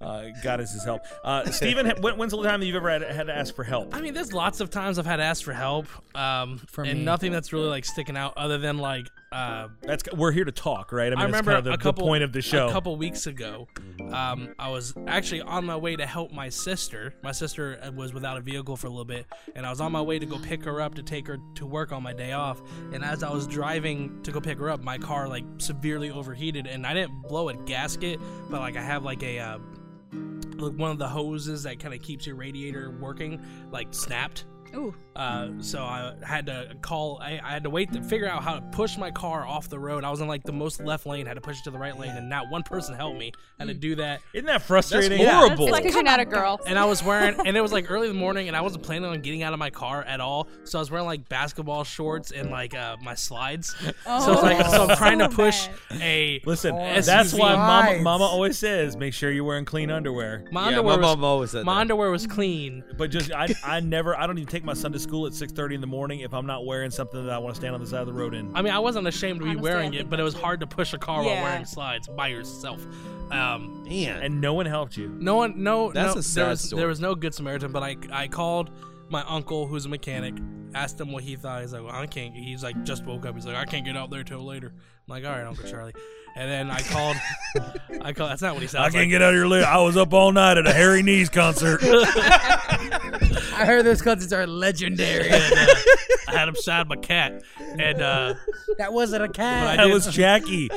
S1: uh, God is his help. Uh, Stephen, when, when's the last time that you've ever had, had to ask for help?
S3: I mean, there's lots of times I've had to ask for help, um, and
S1: me.
S3: nothing that's really like sticking out other than like. Uh,
S1: That's we're here to talk, right? I mean,
S3: I
S1: that's
S3: remember
S1: kind of the,
S3: a couple
S1: the point of the show.
S3: A couple weeks ago, um, I was actually on my way to help my sister. My sister uh, was without a vehicle for a little bit, and I was on my way to go pick her up to take her to work on my day off. And as I was driving to go pick her up, my car like severely overheated, and I didn't blow a gasket, but like I have like a. Uh, like one of the hoses that kind of keeps your radiator working, like snapped.
S4: Ooh.
S3: Uh, so I had to call. I, I had to wait to figure out how to push my car off the road. I was in like the most left lane, had to push it to the right lane, and not one person helped me. Had
S1: Hmm.
S3: to do that.
S1: Isn't that frustrating?
S8: It's because you're not a girl.
S3: And I was wearing, and it was like early in the morning, and I wasn't planning on getting out of my car at all. So I was wearing like basketball shorts and like uh, my slides. so it's like so I'm trying to push a
S1: Listen,
S3: SUV.
S1: that's why Mama, Mama always says, make sure you're wearing clean underwear.
S3: My underwear was- my
S1: that.
S3: underwear was clean.
S1: But just I, I never I don't even take my son to school at 6:30 in the morning if I'm not wearing something that I want to stand on the side of the road in.
S3: I mean, I wasn't ashamed to be wearing it, but it was hard to push a car
S1: Yeah.
S3: while wearing slides by yourself. Um,
S1: And no one helped you.
S3: No one, no,
S1: That's
S3: no,
S1: a
S3: there
S1: sad
S3: was,
S1: story.
S3: There was no good Samaritan, but I, I called my uncle who's a mechanic, asked him what he thought. He's like, well, I can't. He's like, just woke up. He's like, I can't get out there till later. I'm like, all right, Uncle Charlie. And then I called, I called. That's not what he said.
S12: I can't get out of your lid. I was up all night at a Harry Knees concert.
S1: uh,
S6: I heard those concerts are legendary.
S3: I had him sign my cat, and uh,
S6: that wasn't a
S3: when I
S6: cat.
S3: did-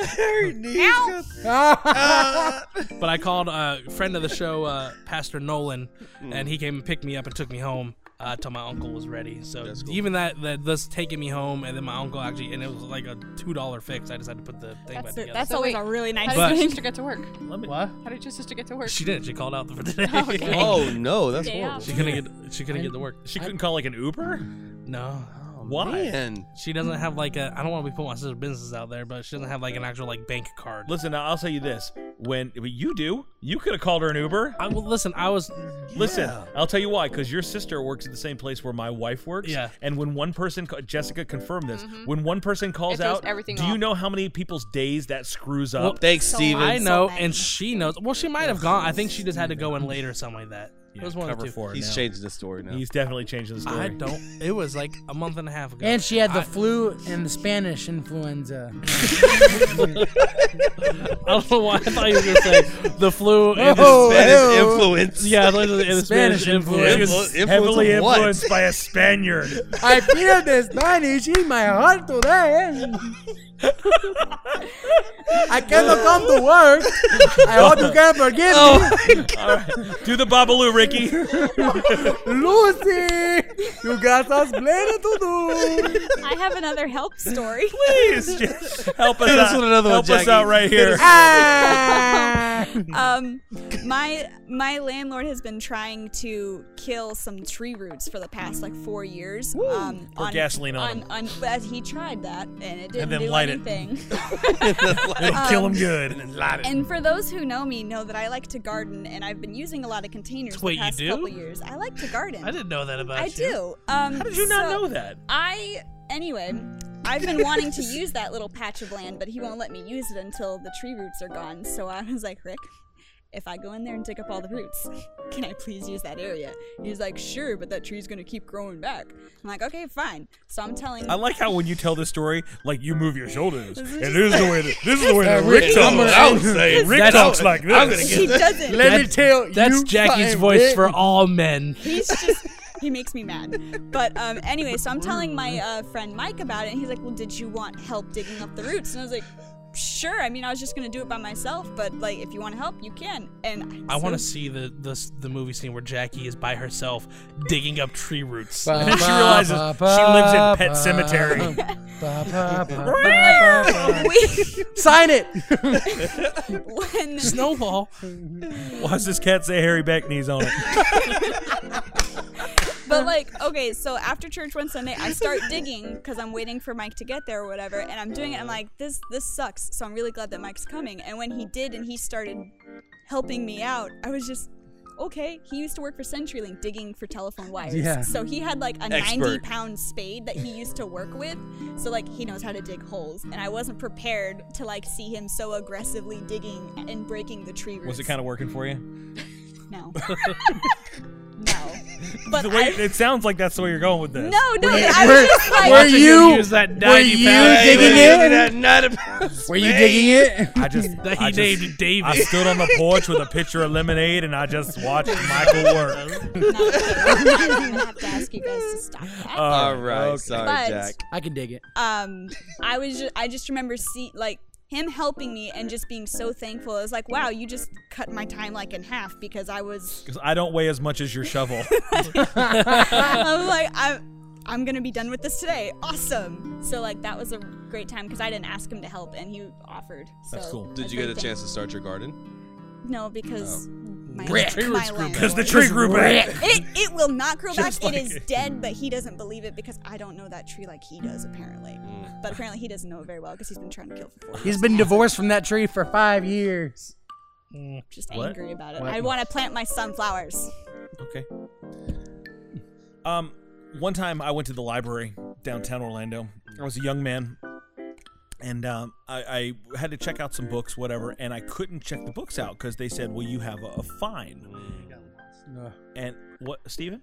S6: Ah.
S3: but I called a friend of the show, uh, Pastor Nolan,
S1: Mm.
S3: and he came and picked me up and took me home uh, till my uncle was ready. So even that, that this taking me home and then my uncle actually, and it was like a two dollar fix. I just had to put the thing back
S4: That's, a,
S3: together.
S4: that's always a really nice
S3: But-
S8: How did your
S4: thing.
S8: sister get to work?
S3: What?
S8: How did your sister get to work?
S3: She didn't. She called out for today.
S8: Okay.
S5: Oh, no, that's Day horrible. off.
S3: She couldn't get. She couldn't get to work.
S1: She couldn't call like an Uber.
S3: No.
S1: Why?
S5: man.
S3: She doesn't have like a. I don't want to be putting my sister's businesses out there, but she doesn't have like an actual like bank card.
S1: Listen, I'll tell you this: when but you do, you could have called her an Uber.
S3: I well, listen. I was
S1: listen.
S3: Yeah.
S1: I'll tell you why: because your sister works at the same place where my wife works.
S3: Yeah.
S1: And when one person, ca- Jessica confirmed this. When one person calls
S8: Mm-hmm. It throws
S1: out,
S8: everything
S1: do you
S8: off.
S1: know how many people's days that screws up?
S3: Well, I know, and she knows. Well, she might have gone. I think she just had to go in later, or something like that. it was one of
S1: cover
S3: the two.
S1: for it
S5: He's
S1: now.
S5: changing the story now.
S1: He's definitely changing the story.
S3: I don't. It was like a month and a half ago.
S6: And she had the
S3: I-
S6: flu and the Spanish influenza.
S3: I don't know why I thought you were gonna say the flu and
S6: Oh,
S3: the
S6: Spanish
S3: hell.
S6: influence.
S3: Yeah, I thought it was- and the Spanish,
S6: Spanish
S3: influence.
S6: influence.
S1: Influ- Heavily influence of what? influenced by a Spaniard.
S6: I feel the Spanish in my heart today. I cannot come to work. I hope you can forgive
S3: Oh.
S6: me.
S1: All right. Do the Babalu, Ricky.
S6: Lucy, you got us plenty to do.
S4: I have another help story.
S1: Please, help us out. help us out right here.
S4: um, my my landlord has been trying to kill some tree roots for the past like four years. Um,
S1: Pour gasoline on
S4: on, on, but he tried that and it didn't
S1: then
S4: do
S1: light it.
S4: anything.
S1: It'll kill
S12: um,
S1: him good. And
S4: And for those who know me, know that I like to garden, and I've been using a lot of containers
S3: Wait,
S4: the
S3: you
S4: past
S3: do?
S4: couple years. I like to garden.
S3: I didn't know that about
S4: I
S3: you.
S4: do. Um,
S1: How did you not
S4: so
S1: know that?
S4: I anyway. I've been wanting to use that little patch of land, but he won't let me use it until the tree roots are gone. So I was like, Rick, if I go in there and dig up all the roots, can I please use that area? And he's like, sure, but that tree's gonna keep growing back. I'm like, okay, fine. So I'm telling.
S12: I like how when you tell this story, like you move your shoulders, and this is the way that this is the way
S6: Uh,
S12: that Rick
S6: Rick-
S12: talks.
S6: I'm gonna- I was saying,
S12: Rick
S6: that's-
S12: talks like this.
S6: I'm gonna get He that. doesn't. Let me tell
S3: That's
S6: you
S3: Jackie's
S6: something,
S3: voice
S6: Rick.
S3: for all men.
S4: He's just he makes me mad. But um, anyway, so I'm telling my uh, friend Mike about it, and he's like, "Well, did you want help digging up the roots?" And I was like, "Sure. I mean, I was just gonna do it by myself, but like, if you want to help, you can." And
S3: I want to
S4: so-
S3: see the, the the movie scene where Jackie is by herself digging up tree roots,
S6: Ba,
S3: and then she
S6: ba,
S3: realizes
S6: ba,
S3: she lives in
S6: ba,
S3: Pet
S6: ba,
S3: Cemetery.
S6: ba, ba, ba,
S4: But, like, we-
S6: Sign it.
S4: when
S3: Snowball.
S12: Watch this cat say Harry Beckney's on it.
S4: But like, okay, so after church one Sunday, I start digging because I'm waiting for Mike to get there or whatever, and I'm doing it. I'm like, this this sucks. So I'm really glad that Mike's coming. And when he did, and he started helping me out, I was just. Okay, he used to work for CenturyLink digging for telephone wires.
S6: Yeah.
S4: So he had like a
S6: Expert.
S4: 90 pound spade that he used to work with. So like he knows how to dig holes. And I wasn't prepared to like see him so aggressively digging and breaking the tree roots.
S1: Was it kind of working for you?
S4: No.
S1: the way, it sounds like that's the way you're going with this.
S4: No, no,
S1: Were you-
S4: I was just like-
S1: watching
S4: Were
S1: him
S4: you-
S1: use that
S3: were
S1: 90
S3: you
S1: pound-
S3: digging
S1: Hey,
S3: it?
S1: that
S5: 90
S6: Were you digging it?
S12: I just
S3: That he
S12: I just-
S3: named David.
S12: I stood on the porch with a pitcher of lemonade, and I just watched Michael work.
S4: I don't even have to ask you guys to stop that.
S1: Uh.
S5: All right, sorry,
S4: But-
S5: Jack.
S6: I can dig it.
S4: um i was just i just remember see like him helping me and just being so thankful it was like wow you just cut my time like in half because i was
S12: Because I don't weigh as much as your shovel.
S4: i'm like i'm i'm gonna be done with this today awesome so like that was a great time because i didn't ask him to help and he offered so
S5: Did you get a chance to start your garden?
S4: no
S1: Oh.
S4: because my,
S5: Rick.
S4: my
S5: Roots grew
S4: landlord-
S5: back. 'Cause the tree grew back. Rick.
S4: It, it will not grow back.
S5: Just
S4: it
S5: like
S4: is
S5: it.
S4: dead, but he doesn't believe it because I don't know that tree like he does apparently.
S1: Mm.
S4: But apparently he doesn't know it very well because he's been trying to kill it for four years.
S6: He's been divorced from that tree for five years.
S4: just
S6: What?
S4: angry about it.
S6: What?
S4: I want to plant my sunflowers.
S1: Okay. Um, one time I went to the library downtown Orlando. I was a young man, and um, I, I had to check out some books, whatever, and I couldn't check the books out because they said, "Well, you have a, a fine." And what, Steven?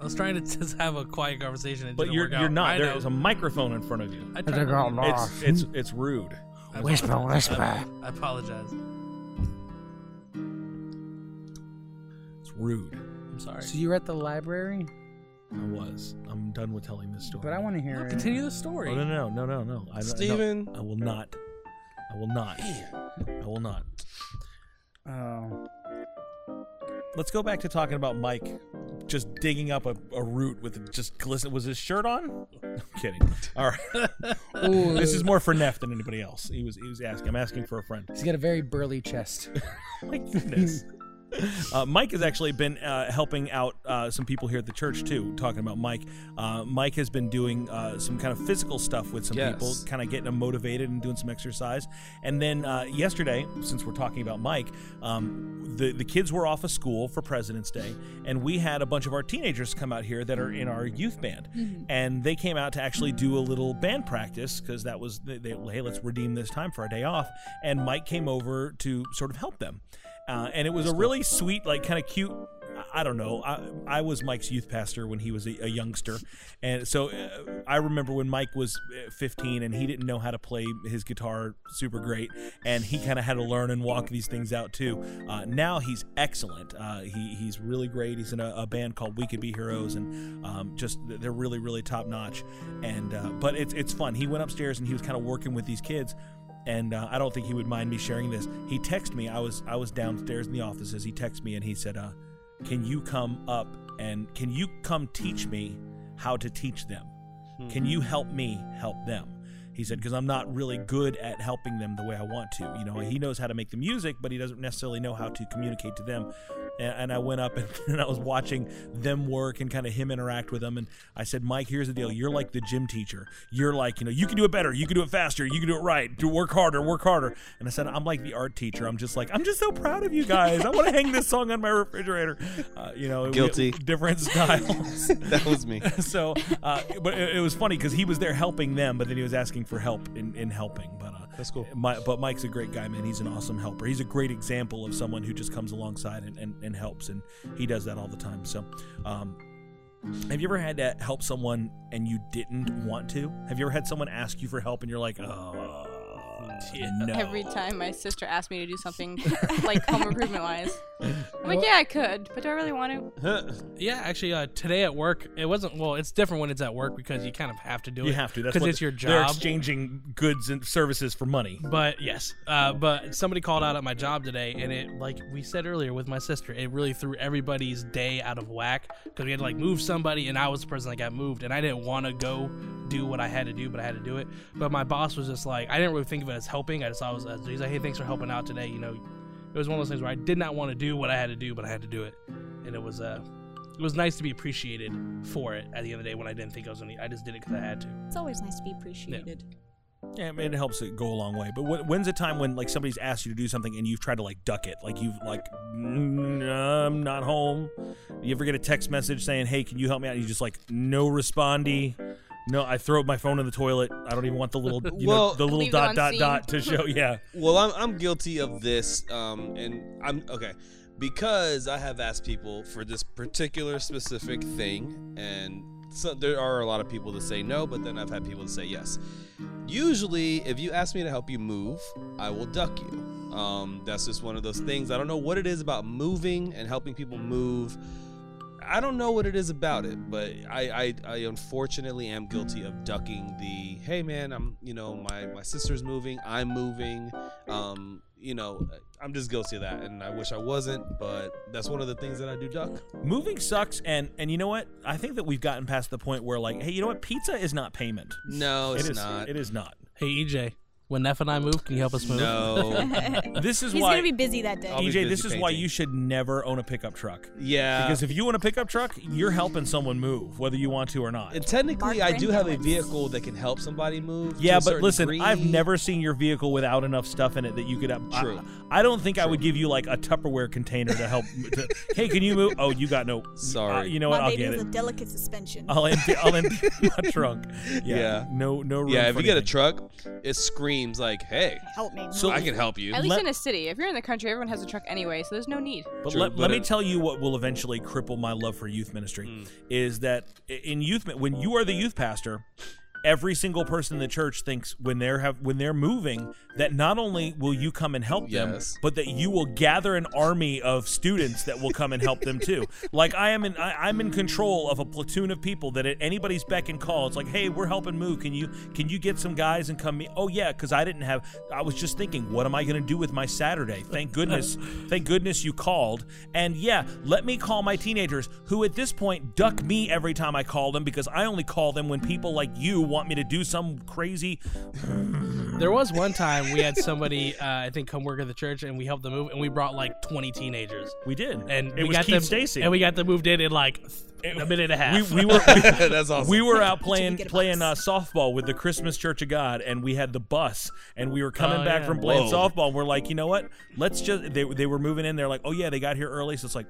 S3: I was trying to just have a quiet conversation, and it
S1: But
S3: didn't
S1: you're
S3: work out.
S1: you're
S3: I
S1: not.
S3: know.
S1: There's a microphone in front of you.
S3: I tried to-
S1: It's it's it's rude.
S3: I
S6: Whisper,
S3: apologize.
S6: whisper.
S3: I, I apologize.
S1: It's rude.
S3: I'm sorry.
S6: So you were at the library?
S1: I was. I'm done with telling this story.
S6: But I want to hear
S3: No,
S6: it.
S3: continue the story.
S1: Oh, no, no, no, no, no, no. I, no,
S5: Steven.
S1: I will not. I will not. I will not.
S6: Oh.
S1: Let's go back to talking about Mike just digging up a, a root with just glisten. Was his shirt on? I'm kidding. All right.
S6: Ooh.
S1: this is more for Neff than anybody else. He was he was asking. I'm asking for a friend.
S6: He's got a very burly chest.
S1: My goodness. Uh, Mike has actually been uh, helping out uh, some people here at the church too. Talking about Mike, uh, Mike has been doing uh, some kind of physical stuff with some
S5: Yes.
S1: people, kind of getting them motivated and doing some exercise. And then uh, yesterday, since we're talking about Mike, um, the the kids were off of school for President's Day, and we had a bunch of our teenagers come out here that are in our youth band,
S13: Mhm.
S1: and they came out to actually do a little band practice because that was they, they hey let's redeem this time for our day off, and Mike came over to sort of help them, uh, and it was a really sweet like kind of cute. I- I don't know. I, I was Mike's youth pastor when he was a, a youngster. And so uh, I remember when Mike was uh, 15 and he didn't know how to play his guitar super great. And he kind of had to learn and walk these things out too. Uh, now he's excellent. Uh, he, he's really great. He's in a, a band called We Could Be Heroes. And um, just th- they're really, really top notch. And uh, but it's, it's fun. He went upstairs and he was kind of working with these kids and uh, I don't think he would mind me sharing this. He texted me. I was I was downstairs in the offices. He texted me and he said, uh, "Can you come up and can you come teach me how to teach them? Can you help me help them?" He said, "Because I'm not really good at helping them the way I want to. You know, he knows how to make the music, but he doesn't necessarily know how to communicate to them." And, and I went up and, and I was watching them work and kind of him interact with them. And I said, "Mike, here's the deal. You're like the gym teacher. You're like, you know, you can do it better. You can do it faster. You can do it right. Do work harder. Work harder." And I said, "I'm like the art teacher. I'm just like, I'm just so proud of you guys. I want to hang this song on my refrigerator. Uh, you know, we-
S5: Guilty.
S1: different styles.
S5: that was me.
S1: so, uh, but it, it was funny because he was there helping them, but then he was asking for help in, in helping. But uh,
S5: That's cool.
S1: My, but Mike's a great guy, man. He's an awesome helper. He's a great example of someone who just comes alongside and, and, and helps, and he does that all the time. So, um, have you ever had to help someone and you didn't want to? Have you ever had someone ask you for help and you're like, oh, no.
S8: Every time my sister asked me to do something, like home improvement wise, I'm like, yeah, I could, but do I really want to?
S3: yeah, actually, uh, today at work, it wasn't. Well, it's different when it's at work because you kind of have to do it.
S1: You have to. That's
S3: because
S1: what-
S3: it's your
S1: They're
S3: job.
S1: exchanging goods and services for money.
S3: But yes, uh, but somebody called out at my job today, and it like we said earlier with my sister, it really threw everybody's day out of whack because we had to like move somebody, and I was the person that got moved, and I didn't want to go do what I had to do, but I had to do it. But my boss was just like, I didn't really think of it as helping. I just thought it was, uh, he's like, hey, thanks for helping out today. You know, it was one of those things where I did not want to do what I had to do, but I had to do it, and it was uh, it was nice to be appreciated for it at the end of the day when I didn't think I was gonna, I just did it because I had to.
S4: It's always nice to be appreciated.
S1: Yeah, I mean, it helps it go a long way. But wh- when's a time when like somebody's asked you to do something and you've tried to like duck it? Like you've like, "Mm, I'm not home. You ever get a text message saying, "Hey, can you help me out?" And you just like, no respondy. No, I throw my phone in the tolet. I don't even want the little, you know, the little dot dot dot to show. Yeah,
S5: Well, I'm, I'm guilty of this, um, and I'm okay because I have asked people for this particular specific thing, and so there are a lot of people that say no, but then I've had people that say yes. Usually, if you ask me to help you move, I will duck you. Um, that's just one of those things. I don't know what it is about moving and helping people move. I don't know what it is about it, but I, I, I unfortunately am guilty of ducking the hey man, I'm you know my my sister's moving, I'm moving, um you know I'm just guilty of that, and I wish I wasn't, but that's one of the things that I do duck.
S1: moving sucks. And and you know what? I think that we've gotten past the point where like, hey, you know what? Pizza is not payment.
S5: No,
S1: It
S5: it's
S1: is-
S5: not.
S1: It is not.
S3: Hey EJ, when Neff and I move, can you help us move?
S1: No. This is
S4: He's
S1: why-
S4: gonna be busy that day.
S1: EJ, this is why you should never own a pickup truck.
S5: Yeah.
S1: Because if you own a pickup truck, you're helping someone move, whether you want to or not.
S5: And technically, I do have a vehicle that can help somebody move. to
S1: yeah,
S5: a
S1: but
S5: certain
S1: listen, I've
S5: degree.
S1: never seen your vehicle without enough stuff in it that you could. I-
S5: True.
S1: I, don't think I would give you like a Tupperware container to help. to, hey, can you move? Oh, you got no. Sorry. you know what?
S4: My
S1: I'll
S4: baby
S1: get
S4: is
S1: it.
S4: a delicate suspension.
S1: I'll empty. I'll empty my trunk. Yeah.
S5: Yeah.
S1: No. No room.
S5: yeah, if
S1: for
S5: you get a
S1: anything.
S5: truck, it screams like, "Hey,
S4: help me!"
S1: So-
S5: I can help you."
S8: At least in a city. If you're in the country, everyone has a truck anyway, so there's no need.
S1: But let, let me tell you what will eventually cripple my love for youth ministry is that i- in youth mi- when you are the youth pastor, every single person in the church thinks when they're have when they're moving that not only will you come and help
S5: Yes.
S1: them, but that you will gather an army of students that will come and help them too. Like I am in I, I'm in control of a platoon of people that at anybody's beck and call, it's like, hey, we're helping move. Can you can you get some guys and come? Me- oh yeah, because I didn't have. I was just thinking, what am I going to do with my Saturday? Thank goodness, thank goodness you called. And yeah, let me call my teenagers who at this point duck me every time I call them because I only call them when people like you want me to do some crazy.
S3: There was one time we had somebody, uh, I think, come work at the church, and we helped them move, and we brought like 20 teenagers.
S1: We did,
S3: and
S1: It
S3: we
S1: was
S3: got
S1: Keith
S3: them,
S1: Stacy.
S3: and we got them moved in in like a minute and a half.
S1: We, we were We were out playing playing uh, softball with the Christmas Church of God, and we had the bus, and we were coming
S3: Oh,
S1: back
S3: yeah.
S1: from playing
S3: Whoa.
S1: softball. And we're like, you know what? Let's just they they were moving in. They're like, oh yeah, they got here early, so it's like.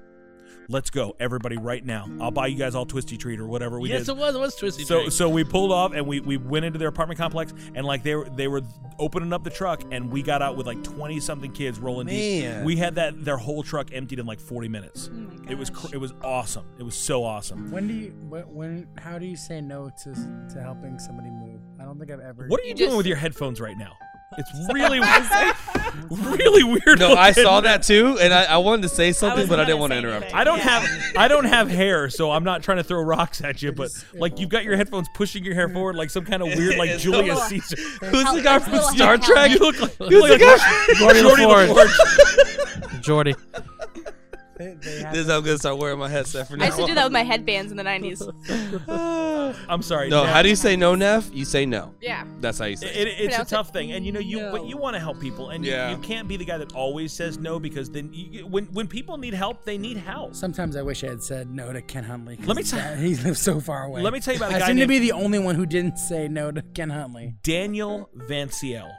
S1: Let's go, everybody, right now. I'll buy you guys all twisty treat or whatever we
S3: yes,
S1: did.
S3: it was. It was twisty.
S1: So
S3: Drake.
S1: so we pulled off and we, we went into their apartment complex and like they were they were opening up the truck and we got out with like twenty something kids rolling
S5: Man.
S1: deep. We had that their whole truck emptied in like forty minutes. it was cr- it was awesome. It was so awesome.
S6: When do you wh- when how do you say no to to helping somebody move? I don't think I've ever.
S1: What are you, doing with your headphones right now? It's really really weird.
S5: No, I
S1: looking.
S5: saw that too, and I, I wanted to say something, but I didn't want to interrupt.
S1: I don't have I don't have hair, so I'm not trying to throw rocks at you. But like you've got your headphones pushing your hair forward like some kind of weird like
S5: It's
S1: Julius
S5: little-
S1: Caesar.
S5: Who's the guy from Star Trek?
S1: You look like,
S5: Who's
S1: you look
S5: the
S1: like
S5: guy-
S1: Jordy
S5: Jordy
S1: LaForge.
S3: Jordy.
S5: This is how I'm gonna start wearing my headset for now.
S8: I used to do that with my headbands in the 90s.
S1: I'm sorry.
S5: No,
S1: Neff.
S5: how do you say no, Neff? You say no.
S8: Yeah.
S5: That's how you say.
S1: It,
S5: It,
S1: it- it's a tough thing, and you know you but you want to help people, and you-
S5: Yeah.
S1: you, can't be the guy that always says no because then you, you- when when people need help, they need help.
S6: Sometimes I wish I had said no to Ken Huntley. 'cause
S1: Let me tell-
S6: that- he lives so far away.
S1: Let me tell you about a
S6: I
S1: guy
S6: seem to be
S1: named-
S6: the only one who didn't say no to Ken Huntley.
S1: Daniel Van Ciel.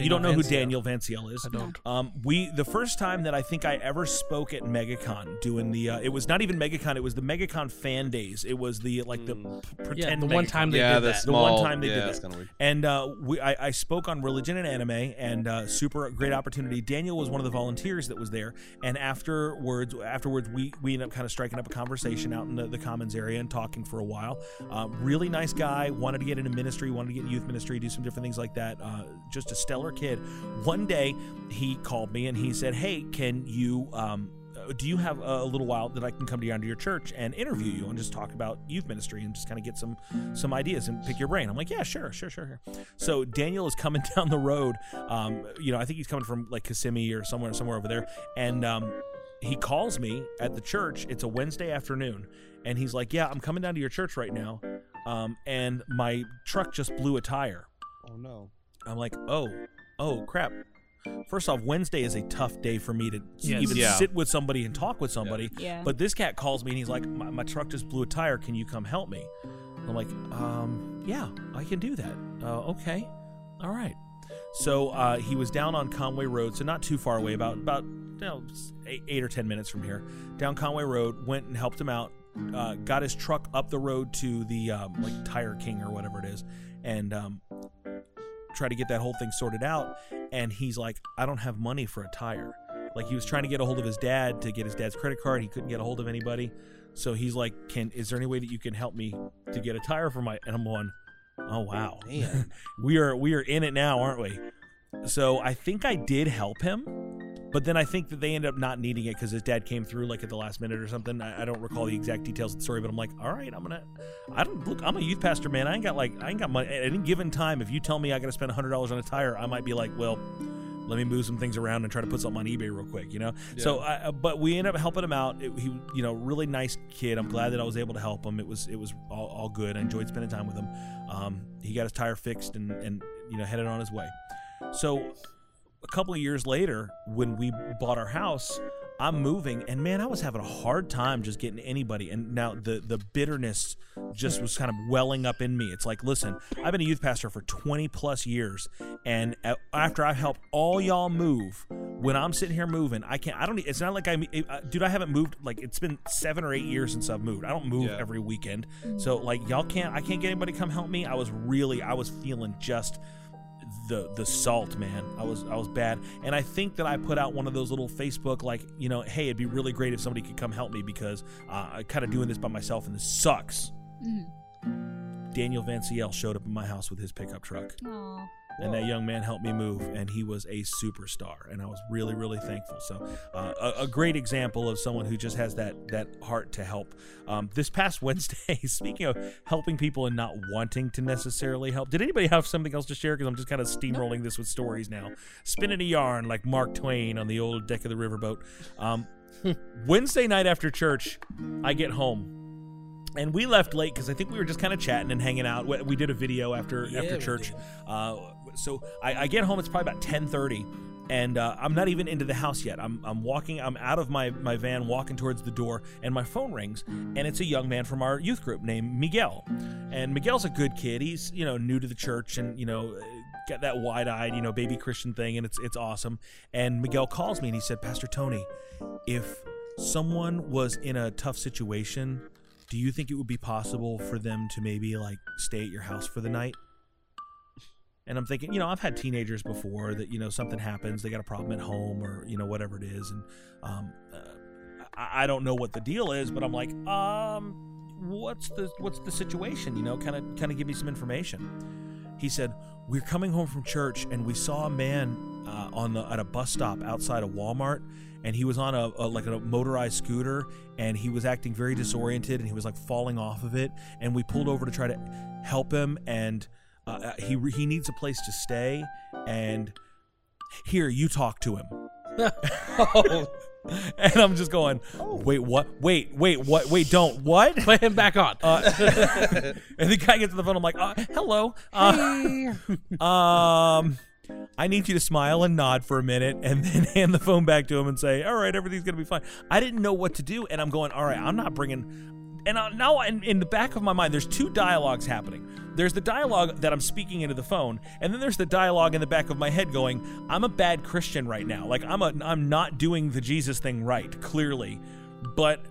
S1: you don't know who Daniel
S3: Daniel
S1: Vanciel is.
S3: I don't.
S1: Um, we the first time that I think I ever spoke at MegaCon doing the uh, it was not even MegaCon it was the MegaCon Fan Days it was the like the p- pretend
S3: the one
S1: MegaCon.
S3: time they Mm. Yeah, did the that.
S1: the one
S3: small-
S1: time they
S3: yeah,
S1: did
S3: that's
S1: that.
S3: kinda weird.
S1: and uh, we I, I spoke on religion and anime and uh, super great opportunity Daniel was one of the volunteers that was there and afterwards afterwards we we ended up kind of striking up a conversation out in the, the commons area and talking for a while uh, really nice guy wanted to get into ministry wanted to get in youth ministry do some different things like that uh, just a stellar kid one day he called me and he said hey can you um, uh, do you have a a little while that I can come down to your church and interview you and just talk about youth ministry and just kind of get some some ideas and pick your brain? I'm like, yeah, sure, sure, sure. sure." So Daniel is coming down the road. Um, you know, I think he's coming from like Kissimmee or somewhere somewhere over there, and um, he calls me at the church. It's a Wednesday afternoon, and he's like, yeah, I'm coming down to your church right now, um, and my truck just blew a tire.
S5: Oh no.
S1: I'm like, oh, oh crap. First off, Wednesday is a tough day for me to
S3: Yes.
S1: even
S3: Yeah.
S1: sit with somebody and talk with somebody.
S3: Yeah.
S1: But this cat calls me and he's like, my, my truck just blew a tire. Can you come help me? I'm like, um, yeah, I can do that. Uh, okay. All right. So uh, he was down on Conway Road, so not too far away, about about you know, s- eight, eight or ten minutes from here. Down Conway Road, went and helped him out. Uh, got his truck up the road to the um, like Tire King or whatever it is, and um, try to get that whole thing sorted out. And he's like, I don't have money for a tire. Like he was trying to get a hold of his dad to get his dad's credit card. He couldn't get a hold of anybody. So he's like, Can is there any way that you can help me to get a tire for my and I'm going, Oh wow. we are we are in it now, aren't we? So I think I did help him. But then I think that they ended up not needing it because his dad came through like at the last minute or something. I, I don't recall the exact details of the story, but I'm like, all right, I'm gonna, I don't look. I'm a youth pastor, man. I ain't got like, I ain't got money at any given time. If you tell me I gotta spend hundred dollars on a tire, I might be like, well, let me move some things around and try to put something on eBay real quick, you know. So, I, uh, but we ended up helping him out. It- he, you know, really nice kid. I'm glad that I was able to help him. It was, it was all, all good. I enjoyed spending time with him. Um, he got his tire fixed and and you know headed on his way. So a couple of years later, when we bought our house, I'm moving, and man, I was having a hard time just getting anybody. And now the the bitterness just was kind of welling up in me. It's like, listen, I've been a youth pastor for 20 plus years, and a- after I've helped all y'all move, when I'm sitting here moving, I can't. I don't. e, It's not like I'm, it- uh, dude. I haven't moved. Like it's been seven or eight years since I've moved. I don't move every weekend, so like y'all can't. I can't get anybody to come help me. I was really, I was feeling just the the salt man i was i was bad and i think that i put out one of those little facebook like you know hey it'd be really great if somebody could come help me because uh, i'm kind of doing this by myself and this sucks daniel vanciel showed up at my house with his pickup truck
S4: Aw.
S1: and that young man helped me move and he was a superstar and i was really really thankful so uh, a, a great example of someone who just has that that heart to help um, this past wednesday speaking of helping people and not wanting to necessarily help did anybody have something else to share because i'm just kind of steamrolling this with stories now spinning a yarn like mark twain on the old deck of the riverboat um, wednesday night after church i get home and we left late because I think we were just kind of chatting and hanging out. We- We did a video after
S3: Yeah,
S1: after
S3: we
S1: church, uh, so I, I get home. It's probably about ten thirty, and uh, I'm not even into the house yet. I'm, I'm walking. I'm out of my my van, walking towards the door, and my phone rings, and it's a young man from our youth group named Miguel, and Miguel's a good kid. He's you know new to the church, and you know. Got that wide-eyed, you know, baby Christian thing, and it's it's awesome. And Miguel calls me and he said, "Pastor Tony, if someone was in a tough situation, do you think it would be possible for them to maybe like stay at your house for the night? And I'm thinking, you know, I've had teenagers before that, you know, something happens, they got a problem at home or, you know, whatever it is. And um, uh, I, I don't know what the deal is, but I'm like, um, what's the what's the situation? You know, kind of kind of give me some information. He said, we're coming home from church and we saw a man uh, on the at a bus stop outside of Walmart and he was on a, a like a motorized scooter and he was acting very disoriented and he was like falling off of it and we pulled over to try to help him and uh, he he needs a place to stay and here you talk to him and i'm just going wait what wait wait what wait don't what Oh. put him back on uh, and the guy gets on the phone i'm like uh, hello uh, um I need you to smile and nod for a minute and then hand the phone back to him and say, "All right, everything's going to be fine." I didn't know what to do and I'm going, "All right, I'm not bringing and I, now in, in the back of my mind there's two dialogues happening. There's the dialogue that I'm speaking into the phone, and then there's the dialogue in the back of my head going, "I'm a bad Christian right now. Like I'm a I'm not doing the Jesus thing right, clearly." But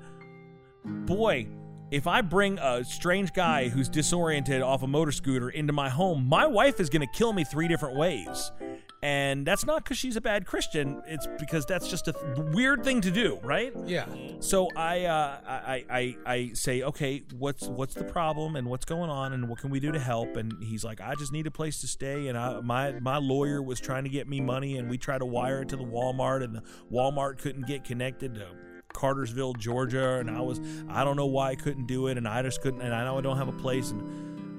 S1: boy, if I bring a strange guy who's disoriented off a motor scooter into my home, my wife is going to kill me three different ways. And that's not because she's a bad Christian. It's because that's just a th- weird thing to do, right?
S3: Yeah.
S1: So I, uh, I, I, I I say, okay, what's what's the problem and what's going on and what can we do to help? And he's like, I just need a place to stay. And I, my my lawyer was trying to get me money, and we tried to wire it to the Walmart, and the Walmart couldn't get connected to Cartersville, Georgia, and I was I don't know why I couldn't do it, and I just couldn't, and I know I don't have a place, and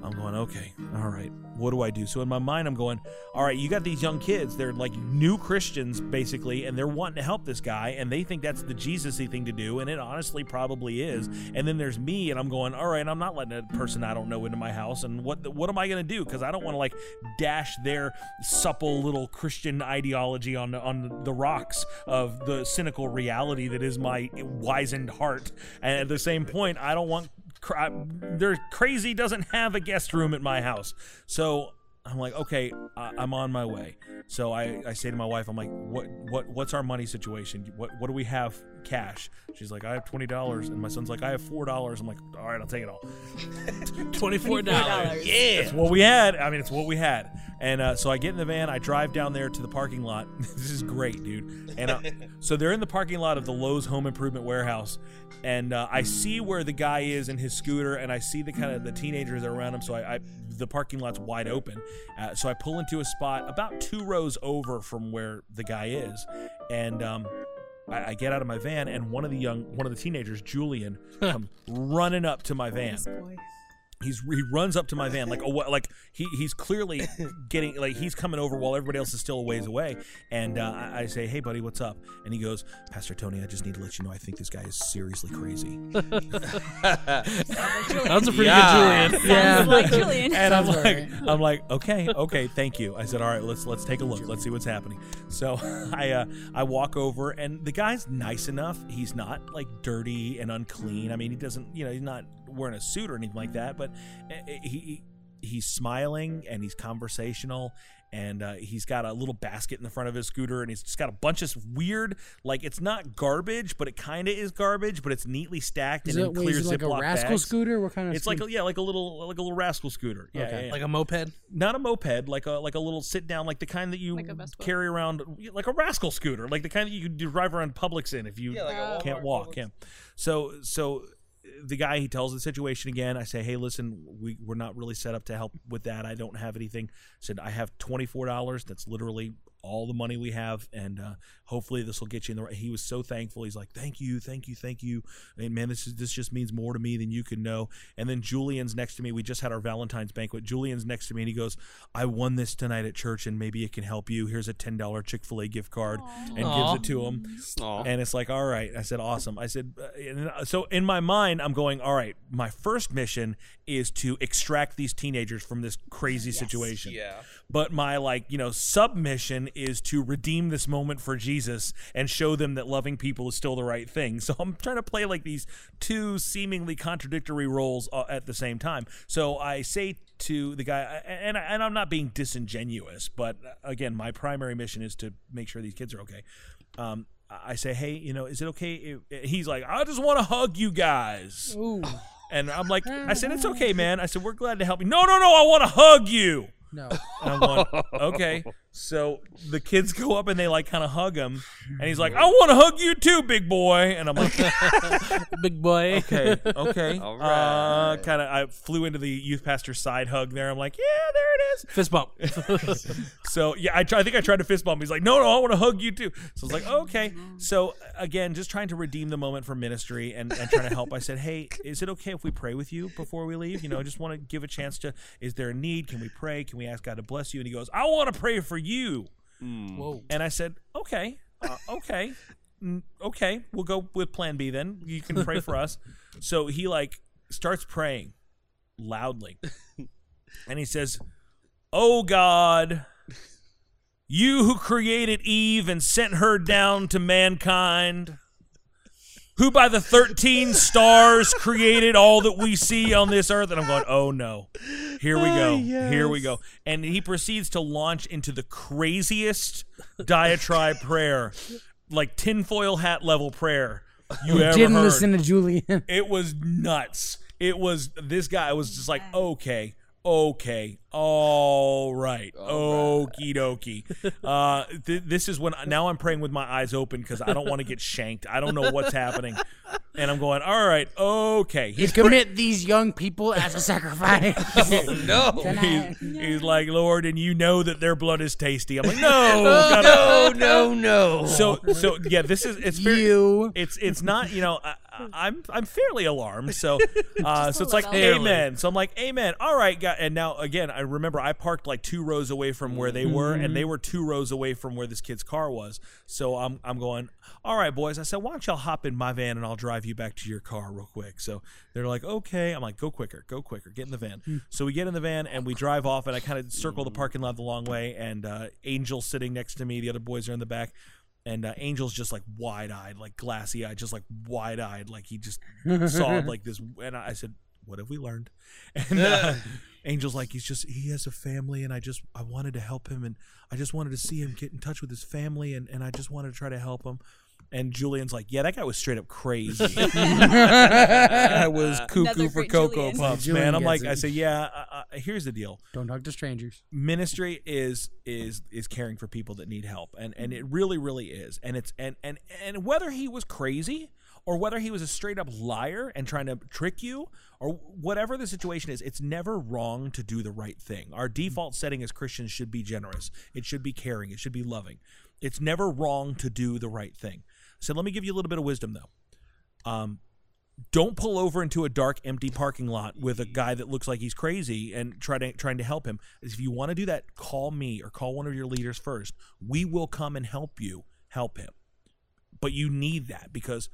S1: I'm going okay, all right, what do I do? So in my mind, I'm going, all right, you got these young kids, they're like new Christians basically, and they're wanting to help this guy, and they think that's the Jesus-y thing to do, and it honestly probably is. And then there's me, and I'm going, all right, I'm not letting a person I don't know into my house, and what what am I gonna do? Because I don't want to like dash their supple little Christian ideology on on the rocks of the cynical reality that is my wizened heart. And at the same point, I don't want cr- I, their crazy doesn't have a guest room at my house. So I'm like, okay, I, I'm on my way. So I, I say to my wife, I'm like, what what what's our money situation? What what do we have cash? She's like, I have twenty dollars, and my son's like, I have four dollars. I'm like, all right, I'll take it all.
S3: $24.
S1: Yeah. It's what we had. I mean, it's what we had. And uh, so I get in the van. I drive down there to the parking lot. this is great, dude. And uh, so they're in the parking lot of the Lowe's Home Improvement Warehouse. And uh, I see where the guy is in his scooter, and I see the kind of the teenagers that are around him. So I, I the parking lot's wide open. Uh, so I pull into a spot about two rows over from where the guy is, and. Um, I, I get out of my van, and one of the young, one of the teenagers, Julian, comes running up to my van. He's he runs up to my van like oh what like he he's clearly getting like he's coming over while everybody else is still a ways away and uh, I, I say hey buddy what's up and he goes Pastor Tony I just need to let you know I think this guy is seriously crazy.
S3: That's a pretty good Julian. Yeah. Ah. Sounds like Julian.
S1: And I'm
S3: Sounds
S1: like
S3: alright.
S1: I'm like okay okay thank you I said all right let's let's take a look let's see what's happening so I uh, I walk over and the guy's nice enough he's not like dirty and unclean I mean he doesn't you know he's not wearing a suit or anything like that, but uh, he he- he's smiling and he's conversational and uh, he's got a little basket in the front of his scooter and he's just got a bunch of weird like it's not garbage but it kind of is garbage but it's neatly stacked
S6: Is
S1: and
S6: it-
S1: in
S6: wait,
S1: clear
S6: is it like a
S1: Ziploc
S6: rascal
S1: bags.
S6: scooter? What kind of
S1: It's like a,
S6: scooter?
S1: yeah, like a little like a little rascal scooter. Yeah,
S3: Okay.
S1: yeah, yeah.
S3: Like a moped?
S1: Not a moped, like a like a little sit down like the kind that you carry around like a rascal scooter, like the kind that you could drive around Publix in if you
S5: Yeah, like a Walmart
S1: can't walk. Yeah. So so the guy he tells the situation again. I say, hey, listen, we we're not really set up to help with that. I don't have anything. said I have twenty four dollars. That's literally all the money we have, and uh, hopefully this will get you in the. right. He was so thankful. He's like, thank you, thank you, thank you, and man, this is this just means more to me than you can know. And then Julian's next to me. We just had our Valentine's banquet. Julian's next to me, and he goes, I won this tonight at church, and maybe it can help you. Here's a ten dollar Chick fil A gift card, and
S5: Aw.
S1: gives it to him.
S5: Aw.
S1: And it's like, all right. I said, awesome. I said, uh, and, uh, so in my mind, I'm going, all right, my first mission is to extract these teenagers from this crazy situation.
S5: Yeah.
S1: But my, like, you know, submission is to redeem this moment for Jesus and show them that loving people is still the right thing. So I'm trying to play like these two seemingly contradictory roles uh, at the same time. So I say to the guy, and, I- and I'm not being disingenuous, but uh, again, my primary mission is to make sure these kids are okay um, I say, "Hey, you know, is it okay?" If, uh, he's like, "I just want to hug you guys." And I'm like, "I said it's okay, man." I said, "We're glad to help you." No, no, no, I want to hug you.
S6: No.
S1: And I'm going, okay. So the kids go up and they like kind of hug him, and he's like, "I want to hug you too, big boy." And I'm like,
S3: Big boy.
S1: "Okay, okay."
S3: All
S1: uh, kind of, I flew into the youth pastor side hug there. I'm like, "Yeah, there it is."
S3: Fist bump.
S1: so yeah, I, try, I think I tried to fist bump. He's like, no, no, I want to hug you too. So I was like, okay. So again, just trying to redeem the moment for ministry and, and trying to help. I said, hey, is it okay if we pray with you before we leave? You know, I just want to give a chance to. Is there a need? Can we pray? Can we ask God to bless you? And he goes, I want to pray for you.
S3: Whoa.
S1: And I said, okay, uh, okay, mm, okay, we'll go with plan B then. You can pray for us. So he like starts praying loudly. And he says, Oh God, you who created Eve and sent her down to mankind, who by the 13 stars created all that we see on this earth. And I'm going, Oh no. Here we go.
S12: Ah, yes.
S1: Here we go. And he proceeds to launch into the craziest diatribe prayer, like tinfoil hat level prayer you
S6: We
S1: ever
S6: didn't
S1: heard.
S6: listen to Julian.
S1: It was nuts. It was this guy was just like, okay, okay, all right, okie dokie. Uh, th- this is when now I'm praying with my eyes open because I don't want to get shanked. I don't know what's happening, and I'm going, all right, okay.
S6: You commit these young people as a sacrifice.
S1: He's, he's like, Lord, and you know that their blood is tasty. I'm like, no,
S12: Oh,
S1: God."
S12: no, no, no.
S1: So, so yeah, this is it's fair,
S6: you.
S1: It's it's not you know I, I- I'm I'm fairly alarmed. So, uh,
S12: Just a
S1: so it's like
S12: little.
S1: amen. So I'm like amen. All right, God. and now again, I remember I parked like two rows away from where they were,
S12: Mhm.
S1: and they were two rows away from where this kid's car was. So I'm I'm going. All right, boys. I said, why don't y'all hop in my van and I'll drive you back to your car real quick. So they're like, okay. I'm like, go quicker, go quicker, get in the van.
S12: Mm.
S1: So we get in the van and we drive off, and I kind of circle the parking lot the long way. And uh, Angel's sitting next to me. The other boys are in the back, and uh, Angel's just like wide eyed, like glassy eyed, just like wide eyed, like he just saw like this. And I said, "What have we learned?" And uh, Angel's like, "He's just he has a family, and I just I wanted to help him, and I just wanted to see him get in touch with his family, and and I just wanted to try to help him." And Julian's like, "Yeah, that guy was straight up crazy. I was cuckoo
S6: Another
S1: for
S6: great
S1: Cocoa
S6: Julian.
S1: Puffs,
S6: Julian
S1: man." I'm like,
S6: gets it.
S1: I say, "Yeah, uh, uh, here's the deal."
S6: Don't talk to strangers.
S1: ministry is is is caring for people that need help and and it really really is and it's and and and whether he was crazy or whether he was a straight up liar and trying to trick you or whatever the situation is it's never wrong to do the right thing our default setting as christians should be generous it should be caring it should be loving it's never wrong to do the right thing so let me give you a little bit of wisdom though um don't pull over into a dark, empty parking lot with a guy that looks like he's crazy and try to trying to help him. If you want to do that, call me or call one of your leaders first. We will come and help you help him. But you need that because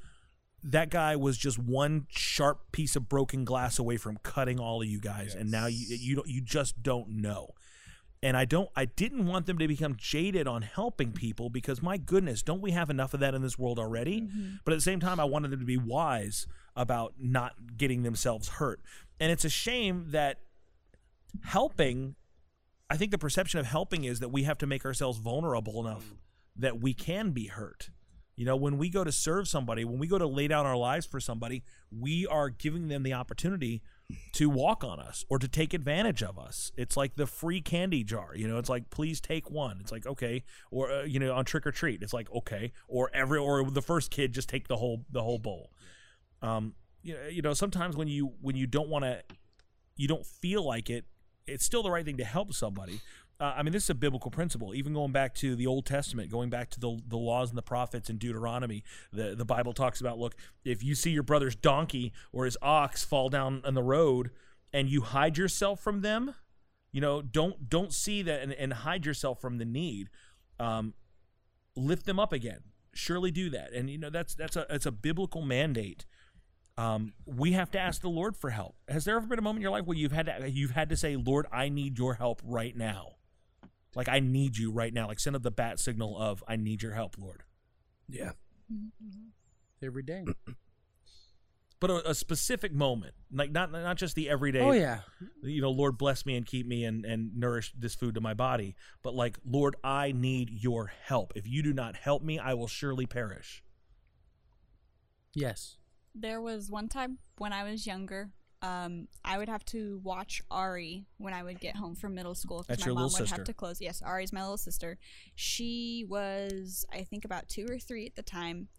S1: that guy was just one sharp piece of broken glass away from cutting all of you guys, and now you you don't, you just don't know and I don't I didn't want them to become jaded on helping people because my goodness, don't we have enough of that in this world already? But at the same time I wanted them to be wise about not getting themselves hurt. And it's a shame that helping I think the perception of helping is that we have to make ourselves vulnerable enough that we can be hurt. You know, when we go to serve somebody, when we go to lay down our lives for somebody, we are giving them the opportunity to walk on us or to take advantage of us. It's like the free candy jar. You know, it's like please take one. It's like okay, or uh, you know, on trick or treat, it's like okay, or every or the first kid just take the whole the whole bowl. Um, you know, you know, sometimes when you when you don't want to you don't feel like it, it's still the right thing to help somebody. Uh, I mean, this is a biblical principle. Even going back to the Old Testament, going back to the the laws and the prophets in Deuteronomy, the the Bible talks about look, if you see your brother's donkey or his ox fall down on the road, and you hide yourself from them, you know, don't don't see that and, and hide yourself from the need. Um, lift them up again. Surely do that, and you know that's that's a that's a biblical mandate um, we have to ask the Lord for help. Has there ever been a moment in your life where you've had to, you've had to say, "Lord, I need your help right now"? Like I need you right now. Like send up the bat signal of "I need your help, Lord." Yeah,
S6: Every day.
S1: but a, a specific moment, like not not just the everyday.
S6: Oh, yeah.
S1: you know, Lord bless me and keep me and and nourish this food to my body. But like, Lord, I need your help. If you do not help me, I will surely perish.
S6: Yes.
S4: There was one time when I was younger, um, I would have to watch Ari when I would get home from middle school. 'cause
S1: That's
S4: my
S1: your
S4: mom
S1: little
S4: would
S1: sister.
S4: have to close. Yes, Ari's my little sister. She was, I think, about two or three at the time,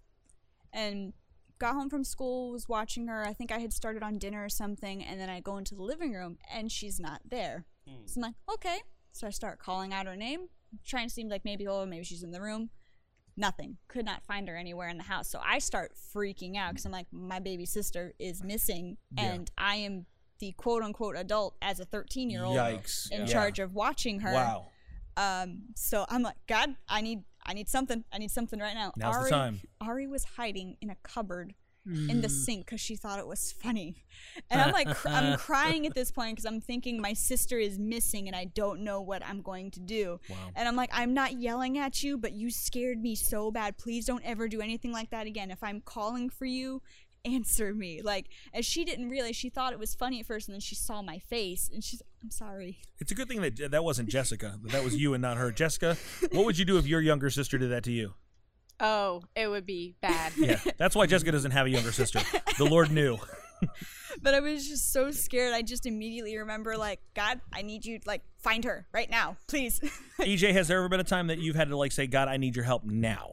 S4: and got home from school, was watching her. I think I had started on dinner or something, and then I go into the living room and she's not there. So I'm like, okay. So I start calling out her name, trying to seem like maybe, oh, maybe she's in the room. Nothing. Could not find her anywhere in the house. So I start freaking out because I'm like, my baby sister is missing,
S13: Yeah.
S4: and I am the quote unquote adult as a 13 year old
S13: Yikes.
S4: in
S13: Yeah.
S4: charge of watching her.
S13: Wow.
S4: Um, so I'm like, God, I need, I need something. I need something right now.
S13: Now's the
S4: Ari,
S13: time.
S4: Ari was hiding in a cupboard in the
S13: Mm.
S4: sink because she thought it was funny, and I'm like, cr- I'm crying at this point because I'm thinking my sister is missing and I don't know what I'm going to do. And I'm like, I'm not yelling at you, but you scared me so bad. Please don't ever do anything like that again. If I'm calling for you answer me. Like, and she didn't realize. She thought it was funny at first, and then she saw my face, and she's, I'm sorry.
S1: It's a good thing that that wasn't Jessica. That that was you and not her. Jessica, what would you do if your younger sister did that to you?
S8: Oh, it would be bad.
S1: Yeah, that's why Jessica doesn't have a younger sister. The Lord knew.
S4: But I was just so scared. I just immediately remember, like, God, I need you, like, find her right now, please.
S1: EJ, E has there ever been a time that you've had to like say, "God, I need your help now"?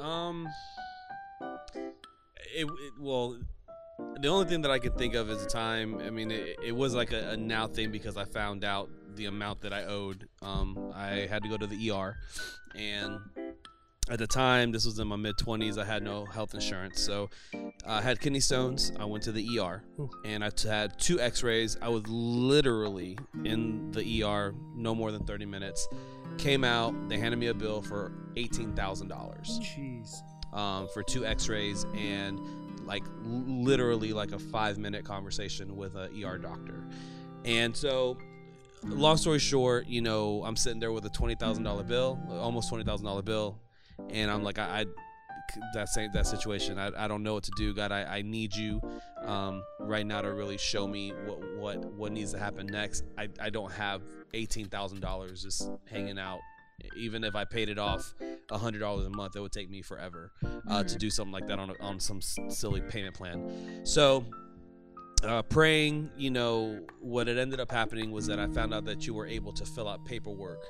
S5: Um, it, it well, the only thing that I could think of is a time. I mean, it, it was like a, a now thing because I found out the amount that I owed. Um, I had to go to the ER, and at the time, this was in my mid twenties. I had no health insurance, so I had kidney stones. I went to the ER,
S3: Ooh.
S5: and I t- had two X-rays. I was literally in the ER no more than thirty minutes. Came out, they handed me a bill for eighteen thousand dollars
S6: Jeez.
S5: um, for two x-rays and like l- literally like a five minute conversation with a er doctor and so long story short you know i'm sitting there with a $20000 bill almost $20000 bill and i'm like i, I that same that situation I, I don't know what to do god i, I need you um, right now to really show me what what what needs to happen next i, I don't have $18000 just hanging out even if I paid it off hundred dollars a month, it would take me forever uh, to do something like that on a, on some s- silly payment plan. So, uh, praying, you know, what it ended up happening was that I found out that you were able to fill out paperwork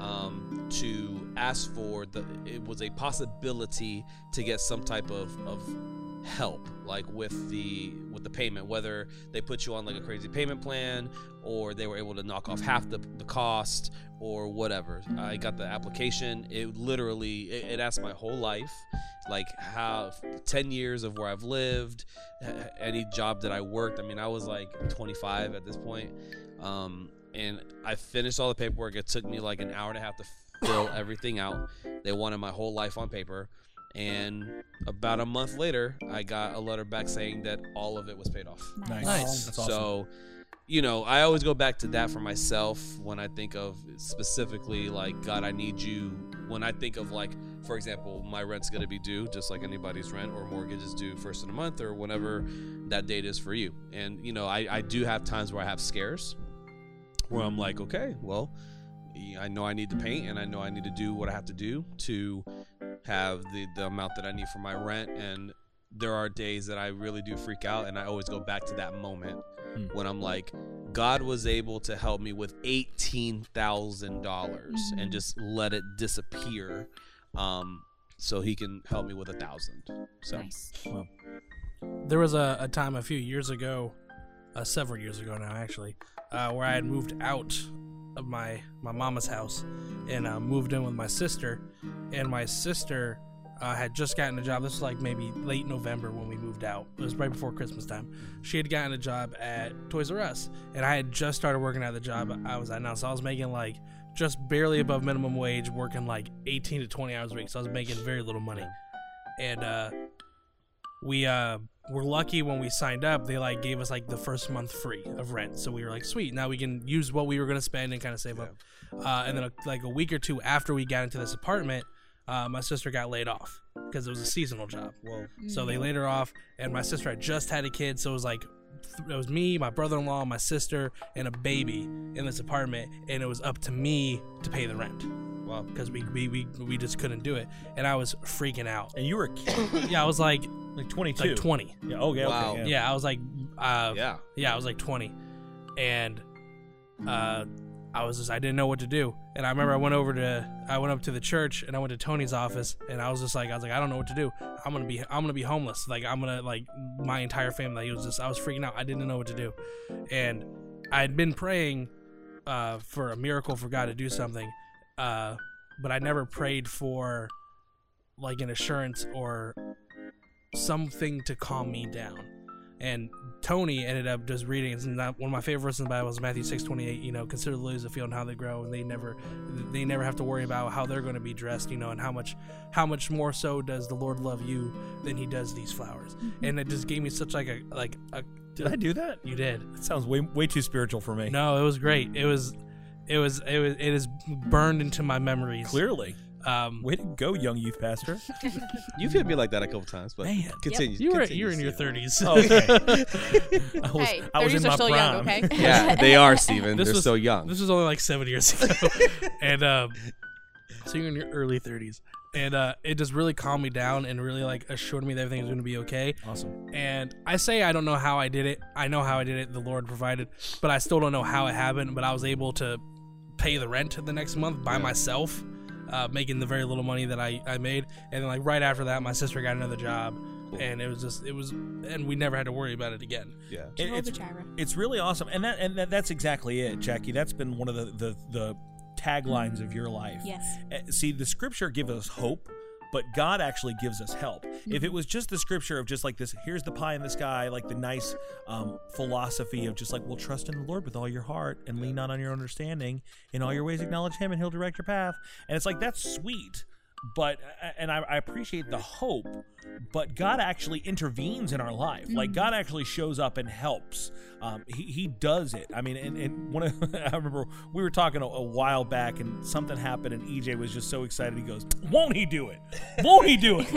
S5: um, to ask for the. It was a possibility to get some type of of help like with the with the payment whether they put you on like a crazy payment plan or they were able to knock off half the, the cost or whatever i got the application it literally it, it asked my whole life like how 10 years of where i've lived h- any job that i worked i mean i was like 25 at this point um and i finished all the paperwork it took me like an hour and a half to fill everything out they wanted my whole life on paper and about a month later, I got a letter back saying that all of it was paid off.
S1: Nice. Nice. That's awesome.
S5: So, you know, I always go back to that for myself when I think of specifically like, God, I need you. When I think of like, for example, my rent's gonna be due, just like anybody's rent or mortgage is due first of the month or whenever that date is for you. And you know, I, I do have times where I have scares, where I'm like, okay, well, I know I need to paint and I know I need to do what I have to do to have the, the amount that I need for my rent. And there are days that I really do freak out, and I always go back to that moment
S1: Hmm.
S5: when I'm like, God was able to help me with $18,000 dollars and just let it disappear. Um, so he can help me with a thousand. So
S3: Well, there was a, a time a few years ago, uh, several years ago now actually, uh, where I had moved out of my my mama's house and uh, moved in with my sister, and my sister uh, had just gotten a job. This was like maybe late November when we moved out. It was right before Christmas time. She had gotten a job at Toys R Us, and I had just started working at the job I was at now. So I was making like just barely above minimum wage, working like 18 to 20 hours a week. So I was making very little money, and uh, we uh were lucky when we signed up they like gave us like the first month free of rent so we were like sweet now we can use what we were going to spend and kind of save up uh, and then like a week or two after we got into this apartment uh, my sister got laid off because it was a seasonal job well so they laid her off and my sister had just had a kid so it was like th- it was me my brother-in-law my sister and a baby in this apartment and it was up to me to pay the rent well because we, we we we just couldn't do it and i was freaking out
S1: and you were a kid
S3: yeah i was like
S1: like 22
S3: like 20
S1: Yeah, okay, okay, Wow. yeah.
S3: yeah yeah, I was like, uh,
S5: yeah,
S3: yeah, I was like 20, and uh, I was just, I didn't know what to do, and I remember I went over to, I went up to the church, and I went to Tony's office, and I was just like, I was like, I don't know what to do. I'm gonna be, I'm gonna be homeless. Like I'm gonna like my entire family. It was just, I was freaking out. I didn't know what to do, and I had been praying uh, for a miracle for God to do something, uh, but I never prayed for like an assurance or something to calm me down. And Tony ended up just reading. It's not one of my favorite verses in the Bible is Matthew six twenty eight. You know, consider the lilies of the field and how they grow, and they never, they never have to worry about how they're going to be dressed. You know, and how much, how much more so does the Lord love you than He does these flowers. And it just gave me such like a like a.
S1: Did I do that?
S3: You did.
S1: That sounds way way too spiritual for me.
S3: No, it was great. It was, it was, it was, it is burned into my memories.
S1: Clearly.
S3: Um,
S1: Way to go, young youth pastor.
S5: You've hit me like that a couple times, but
S1: Man.
S5: continue.
S3: You were-
S5: continue,
S3: you were in your
S5: Steven.
S3: 30s.
S1: Oh, okay.
S3: I was-
S8: hey,
S3: I was
S8: 30s
S3: in
S8: are
S3: my
S8: still young,
S3: prime.
S8: okay?
S5: Yeah, they are, Steven.
S3: This
S5: They're
S3: was-
S5: so young.
S3: This was only like seven years ago, and um, so you're in your early 30s, and uh, it just really calmed me down and really like assured me that everything's going to be okay.
S1: Awesome.
S3: And I say I don't know how I did it. I know how I did it. The Lord provided, but I still don't know how it happened. But I was able to pay the rent the next month by myself, uh, making the very little money that I, I made. And then like right after that, my sister got another job, and it was just it was, and we never had to worry about it again.
S5: Yeah.
S1: It-
S8: Jehovah
S1: it's,
S8: Jireh.
S1: it's really awesome, and that and that, that's exactly it, Jackie. That's been one of the the, the taglines of your life.
S4: Yes.
S1: Uh, See, the scripture gives us hope, but God actually gives us help. If
S8: Mm-hmm.
S1: it was just the scripture of just like this, here's the pie in the sky, like the nice um, philosophy of just like, well, trust in the Lord with all your heart and lean not on your own understanding. In all your ways, acknowledge Him, and He'll direct your path. And it's like that's sweet, but and I, I appreciate the hope, but God actually intervenes in our life. Like God actually shows up and helps. Um, he he does it. I mean, and, and one of I remember we were talking a, a while back, and something happened, and EJ was just so excited. He goes, "Won't he do it? Won't he do it?"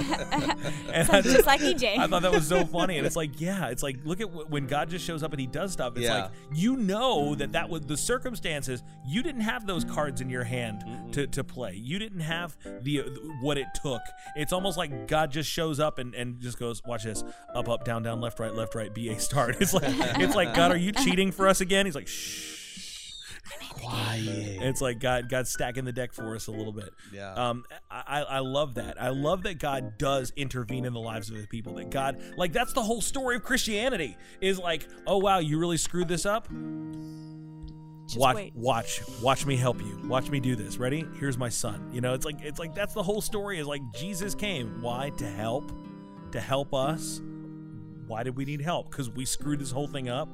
S1: And
S4: Sounds just like EJ.
S1: I thought that was so funny, and it's like, yeah, it's like look at wh- when God just shows up and He does stuff. It's
S5: Yeah.
S1: like you know that that was the circumstances. You didn't have those cards in your hand to, to play. You didn't have the uh, what it took. It's almost like God just shows up and, and just goes, watch this, up, up, down, down, left, right, left, right, B A start. It's like it's like God, are you cheating for us again? He's like, shh. And It's like God, God's stacking the deck for us a little bit.
S5: Yeah.
S1: Um, I, I love that. I love that God does intervene in the lives of His people. That God, like, that's the whole story of Christianity. Is like, oh wow, you really screwed this up.
S4: Just
S1: watch,
S4: wait.
S1: watch, watch me help you. Watch me do this. Ready? Here's my son. You know, it's like, it's like that's the whole story. Is like Jesus came. Why? To help. To help us. Why did we need help? Because we screwed this whole thing up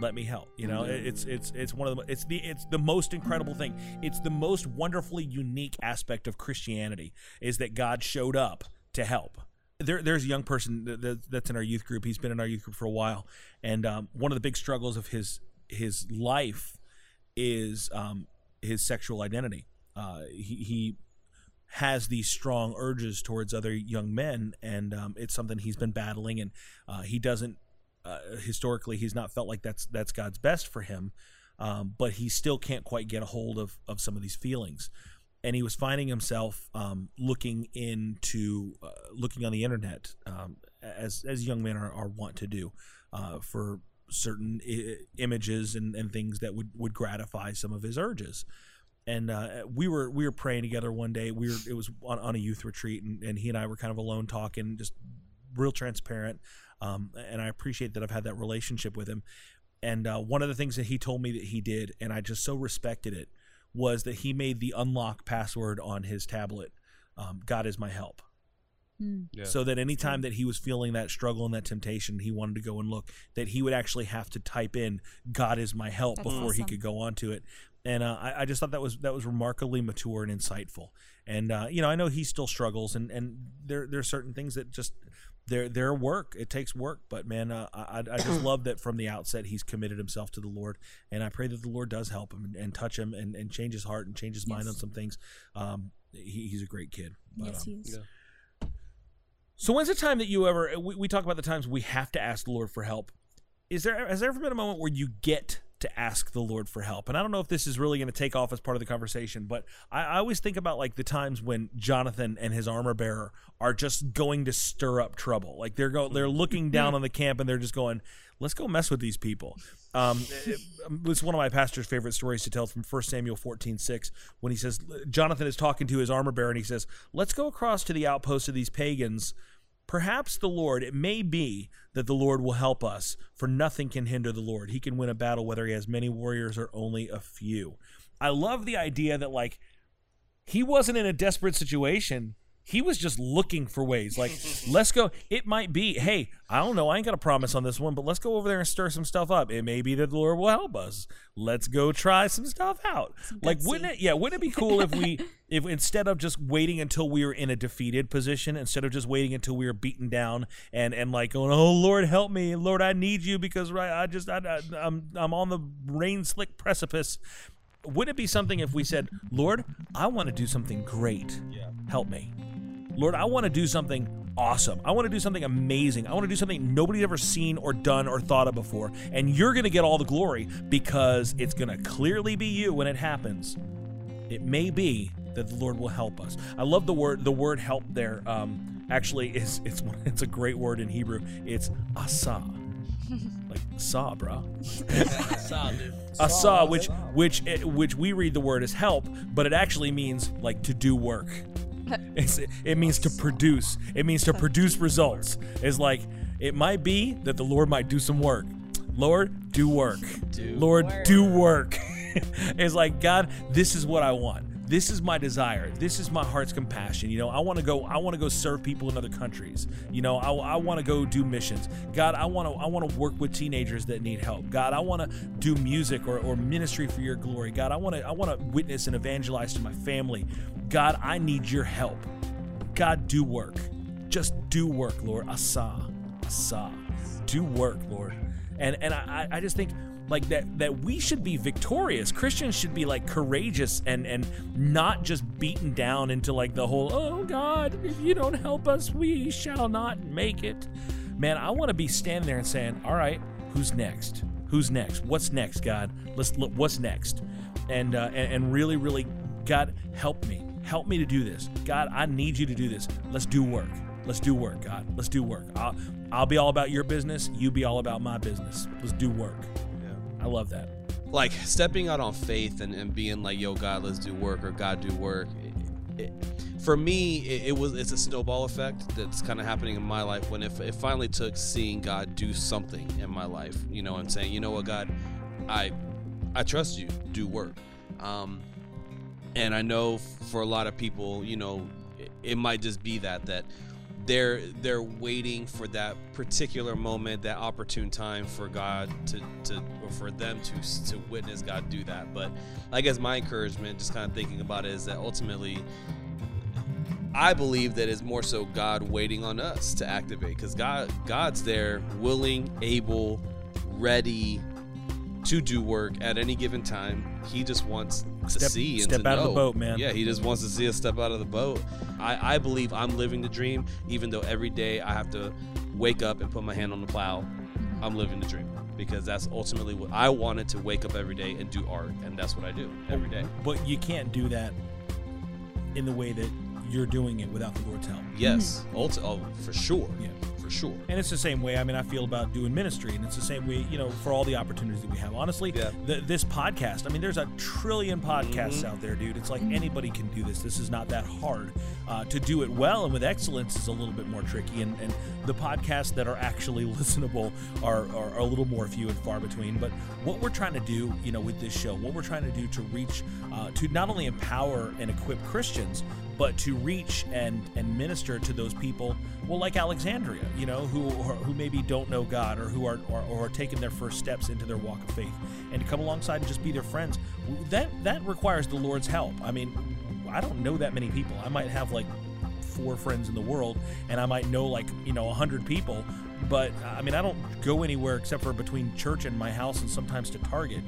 S1: let me help you know
S4: Mm-hmm.
S1: it- it's it's it's one of the mo- it's the it's the most incredible thing it's the most wonderfully unique aspect of christianity is that god showed up to help there, there's a young person that- that, that's in our youth group he's been in our youth group for a while and um, one of the big struggles of his his life is um, his sexual identity uh, he, he has these strong urges towards other young men, and um, it's something he's been battling. And uh, he doesn't uh, historically, he's not felt like that's that's God's best for him, um, but he still can't quite get a hold of of some of these feelings. And he was finding himself um, looking into uh, looking on the internet, um, as as young men are, are wont to do, uh, for certain I- images and, and things that would would gratify some of his urges and uh, we were we were praying together one day. We were it was on, on a youth retreat, and, and he and I were kind of alone talking, just real transparent. Um, and I appreciate that I've had that relationship with him. And uh, one of the things that he told me that he did, and I just so respected it, was that he made the unlock password on his tablet. Um, God is my help.
S5: Yeah.
S1: So that anytime that he was feeling that struggle and that temptation, he wanted to go and look, that he would actually have to type in "God is my help"
S4: That's
S1: before he
S4: awesome.
S1: could go on to it. And uh, I, I just thought that was that was remarkably mature and insightful. And uh, you know, I know he still struggles, and and there there are certain things that just they're they're work. It takes work, but man, uh, I I I just love that from the outset he's committed himself to the Lord, and I pray that the Lord does help him and, and touch him and, and change his heart and change his mind
S4: Yes.
S1: on some things. Um, he, he's a great kid. But,
S4: Yes,
S1: um,
S4: he is.
S1: so when's the time that you ever we, we talk about the times we have to ask the Lord for help? Is there has there ever been a moment where you get to ask the Lord for help? And I don't know if this is really going to take off as part of the conversation, but I, I always think about like the times when Jonathan and his armor bearer are just going to stir up trouble. Like they're go they're looking down on the camp and they're just going, let's go mess with these people. Um, it- it's one of my pastor's favorite stories to tell from 1 Samuel 14 6, when he says, Jonathan is talking to his armor bearer and he says, Let's go across to the outpost of these pagans. Perhaps the Lord, it may be that the Lord will help us, for nothing can hinder the Lord. He can win a battle whether he has many warriors or only a few. I love the idea that, like, he wasn't in a desperate situation. He was just looking for ways. Like, let's go. It might be, hey, I don't know. I ain't got a promise on this one, but let's go over there and stir some stuff up. It may be that the Lord will help us. Let's go try some stuff out. like, wouldn't it? Yeah, wouldn't it be cool if we, if instead of just waiting until we were in a defeated position, instead of just waiting until we were beaten down and and like going, oh Lord, help me, Lord, I need you because right, I just I, I, I'm I'm on the rain slick precipice would it be something if we said, Lord, I want to do something great. Yeah. Help me. Lord, I want to do something awesome. I want to do something amazing. I want to do something nobody's ever seen or done or thought of before. And you're going to get all the glory because it's going to clearly be you when it happens. It may be that the Lord will help us. I love the word the word help there. Um, actually is it's one- it's a great word in Hebrew. It's asa. Like saw, bruh.
S3: Saw, dude.
S1: Asa, which which it, which we read the word as help, but it actually means like to do work. It's, it means to produce. It means to produce results. It's like it might be that the Lord might do some work. Lord, do work. Lord, do work. it's like God, this is what I want. This is my desire. This is my heart's compassion. You know, I want to go. I want to go serve people in other countries. You know, I, I want to go do missions. God, I want to. I want to work with teenagers that need help. God, I want to do music or, or ministry for your glory. God, I want to. I want to witness and evangelize to my family. God, I need your help. God, do work. Just do work, Lord. Asa, asa, do work, Lord. And and I, I I just think like that that we should be victorious. Christians should be like courageous and and not just beaten down into like the whole oh God, if you don't help us, we shall not make it. Man, I want to be standing there and saying, all right, who's next? Who's next? What's next, God? Let's look. What's next? And uh, and, and really, really, God, help me. Help me to do this. God, I need you to do this. Let's do work. Let's do work, God. Let's do work. I'll, I'll be all about your business. You be all about my business. Let's do work. I love that.
S5: Like stepping out on faith and, and being like, yo, God, let's do work or God, do work. It- it- for me, it, it was it's a snowball effect that's kind of happening in my life when if it finally took seeing God do something in my life, you know, and saying, you know what, God, I I trust you, do work. Um, and I know for a lot of people, you know, it, it might just be that that they're they're waiting for that particular moment, that opportune time for God to to or for them to to witness God do that. But I guess my encouragement, just kind of thinking about it, is that ultimately. I believe that it's more so God waiting on us to activate because God God's there, willing, able, ready to do work at any given time. He just wants to
S1: Step-
S5: see and
S1: step
S5: to
S1: out of the
S5: know.
S1: boat, man.
S5: Yeah, he just wants to see us step out of the boat. I, I believe I'm living the dream, even though every day I have to wake up and put my hand on the plow. I'm living the dream because that's ultimately what I wanted to wake up every day and do art, and that's what I do every day.
S1: But you can't do that in the way that you're doing it without the Lord's help.
S5: Yes, ulti- oh, for sure.
S1: Yeah.
S5: For sure.
S1: And it's the same way. I mean, I feel about doing ministry, and it's the same way, you know, for all the opportunities that we have. Honestly, the, this podcast. I mean, there's a trillion podcasts
S5: Mhm.
S1: out there, dude. It's like anybody can do this. This is not that hard. Uh, to do it well and with excellence is a little bit more tricky. And, and the podcasts that are actually listenable are, are, are a little more few and far between. But what we're trying to do, you know, with this show, what we're trying to do to reach, uh, to not only empower and equip Christians, but to reach and and minister to those people well like alexandria you know who or, who maybe don't know god or who are or, or are taking their first steps into their walk of faith and to come alongside and just be their friends that that requires the lord's help i mean i don't know that many people i might have like four friends in the world and i might know like you know 100 people but i mean i don't go anywhere except for between church and my house and sometimes to target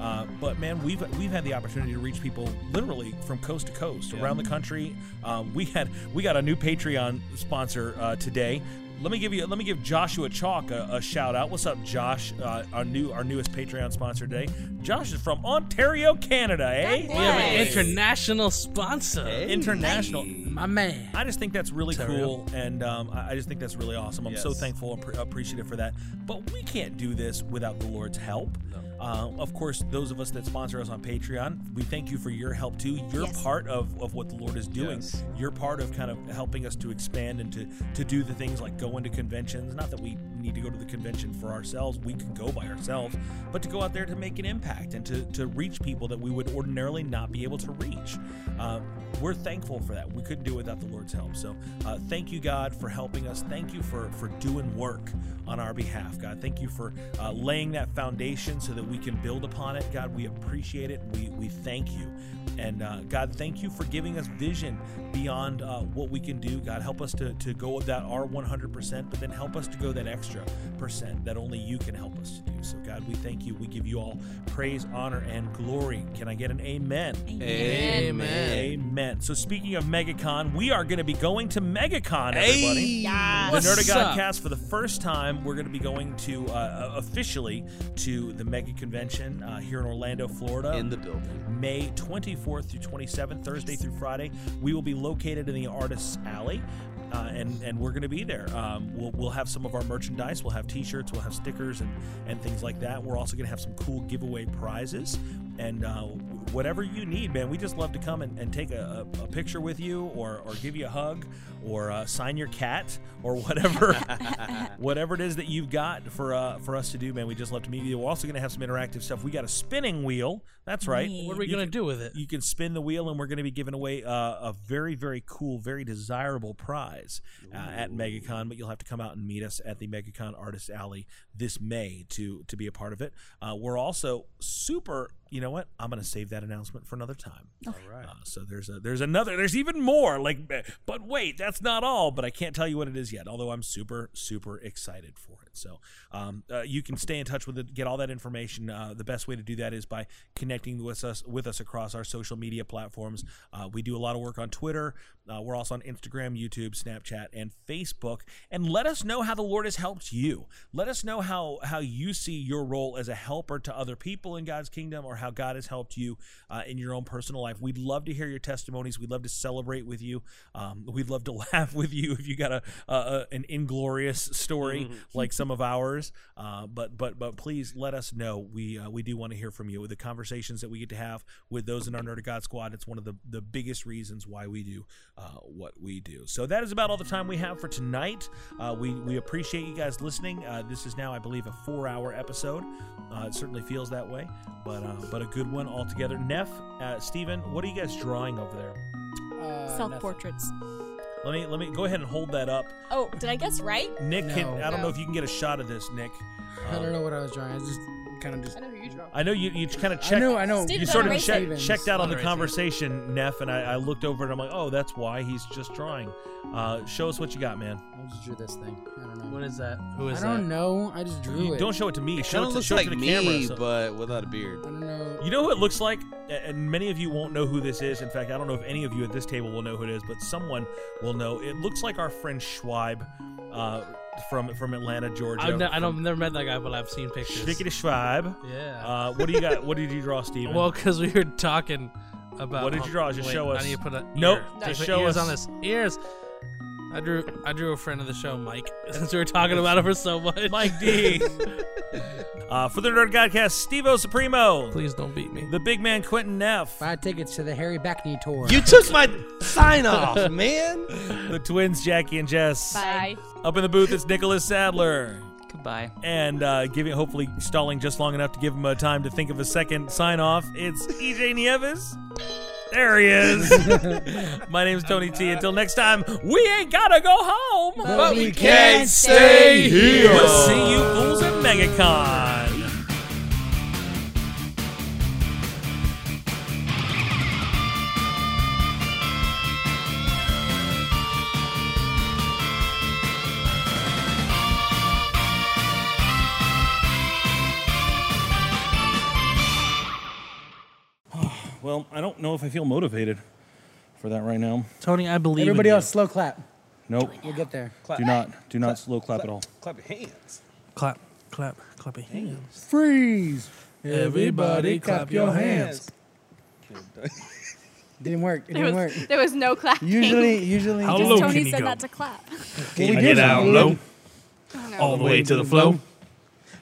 S1: uh, but man we've we've had the opportunity to reach people literally from coast to coast around the country um, we had we got a new patreon sponsor uh, today let me give you. Let me give Joshua Chalk a, a shout out. What's up, Josh? Uh, our new, our newest Patreon sponsor today. Josh is from Ontario, Canada. Eh?
S3: We have an international sponsor.
S1: International.
S3: My man.
S1: I just think that's really
S3: Ontario.
S1: cool, and um, I I just think that's really awesome. I'm so
S3: Yes.
S1: thankful and pre- appreciative for that. But we can't do this without the Lord's help. Uh, of course, those of us that sponsor us on Patreon, we thank you for your help too. You're part of, of what the Lord is doing. You're part of kind of helping us to expand and to, to do the things like going to conventions. Not that we need to go to the convention for ourselves, we could go by ourselves, but to go out there to make an impact and to, to reach people that we would ordinarily not be able to reach. Uh, we're thankful for that. We couldn't do it without the Lord's help. So uh, thank you, God, for helping us. Thank you for, for doing work on our behalf, God. Thank you for uh, laying that foundation so that we can build upon it. God, we appreciate it. We, we thank you. And uh, God, thank you for giving us vision beyond uh, what we can do. God, help us to, to go with that our 100%, but then help us to go that extra percent that only you can help us to do. So, God, we thank you. We give you all praise, honor, and glory. Can I get an amen?
S5: Amen.
S1: Amen. So, speaking of MegaCon, we are going to be going to MegaCon, everybody. The
S3: What's
S1: Nerdagod
S3: up?
S1: Cast, for the first time, we're going to be going to uh, officially to the Mega Convention uh, here in Orlando, Florida.
S5: In the building.
S1: May 24th through 27th, Thursday through Friday. We will be located in the Artists Alley. Uh, and, and we're going to be there. Um, we'll, we'll have some of our merchandise. We'll have t shirts, we'll have stickers, and, and things like that. We're also going to have some cool giveaway prizes. And uh, whatever you need, man. We just love to come and, and take a, a, a picture with you, or or give you a hug, or uh, sign your cat, or whatever, whatever it is that you've got for uh, for us to do, man. We just love to meet you. We're also gonna have some interactive stuff. We got a spinning wheel. That's right.
S3: Neat. What are we gonna
S1: do with it? You can spin the wheel, and we're gonna be giving away uh, a very very cool, very desirable prize uh, at MegaCon. But you'll have to come out and meet us at the MegaCon Artist Alley this May to to be a part of it. Uh, we're also super. You know what? I'm gonna save that announcement for another time.
S12: All
S1: right. Uh, so there's a there's another there's even more like eh, but wait that's not all but I can't tell you what it is yet although I'm super super excited for it so um, uh, you can stay in touch with it get all that information uh, the best way to do that is by connecting with us with us across our social media platforms uh, we do a lot of work on Twitter uh, we're also on Instagram YouTube Snapchat and Facebook and let us know how the Lord has helped you let us know how how you see your role as a helper to other people in God's kingdom or how God has helped you uh, in your own personal life. We'd love to hear your testimonies. We'd love to celebrate with you. Um, we'd love to laugh with you if you got a, a, a an inglorious story like some of ours. Uh, but but but please let us know. We uh, we do want to hear from you. The conversations that we get to have with those in our Nerd of God squad. It's one of the the biggest reasons why we do uh, what we do. So that is about all the time we have for tonight. Uh, we we appreciate you guys listening. Uh, this is now I believe a four hour episode. Uh, it certainly feels that way, but uh, but a good one altogether. Neff, uh, Steven, what are you guys drawing over there?
S4: Self
S6: Uh,
S4: portraits.
S1: Let me let me go ahead and hold that up.
S4: Oh, did I guess right?
S1: Nick, can, I don't know if you can get a shot of this, Nick. Um,
S6: I don't know what I was drawing. I was just kind of just.
S1: I know you, you kind of
S6: I
S1: checked.
S6: know, I know.
S1: You
S6: Steven's
S1: sort of
S6: on
S1: che-
S6: Steven's.
S1: checked out on the
S6: Moderator.
S1: conversation, Neff, and I, I looked over and I'm like, oh, that's why he's just drawing. Uh, show us what you got, man.
S6: I just drew this thing. I don't know.
S3: What is that?
S1: Who is
S6: I
S1: that?
S6: don't know. I just drew
S1: You
S6: it.
S1: Don't show it to me.
S5: It
S1: show
S5: kind
S1: it
S5: of
S1: to,
S5: looks
S1: show it
S5: like
S1: to the camera.
S5: me,
S1: so-
S5: but without a beard.
S1: You know who it looks like, A- and many of you won't know who this is. In fact, I don't know if any of you at this table will know who it is, but someone will know. It looks like our friend Schwab uh, from from Atlanta, Georgia.
S3: I've, ne- I
S1: from
S3: don't, never met that guy, but I've seen pictures.
S1: Schwickety Schwab.
S3: Yeah.
S1: Uh, what do you got? What did you draw, Steven?
S3: Well, because we were talking about
S1: What did you draw? Just
S3: Wait,
S1: show us.
S3: I need to put a
S1: Nope,
S3: ear.
S1: just
S3: Put
S1: show
S3: ears
S1: us.
S3: on this ears. I drew. I drew a friend of the show, Mike, since we were talking about him for so much.
S1: Mike D. uh, for the Nerd Godcast, Steve O Supremo.
S3: Please don't beat me.
S1: The big man, Quentin Neff.
S6: Buy tickets to the Harry Beckney tour.
S5: You took my sign off, man.
S1: the twins, Jackie and Jess. Bye. Up in the booth, it's Nicholas Sadler.
S7: Goodbye.
S1: And uh, giving, hopefully, stalling just long enough to give him a time to think of a second sign off. It's EJ Nieves. There he is. My name's Tony T. Until next time, we ain't gotta go home,
S12: But But we we can't can't stay stay here. here.
S1: We'll see you fools at MegaCon. Well, I don't know if I feel motivated for that right now.
S3: Tony, I believe.
S6: Everybody
S3: in
S6: else, slow clap.
S1: Nope.
S6: We'll get there.
S1: Do not, do not slow clap, at all.
S5: Clap your hands.
S3: You. Clap, clap, clap your hands.
S6: Freeze.
S3: Everybody clap your hands.
S6: Didn't work. It
S8: There
S6: didn't
S8: was,
S6: work.
S8: there was no clapping.
S6: Usually, usually.
S12: How
S6: just-
S12: low Tony can you said go?
S4: not to clap.
S6: Well, we
S12: I
S6: did
S12: get out
S6: it.
S12: low, all the way to the flow.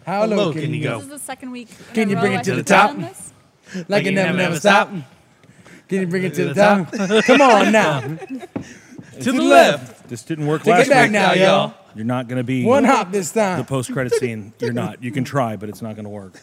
S6: How low, can, you
S12: go?
S4: This is the second week. in
S6: Can
S4: a
S6: you
S4: row
S6: bring
S4: I
S6: it to the
S4: think I've
S6: top?
S4: done this.
S6: Like it never, never stop. Can you bring it to the top? Come on now.
S1: To
S6: the left.
S1: This didn't work
S6: Take it
S1: last
S6: back
S1: week.
S6: now, y'all.
S1: You're not going to be
S6: One hop this time.
S1: The post credit scene. You're not. You can try, but it's not going to work.